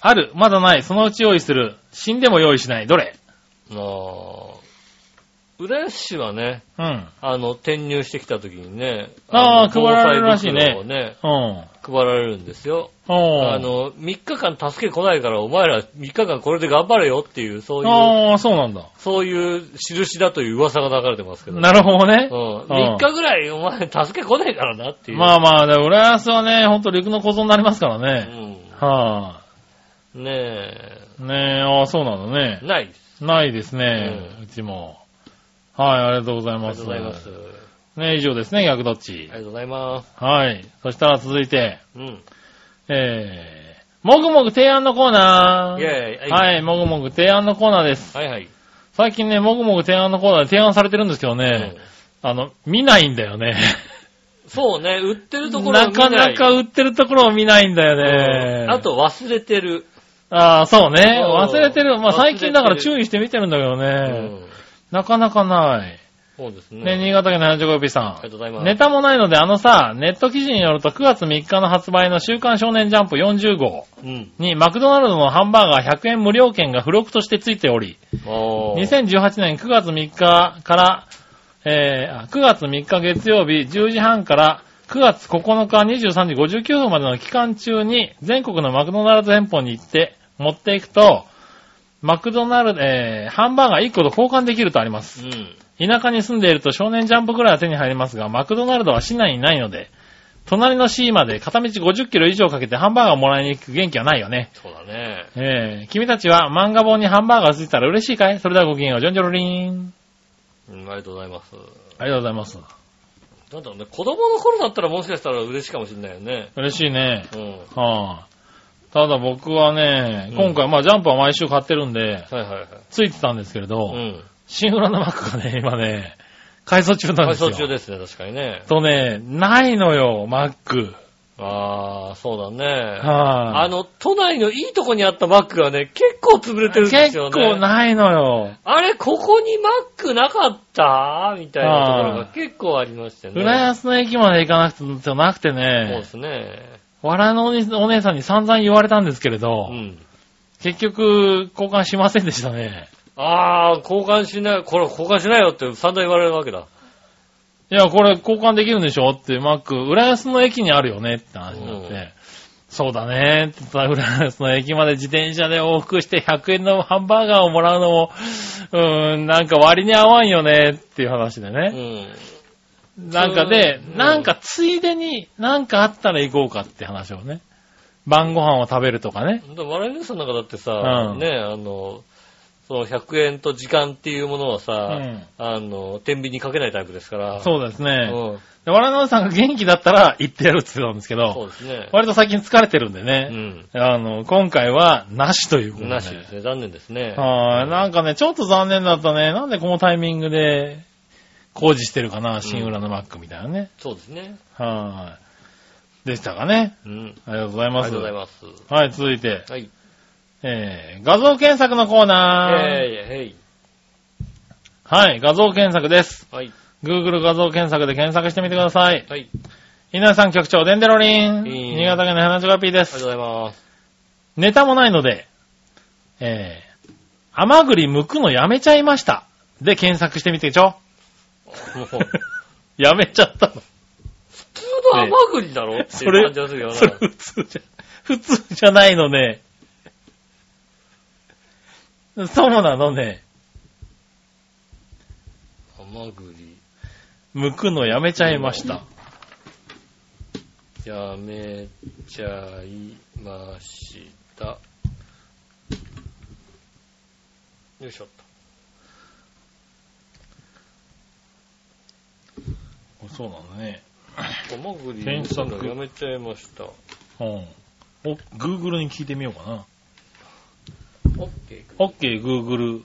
S3: あるまだないそのうち用意する死んでも用意しないどれ
S2: まあ、浦安市はね、
S3: うん。
S2: あの、転入してきた時にね、
S3: あー
S2: の
S3: 配られるらしいね
S2: 防災袋をね、
S3: うん。
S2: 配られるんですよ。
S3: おー
S2: あの、3日間助け来ないから、お前ら3日間これで頑張れよっていう、そういう、
S3: ああ、そうなんだ。
S2: そういう印だという噂が流れてますけど。
S3: なるほどね
S2: う。ん。3日ぐらい、お前、助け来ねえからなっていう。
S3: ま
S2: あ、
S3: あまあ、で浦安はね、ほんと陸の小僧になりますから
S2: う
S3: ね。
S2: ん。
S3: は
S2: ねえ、
S3: あ。ねえ、ああ、そうなんだね。
S2: ないです。
S3: ないですね、う
S2: うん
S3: ちも。はい、ありがとうござい
S2: あり
S3: ま
S2: がと
S3: す。
S2: うございます。あ
S3: ね以上ですね、逆どっち
S2: り。がとうございます。
S3: はい。そしたら続いて、
S2: うん。
S3: えー、もぐもぐ提案のコーナ
S2: イェ
S3: ー。
S2: ーイ。い。
S3: はい、もぐもぐ提案のコーナーです。
S2: はいはい。
S3: 最近ね、もぐもぐ提案のコーナーで提案されてるんですけどね、
S2: うん
S3: あの、見ないんだよね。
S2: そうね、売ってるところ
S3: なかなか
S2: 売
S3: 売ってるところを見ないんだよね。
S2: あと、忘れてる。
S3: ああ、そうね。
S2: うん
S3: 忘れてる。ま
S2: 忘れて
S3: あ
S2: る
S3: 最近だから注意して見てるんだけど
S2: う
S3: ね。
S2: ん。
S3: なかなかない。
S2: そうですね。
S3: ね、新潟県の 75P さ。
S2: ありがとうんございます。
S3: ネタもないので、あのさ、ネット記事によると9月3日の発売の週刊少年ジャンプ40号
S2: うん。
S3: にマクドナルドのハンバーガー100円無料券が付録として付いており、
S2: おー
S3: 2018年9月3日から、えーあ9月3日月曜日10時半から9月9日23時59分までの期間中に全国のマクドナルド店舗に行って持っていくと、マクドナルド、えーハンバーガー1個と交換できるとあります。
S2: うん。
S3: 田舎に住んでいると少年ジャンプくらいは手に入りますが、マクドナルドは市内にないので、隣の市まで片道50キロ以上かけてハンバーガーをもらいに行く元気はないよね。
S2: そうだね。
S3: えー、君たちは漫画本にハンバーガーついたら嬉しいかいそれではごきげんよう、ジョンジョロリン。
S2: うん、ありがとうございます。
S3: ありがとうございます。
S2: なんだろうね、子供の頃だったらもしかしたら嬉しいかもしれないよね。
S3: 嬉しいね。
S2: うん。
S3: はあ、ただ僕はね、
S2: うん
S3: 今回、まあジャンプは毎週買ってるんで、
S2: はいはいはい。
S3: ついてたんですけれど、
S2: うん。
S3: 新浦のマックがね、今ね、改装中なん
S2: 配
S3: ですよ。
S2: 送中ですね、確かにね。
S3: とね、ないのよ、マック。
S2: あー、そうだね。
S3: は
S2: あの、都内のいいとこにあったマックがね、結構潰れてるんです
S3: 結
S2: よね。
S3: 構ないのよ。
S2: あれ、ここにマックなかったみたいなところが結構ありましてね。
S3: 浦安の駅まで行かなくてなくて
S2: そうで
S3: ね、
S2: すね。
S3: 笑いのお姉お姉さんに散々言われたんですけれ
S2: う
S3: ど、
S2: ん。
S3: 結局、交換しませんでしたね。
S2: あー、交換しない、これ交換しないよって散々言われるわけだ。
S3: いや、これ交換できるんでしょって、マック、浦安の駅にあるよねって話になっ
S2: う
S3: て、そうだねって言ったら、浦安の駅まで自転車で往復して100円のハンバーガーをもらうのも、うーん、なんか割に合わんよねっていう話で
S2: う
S3: ね。
S2: ん。
S3: なんか
S2: う、
S3: で
S2: ん
S3: なんかついでになんかあったら行こうかって話をね。晩ご飯を食べるとかね。
S2: だ笑い飯さんなんかだってさ、
S3: うん
S2: ね、あの、その100円と時間っていうものはさ、
S3: うん
S2: あの、天秤にかけないタイプですから。う
S3: そうですね。
S2: ん
S3: で、我々のさんが元気だったら行ってやるって言ってたんですけ
S2: そ
S3: ど、
S2: うですね。
S3: 割と最近疲れてるんでね。
S2: うん。
S3: あの、今回は、なしということで。
S2: なしですね。残念ですね。
S3: はい。なんかね、ちょっと残念だったね。なんでこのタイミングで工事してるかな、新浦のマックみたいなね。
S2: そうですね。
S3: はい。でしたかね。
S2: うん。
S3: ありがとうござい
S2: あり
S3: ま
S2: が
S3: す。
S2: とうございます。
S3: はい、続いて、
S2: はい。
S3: えー、画像検索のコーナ
S2: えい、
S3: ー。
S2: えい。
S3: はい、画像検索です。
S2: はい。
S3: Google 画像検索で検索してみてください。
S2: はい。
S3: 稲さん局長、デンデロリン。
S2: いい
S3: 新潟県の花が P で
S2: ありがとう
S3: す。
S2: ございます。
S3: ネタもないので、えー、甘栗剥くのやめちゃいました。で、検索してみてちょ。
S2: も う、普
S3: やめちゃったの。
S2: 通の甘栗だろって
S3: そ
S2: いう
S3: れ
S2: 感じがするよ、
S3: それ
S2: な。
S3: 普通じゃ、普通じゃないのね。そうなのね。
S2: 甘栗。
S3: 剥くのやめちゃいました。
S2: やめちゃいました。よいしょっ
S3: そうなんだね。
S2: と。もぐり
S3: 検索
S2: やめちゃいました。
S3: うん。お、Google に聞いてみようかな。
S2: オッケー。
S3: OK, Google。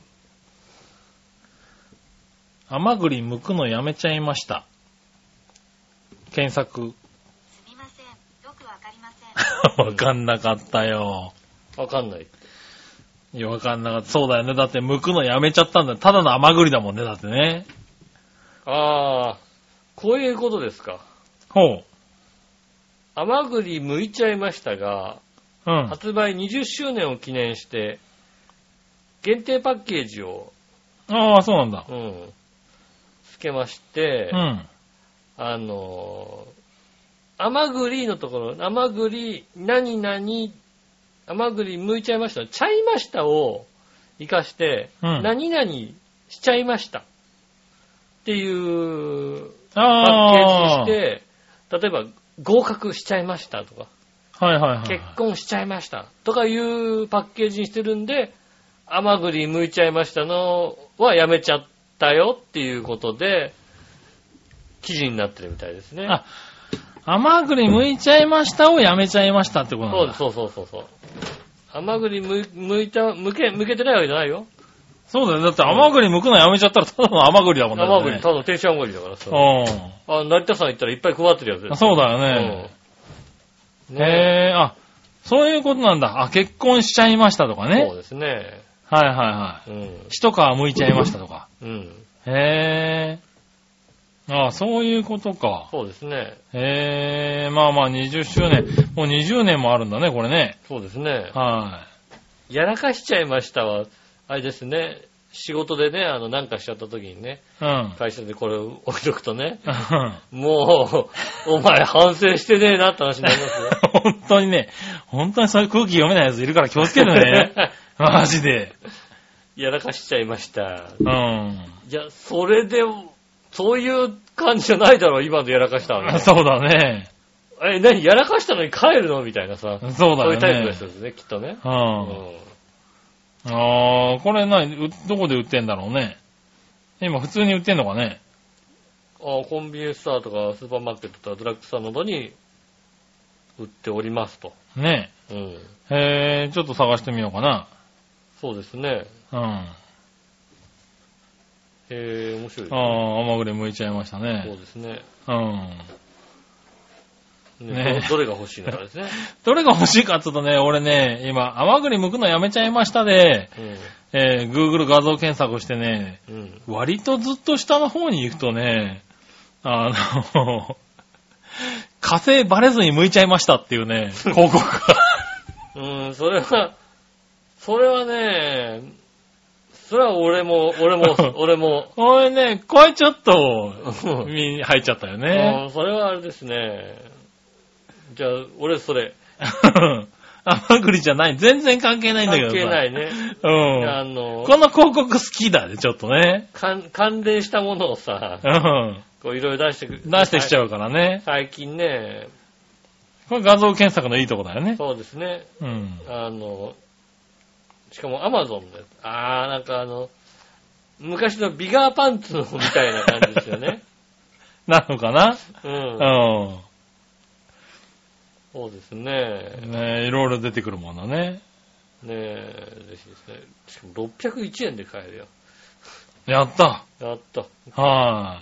S3: 甘栗剥くのやめちゃいました。検索。
S4: すみません。よくわかりません。
S3: わかんなかったよ。
S2: わかんない。
S3: いや、わかんなかった。そうだよね。だって剥くのやめちゃったんだよ。ただの甘栗だもんね、だってね。
S2: あー、こういうことですか。
S3: ほう。
S2: 甘栗剥いちゃいましたが、
S3: うん。
S2: 発売20周年を記念して、限定パッケージを、
S3: ああ、そうなんだ。
S2: うん、つけまして、
S3: うん。
S2: あのー、甘栗のところ、甘栗、何々、甘栗剥いちゃいました、ちゃいましたを活かして、
S3: うん
S2: 何々しちゃいましたっていうパッケ
S3: ああ。
S2: ージにして、例えば合格しちゃいましたとか、
S3: はいはいはい。
S2: 結婚しちゃいましたとかいうパッケージにしてるんで、甘栗剥いちゃいましたのはやめちゃったよっていうことで、記事になってるみたいですね。
S3: あ甘栗剥いちゃいましたをやめちゃいましたってこと
S2: そ
S3: な
S2: うんで
S3: だ。
S2: す、そうそうそうそう。甘栗む剥いた、剥け、剥けてないわけじゃないよ。
S3: そうだよ。だって甘栗剥くのやめちゃったらただの甘栗だもんね。
S2: 甘栗、ただの定置甘栗だからさ。
S3: うん。
S2: あ、成田さん行ったらいっぱい配ってるやつ
S3: あそうだよ
S2: だう
S3: ね。。
S2: んね
S3: へえ、あ、そういうことなんだ。あ、結婚しちゃいましたとか
S2: え。そう
S3: ね。
S2: ですね。
S3: はいはいは
S2: うん
S3: い。。一皮剥いちゃいましたとか。
S2: うん。
S3: へえ。あそういうことか。
S2: そうですね。
S3: へえ、まあまあ20周年。もう20年もあるんだね、これね。
S2: そうですね。
S3: は
S2: やらかしちゃいましたは、あれですね。仕事でね、あの、なんかしちゃった時にね、
S3: い。うん。
S2: 会社でこれを置いとくとね、
S3: 本
S2: もう、お前反省してねえなって話になりますよ。
S3: 当にね、本当にそういう空気読めないやついるから気をつ け てね。マジで。
S2: やらかしちゃいました。
S3: うん。
S2: いや、それで、そういう感じじゃないだろ、今のやらかしたのね。
S3: そうだね。
S2: え、何、やらかしたのに帰るのみたいなさ。
S3: そうだ
S2: そう
S3: よね。
S2: いうタイプの人ですね、きっとね。
S3: う。
S2: うんん。
S3: あー、これ何、うどこで売ってんだろうね。今普通に売ってんのかね。
S2: あコンビニエンスストアとかスーパーマーケットとかドラッグストアなどに売っておりますと。
S3: ね
S2: うん。
S3: え。へー、ちょっと探してみようかな。
S2: そうですね。
S3: うん。あ
S2: へえ、面白いです
S3: ー、
S2: ね。
S3: 甘栗剥いちゃいました
S2: そう
S3: ね。
S2: ですね。
S3: うん。
S2: ね
S3: ね
S2: どどれが欲しいのかですね。
S3: どれが欲しいかって言うとね、俺ね、今、甘栗剥くのやめちゃいましたで、えー、Google 画像検索してね、
S2: うん。うん。
S3: 割とずっと下の方に行くとね、あの、 火星バレずに剥いちゃいましたっていうね、広告が。
S2: うん、それは、それはね、それは俺も、俺 も、俺も、
S3: これね、これちょっと、
S2: うん
S3: に入っちゃったよね。
S2: うんそれはあれですね。じゃあ、俺それ。
S3: 甘栗じゃない。全然関係ないんだ
S2: 関
S3: けどさ。
S2: 係ないね。あ
S3: う
S2: の
S3: ん。、この広告好きだね、ちょっとね。
S2: 関関連したものをさ
S3: う、ん。
S2: こういろいろ出してく
S3: 出してきちゃ
S2: う。
S3: うからね。
S2: 最近ね、
S3: これ画像検索のいいとこだよね。
S2: そうですね、
S3: うん。
S2: あの、しかもアマゾンのやつ。あー、なんかあの、昔のビガーパンツみたいな感じですよ ね。
S3: なのかな
S2: うん。
S3: う
S2: そうですね。
S3: ん。ねいろいろ出てくるもんだね。
S2: ねえ、ぜひですね。しかも601円で買えるよ。
S3: やった。
S2: やった。
S3: はい。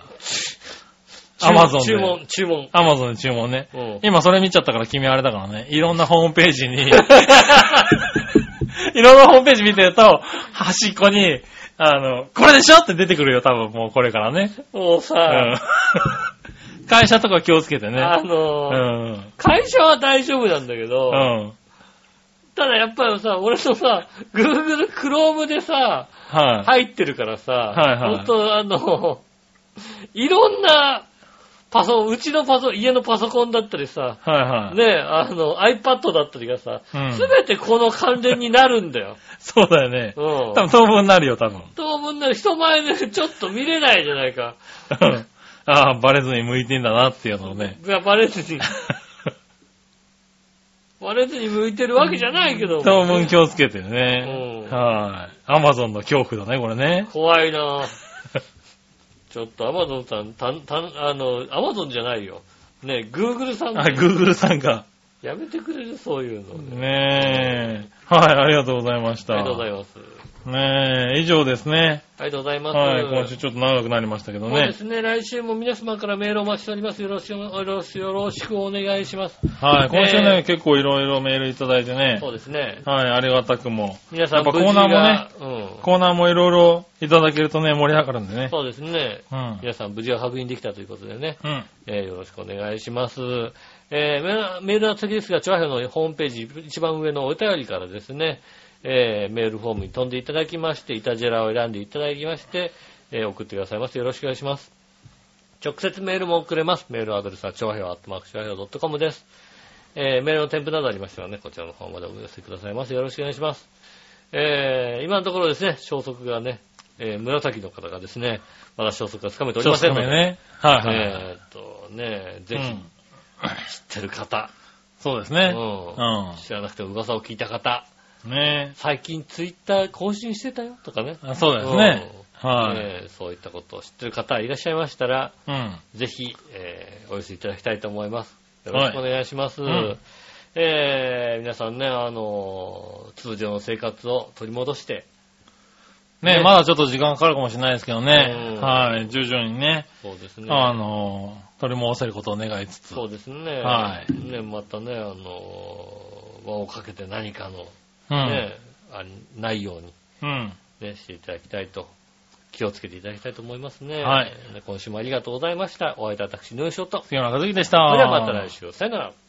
S3: アマゾン
S2: 注
S3: で。
S2: 文、注文。
S3: アマゾンで注文ね。
S2: うん。
S3: 今それ見ちゃったから君あれだからね、いろんなホームページに、 いろんなホームページ見てると、端っこに、あの、これでしょって出てくるよ、多分もうこれからね。
S2: もう
S3: う
S2: さ、
S3: ん 会社とか気をつけてね。
S2: あ
S3: う
S2: の、
S3: ん。
S2: 会社は大丈夫なんだけど、
S3: うん。
S2: ただやっぱりさ、俺のさ、Google Chrome でさ、
S3: はい。
S2: 入ってるからさ、
S3: はいはい
S2: ほんとあの、いろんなパソコン、うちのパソ、家のパソコンだったりさ、
S3: はいはい。
S2: ねえ、あの、iPad だったりがさ、す
S3: うん
S2: べ、てこの関連になるんだよ。
S3: そうだよね。
S2: うん
S3: 多。分当分になるよ、多分。
S2: 当分なら人前でちょっと見れないじゃないか。
S3: ああ、バレずに向いてんだなっていうのをね。
S2: いや、バレずに。バレずに向いてるわけじゃないけど。
S3: 当分気をつけて
S2: う
S3: ね。
S2: ん
S3: はい。アマゾンの恐怖だね、これね。
S2: 怖いなぁちょっとアマゾンさん、たん、たん、あの、アマゾンじゃないよ。ね、グーグルさん、
S3: あ、グーグルさんが。
S2: やめてくれるそういうの。
S3: ねえ。はい、ありがとうございました。
S2: ありがとうございます。
S3: ねえ、以上ですね。
S2: ありがとうございます。
S3: はい、今週ちょっと長くなりましたけど
S2: そうで
S3: ね。
S2: すね、来週も皆様からメールをお待ちしております。よろしく、よろしくよろしくお願いします。
S3: はい、今週
S2: ね
S3: ね、結構いろいろメールいただいてね
S2: そ。うですね。
S3: はい、ありがたくも。
S2: 皆さん、
S3: やっぱコーナーもね
S2: 無事が、うん。
S3: コーナーもいろいろいただけるとね、盛り上がるんでね。
S2: そうですね。
S3: うん。
S2: 皆さん、無事を確認できたということでね、
S3: うん。
S2: えーよろしくお願いします。えーメールメールは次ですが、チョアヘのホームページ、一番上のお便りからですね、えーメールフォームに飛んでいただきまして、イタジェラを選んでいただきまして、えー送ってくださいませ。よろしくお願いします。直接メールも送れます。メールアドレスは、チョアヘアットマークチョアヘドットコムです。えーメールの添付などありましたらね、こちらの方までお寄せくださいませ。よろしくお願いします。えー今のところですね、消息がね、えー紫の方がですね、まだ消息がつかめておりませんので、
S3: ね。はいはいはい。
S2: えーっとね、ぜ
S3: う
S2: ひ
S3: ん
S2: 知ってる方、
S3: そうですね。
S2: うん知らなくても噂を聞いた方、
S3: うん。ね
S2: 最近ツイッター更新してたよとかね。
S3: あそうですね。
S2: うん
S3: はい。
S2: ねそういったことを知ってる方いらっしゃいましたら、
S3: うん。
S2: ぜひ、えーお寄せいただきたいと思います。よろしくお願いします。
S3: はいうん
S2: えー皆さんね、あのー通常の生活を取り戻して、ね
S3: ね、まだちょっと時間かかるかもしれないですけどね
S2: う。ん
S3: はい。徐々にね、
S2: そうですね。
S3: あの、取り戻せることを願いつつ。
S2: そうですね。
S3: はい
S2: ね、またね、あのー輪をかけて何かの、
S3: うん。
S2: ね、あないように、
S3: うん。
S2: ね、していただきたいと、気をつけていただきたいと思いますね。
S3: はい
S2: ね今週もありがとうございました。お会いいたい私、ヌーショット。
S3: 杉村和樹でした。
S2: それではまた来週、さよなら。